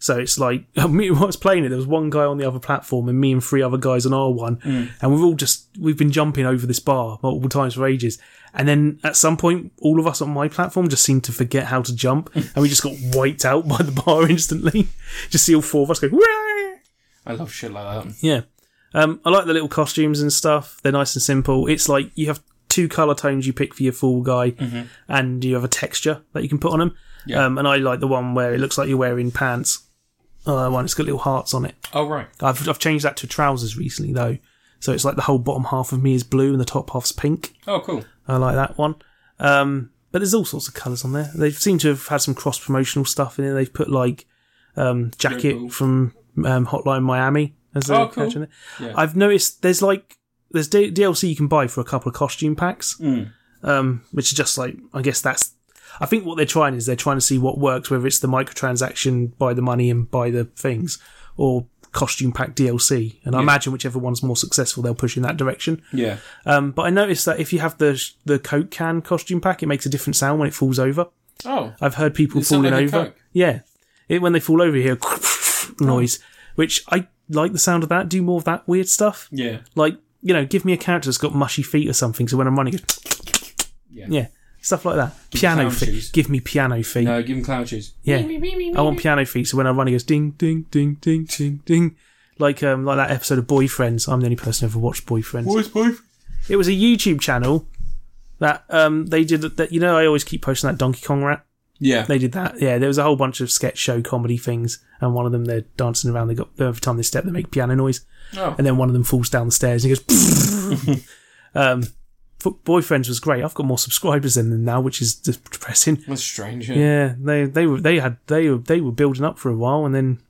S2: So it's like, I mean, when I was playing it, there was one guy on the other platform and me and three other guys on our one. And we're all just, we've been jumping over this bar multiple times for ages. And then at some point, all of us on my platform just seemed to forget how to jump. and we just got wiped out by the bar instantly. just see all four of us go, "Wah!"
S1: I love shit like that.
S2: yeah. Um, I like the little costumes and stuff. They're nice and simple. It's like you have two color tones you pick for your fool guy, and you have a texture that you can put on them.
S1: Yeah.
S2: Um, and I like the one where it looks like you're wearing pants. Oh, that one. It's got little hearts on it.
S1: Oh right.
S2: I've I've changed that to trousers recently though, so it's like the whole bottom half of me is blue and the top half's pink.
S1: Oh cool.
S2: I like that one. Um, but there's all sorts of colours on there. They seem to have had some cross promotional stuff in it. They've put like um, jacket
S1: Red Bull.
S2: from um, Hotline Miami as a
S1: Oh, cool.
S2: catch in it.
S1: Yeah.
S2: I've noticed there's like there's D- DLC you can buy for a couple of costume packs,
S1: Hmm.
S2: um, which is just like I guess that's. I think what they're trying is they're trying to see what works, whether it's the microtransaction, buy the money and buy the things, or costume pack DLC. And I imagine whichever one's more successful, they'll push in that direction.
S1: Yeah.
S2: Um, but I noticed that if you have the the Coke can costume pack, it makes a different sound when it falls over.
S1: Oh.
S2: I've heard people
S1: It sound
S2: falling
S1: like a
S2: over.
S1: Coke? Oh.
S2: Yeah, it, when they fall over, you hear noise, which I like the sound of that. Do more of that weird stuff.
S1: Yeah.
S2: Like you know, give me a character that's got mushy feet or something. So when I'm running, it goes,
S1: Yeah.
S2: yeah, stuff like that. piano
S1: clown
S2: feet.
S1: shoes.
S2: Give me piano feet.
S1: No, give him clown shoes.
S2: Yeah, I want piano feet. So when I run, it goes ding, ding, ding, ding, ding, ding. Like um, like that episode of Boyfriends. I'm the only person who ever watched Boyfriends.
S1: Boys, boys.
S2: It was a YouTube channel that um they did that. You know, I always keep posting that Donkey Kong rap.
S1: Yeah.
S2: They did that. Yeah, there was a whole bunch of sketch show comedy things, and one of them they're dancing around. They got every time they step, they make piano noise,
S1: Oh.
S2: and then one of them falls down the stairs and he goes. um, F- boyfriends was great. I've got more subscribers than them now, which is de- depressing.
S1: That's strange. Yeah.
S2: Yeah, they they were they had they were they were building up for a while, and then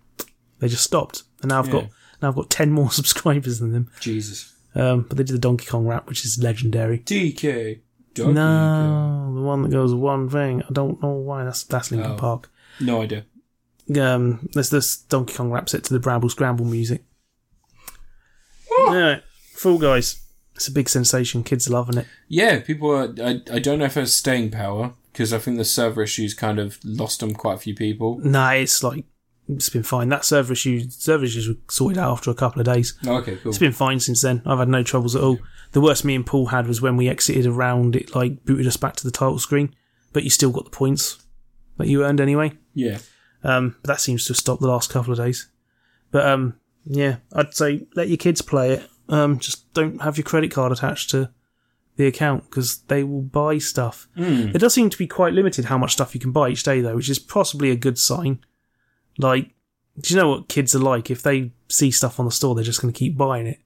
S2: they just stopped. And now I've got
S1: Yeah.
S2: now I've got ten more subscribers than them.
S1: Jesus.
S2: Um, but they did the Donkey Kong rap, which is legendary.
S1: DK. Donkey
S2: No, the one that goes one thing. I don't know why. That's that's Linkin
S1: Oh.
S2: Park.
S1: Kong. No idea.
S2: Um, there's this Donkey Kong wraps it to the Bramble Scramble music. Anyway, Fall Guys. It's a big sensation. Kids are loving it.
S1: Yeah, people are. I, I don't know if it has staying power because I think the server issues kind of lost them quite a few people.
S2: Nah, it's like it's been fine. That server issue, server issues were sorted out after a couple of days.
S1: Oh, okay, cool.
S2: It's been fine since then. I've had no troubles at all. The worst me and Paul had was when we exited around. It like booted us back to the title screen, but you still got the points that you earned anyway.
S1: Yeah.
S2: Um, but that seems to have stopped the last couple of days. But um, yeah, I'd say let your kids play it. Um, just don't have your credit card attached to the account because they will buy stuff. There does seem to be quite limited how much stuff you can buy each day, though, which is possibly a good sign. Like, do you know what kids are like? If they see stuff on the store, they're just going to keep buying it.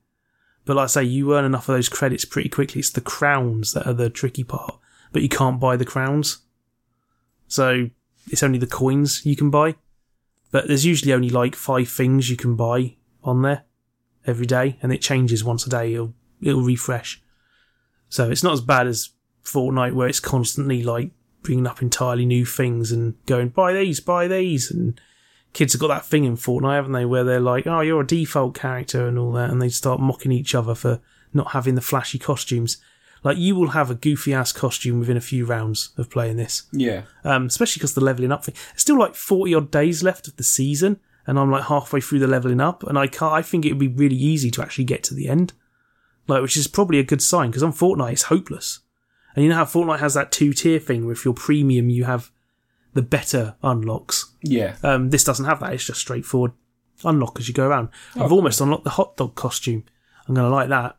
S2: But like I say, you earn enough of those credits pretty quickly. It's the crowns that are the tricky part, but you can't buy the crowns. So it's only the coins you can buy. But there's usually only like five things you can buy on there every day, and it changes once a day. It'll it'll refresh, so it's not as bad as Fortnite where it's constantly like bringing up entirely new things and going buy these, buy these, and kids have got that thing in Fortnite, haven't they, where they're like, oh, you're a default character and all that, and they start mocking each other for not having the flashy costumes. Like you will have a goofy ass costume within a few rounds of playing this
S1: Yeah.
S2: um, especially because the leveling up thing. It's still like forty odd days left of the season, and I'm like halfway through the leveling up, and I can't. I think it would be really easy to actually get to the end, like which is probably a good sign because on Fortnite it's hopeless, and you know how Fortnite has that two tier thing where if you're premium you have the better unlocks.
S1: Yeah.
S2: Um, this doesn't have that. It's just straightforward unlock as you go around. I've almost unlocked the hot dog costume. I'm gonna like that.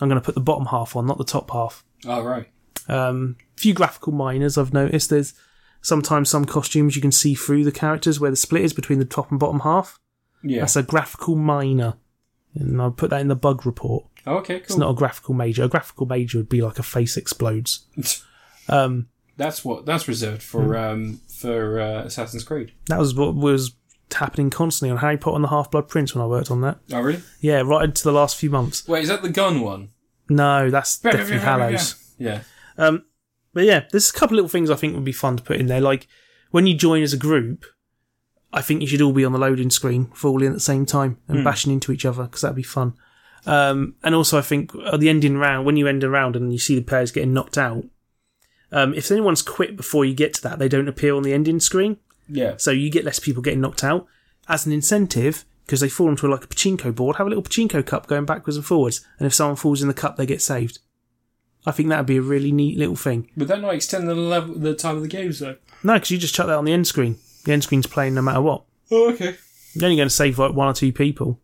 S2: I'm gonna put the bottom half on, not the top half.
S1: All right.
S2: Um, few graphical minors I've noticed. There's sometimes some costumes you can see through the characters where the split is between the top and bottom half.
S1: Yeah.
S2: That's a graphical minor. And I'll put that in the bug report.
S1: Oh, okay, cool.
S2: It's not a graphical major. A graphical major would be like a face explodes. Um,
S1: that's what that's reserved for um for uh, Assassin's Creed.
S2: that was what was happening constantly on Harry Potter and the Half Blood Prince when I worked on that.
S1: Oh really?
S2: Yeah, right into the last few months.
S1: Wait, is that the gun one?
S2: No, that's definitely Hallows.
S1: Yeah.
S2: Um, but yeah, there's a couple little things I think would be fun to put in there. Like when you join as a group, I think you should all be on the loading screen for all in at the same time and bashing into each other because that'd be fun. Um, and also, I think at the ending round, when you end a round and you see the players getting knocked out, um, if anyone's quit before you get to that, they don't appear on the ending screen.
S1: Yeah.
S2: So you get less people getting knocked out as an incentive because they fall into like a pachinko board. Have a little pachinko cup going backwards and forwards, and if someone falls in the cup, they get saved. I think that'd be a really neat little thing.
S1: Would that not extend the level, the time of the games though?
S2: No, because you just chuck that on the end screen. The end screen's playing no matter what.
S1: Oh, okay.
S2: You're only going to save like one or two people.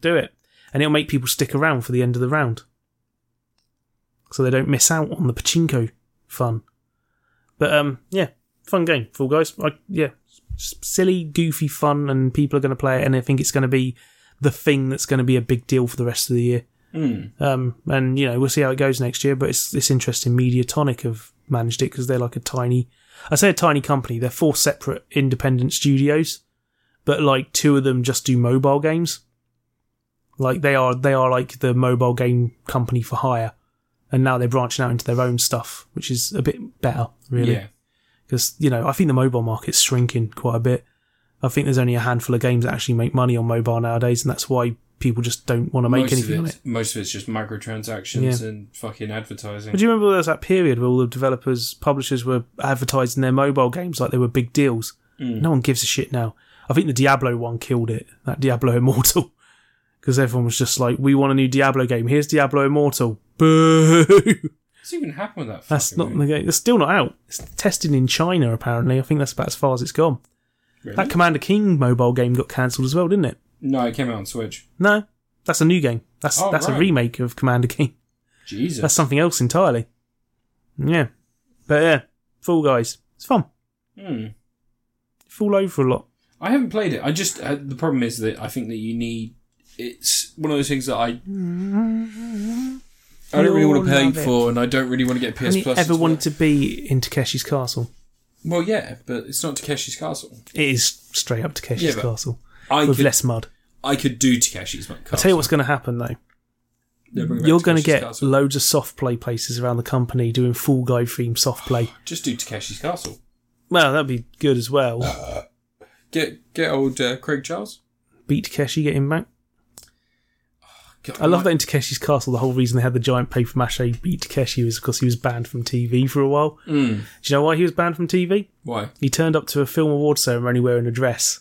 S2: Do it, and it'll make people stick around for the end of the round, so they don't miss out on the pachinko fun. But um, yeah, fun game, Fall Guys. I, yeah, s- silly, goofy, fun, and people are going to play it, and I think it's going to be the thing that's going to be a big deal for the rest of the year.
S1: Hmm.
S2: Um, and you know we'll see how it goes next year. But it's it's interesting. Mediatonic have managed it because they're like a tiny, I say a tiny company. They're four separate independent studios, but like two of them just do mobile games. Like they are they are like the mobile game company for hire, and now they're branching out into their own stuff, which is a bit better, really
S1: Yeah.
S2: because you know I think the mobile market's shrinking quite a bit. I think there's only a handful of games that actually make money on mobile nowadays, and that's why people just don't want to make
S1: most
S2: anything
S1: of
S2: on
S1: it,
S2: it.
S1: Most of it's just microtransactions and fucking advertising.
S2: But do you remember there was that period where all the developers, publishers were advertising their mobile games like they were big deals?
S1: Mm.
S2: No one gives a shit now. I think the Diablo one killed it, that Diablo Immortal, because everyone was just like, "We want a new Diablo game. Here's Diablo Immortal." Boo!
S1: What's even happened with that?
S2: That's
S1: fucking
S2: not
S1: thing?
S2: the game. It's still not out. It's tested in China apparently. I think that's about as far as it's gone.
S1: Really?
S2: That Commander King mobile game got cancelled as well, didn't it?
S1: no, it came out on Switch.
S2: No, that's a new game. That's
S1: Oh,
S2: that's a
S1: right.
S2: remake of Commander King.
S1: Jesus.
S2: That's something else entirely. Yeah, but yeah, Fall Guys. It's fun.
S1: Hmm.
S2: You fall over a lot.
S1: I haven't played it. I just uh, the problem is that I think that you need. It's one of those things that I. I don't really want to
S2: You'll
S1: pay
S2: love it.
S1: for, and I don't really want to get PS
S2: Have you
S1: Plus.
S2: ever
S1: until-
S2: wanted to be in Takeshi's Castle?
S1: Well, yeah, but it's not Takeshi's Castle.
S2: It is straight up Takeshi's
S1: Yeah, but
S2: Castle
S1: I
S2: with
S1: could,
S2: less mud.
S1: I could do Takeshi's Castle.
S2: I tell you what's going to happen though.
S1: They'll bring back
S2: You're going to
S1: Takeshi's
S2: get
S1: Castle.
S2: loads of soft play places around the company doing Fall Guy themed soft play.
S1: just do Takeshi's Castle.
S2: Well, that'd be good as well.
S1: Get get old uh, Craig Charles.
S2: Beat Takeshi, get him back.
S1: God,
S2: I love
S1: my-
S2: that in Takeshi's Castle, the whole reason they had the giant paper mache beat Takeshi was because he was banned from TV for a while.
S1: Mm.
S2: Do you know why he was banned from TV?
S1: Why?
S2: He turned up to a film award ceremony wearing a dress,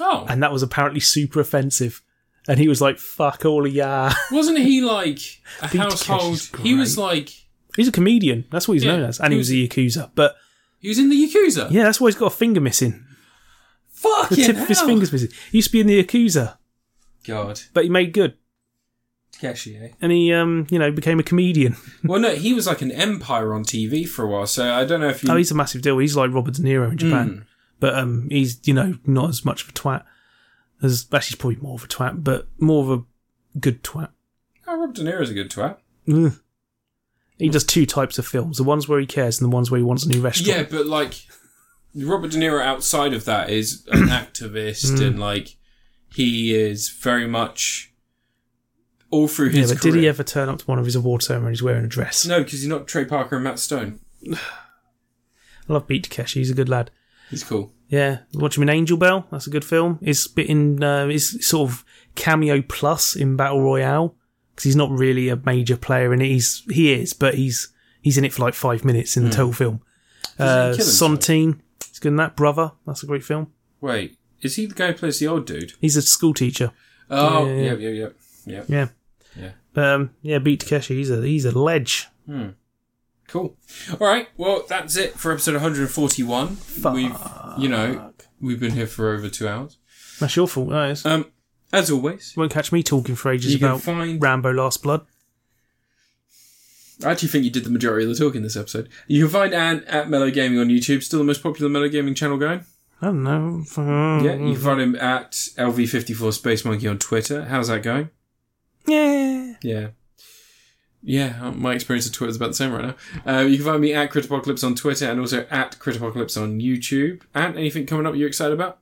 S1: Oh,
S2: and that was apparently super offensive. And he was like, fuck all of ya.
S1: wasn't he like a
S2: Pete
S1: household?
S2: Takeshi's
S1: He was
S2: great.
S1: like
S2: He's a comedian. That's what he's
S1: Yeah,
S2: known as. And he
S1: he
S2: was a Yakuza. But
S1: he was in the Yakuza.
S2: yeah, that's why he's got a finger missing. The
S1: Fucking
S2: tip of his
S1: hell.
S2: finger's missing. He used to be in the Yakuza,
S1: God,
S2: but he made good.
S1: Takeshi. Eh?
S2: And he, um, you know, became a comedian.
S1: well, no, he was like an empire on TV for a while. So I don't know if you.
S2: Oh, he's a massive deal. He's like Robert De Niro in Japan.
S1: Mm.
S2: But um, he's, you know, not as much of a twat as, actually, he's probably more of a twat, but more of a good twat.
S1: Oh, Rob De Niro's a good twat.
S2: Ugh.
S1: Mm.
S2: He does two types of films the ones where he cares and the ones where he wants a new restaurant.
S1: Yeah, but like Robert De Niro outside of that is an activist and
S2: Hmm.
S1: like he is very much all through
S2: Yeah,
S1: his
S2: but
S1: career.
S2: did he ever turn up to one of his award ceremonies wearing a dress?
S1: No, because he's not Trey Parker and Matt Stone.
S2: I love Pete Takeshi, he's a good lad.
S1: He's cool.
S2: Yeah, watch him in Angel Bell, that's a good film. It's bit in, uh, it's sort of cameo plus in Battle Royale, because he's not really a major player in it. He's, he is, but he's, he's in it for like five minutes
S1: Hmm.
S2: in the total film. Uh,
S1: Doesn't he kill himself?
S2: Sontine, he's good in that. Brother, that's a great film.
S1: Wait, is he the guy who plays the old dude?
S2: He's a school teacher.
S1: Oh,
S2: Yeah,
S1: yeah,
S2: yeah,
S1: yeah, yeah, yeah.
S2: Yeah.
S1: Yeah.
S2: But, um, yeah, Beat Takeshi, he's a, he's a ledge.
S1: Cool. All right. Well, that's it for episode 141. We've, you know, we've been here for over two hours.
S2: That's your fault, that is.
S1: Um, as always,
S2: You won't catch me talking for ages
S1: You can
S2: about
S1: find-
S2: Rambo Last Blood.
S1: I actually think you did the majority of the talk in this episode. You can find Anne at Mellow Gaming on YouTube, still the most popular Mellow Gaming channel guy.
S2: I don't know.
S1: Yeah, you can find him at LV54 Space Monkey on Twitter. How's that going?
S2: yeah.
S1: Yeah. Yeah, uh, my experience of Twitter is about the same right now. Uh, you can find me at Critapocalypse on Twitter and also at Critapocalypse on YouTube. And anything coming up you're excited about?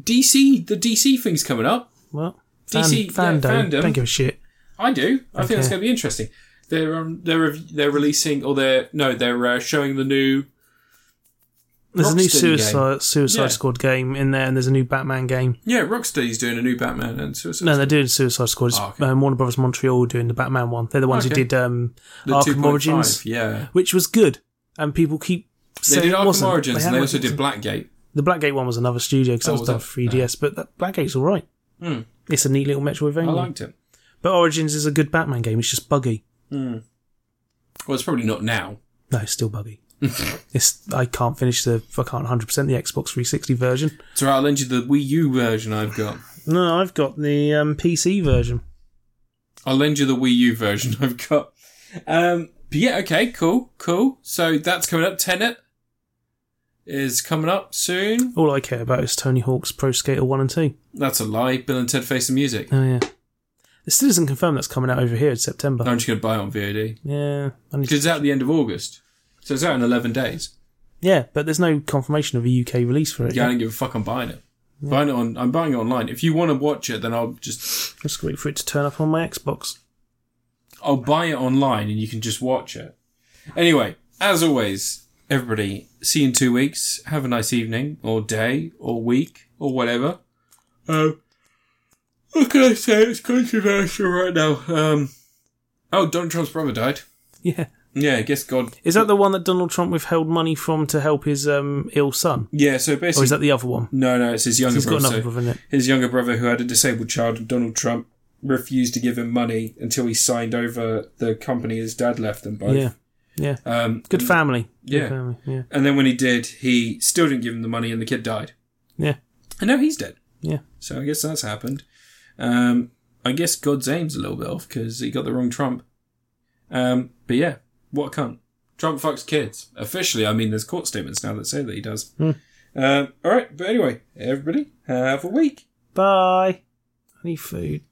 S1: DC, the DC thing's coming up.
S2: What?
S1: DC, yeah, fandom.
S2: Don't give a shit.
S1: I do. I think that's
S2: Okay.
S1: going to be interesting. They're um, they're rev- they're releasing or they're no they're uh, showing the new
S2: There's a new
S1: Rocksteady
S2: Suicide Suicide
S1: Yeah.
S2: Squad game in there, and there's a new Batman game.
S1: yeah Rocksteady's doing a new Batman and Suicide.
S2: No, they're doing Suicide Squad. It's,
S1: Oh, okay.
S2: um, Warner Brothers Montreal doing the Batman one. They're the ones
S1: Okay.
S2: who did um,
S1: the
S2: Arkham Origins,
S1: yeah.
S2: which was good, and people keep
S1: They
S2: saying
S1: did
S2: it
S1: Arkham
S2: wasn't.
S1: Origins and they
S2: haven't-
S1: also did Blackgate.
S2: the Blackgate one was another studio because
S1: Oh,
S2: that was
S1: was
S2: done
S1: it?
S2: for 3DS, but that Blackgate's all right.
S1: Hmm.
S2: It's a neat little
S1: I
S2: Metroidvania.
S1: liked it.
S2: but Origins is a good Batman game. It's just buggy.
S1: Well, it's probably not now.
S2: No, it's still buggy. it's I can't finish the I can't 100 percent the Xbox 360 version.
S1: So I'll lend you the Wii U version I've got.
S2: No, I've got the um, PC version.
S1: I'll lend you the Wii U version I've got. Um, but yeah, okay, cool, cool. So that's coming up. Tenet is coming up soon.
S2: All I care about is Tony Hawk's Pro Skater 1 and 2.
S1: That's a lie. Bill and Ted Face the Music.
S2: Oh, yeah. It still isn't confirmed that's coming out over here in September.
S1: I'm just going to buy it on VOD.
S2: Yeah. I need to-
S1: Because it's out at the end of August. So it's out in 11 days.
S2: yeah, but there's no confirmation of a UK release for it.
S1: Yeah, I
S2: Yeah.
S1: don't give a fuck. I'm buying it. Buying it on, I'm buying it online. If you want to watch it, then I'll just,
S2: Just wait for it to turn up on my Xbox.
S1: I'll buy it online and you can just watch it. Anyway, as always, everybody, see you in two weeks. Have a nice evening or day or week or whatever. Um, what can I say? It's controversial right now. Um, oh, Donald Trump's brother died.
S2: Yeah.
S1: Yeah, I guess God.
S2: Is that the one that Donald Trump withheld money from to help his um, ill son?
S1: Yeah, so
S2: Or
S1: basically.
S2: Oh, is that the other one?
S1: no, no, it's his younger
S2: He's got
S1: brother.
S2: another
S1: so-
S2: brother in it.
S1: his younger brother, who had a disabled child, and Donald Trump refused to give him money until he signed over the company his dad left them both.
S2: Yeah. Yeah.
S1: Um,
S2: Good family. Good
S1: Yeah.
S2: family. Yeah.
S1: and then when he did, he still didn't give him the money, and the kid died.
S2: Yeah.
S1: And now he's dead.
S2: Yeah.
S1: So I guess that's happened. Um, I guess God's aim's a little bit off because he got the wrong Trump. Um, but yeah, what a cunt. Trump fucks kids. Officially, I mean, there's court statements now that say that he does. Uh, Um, all right, but anyway, everybody, have a week.
S2: Bye. I need food.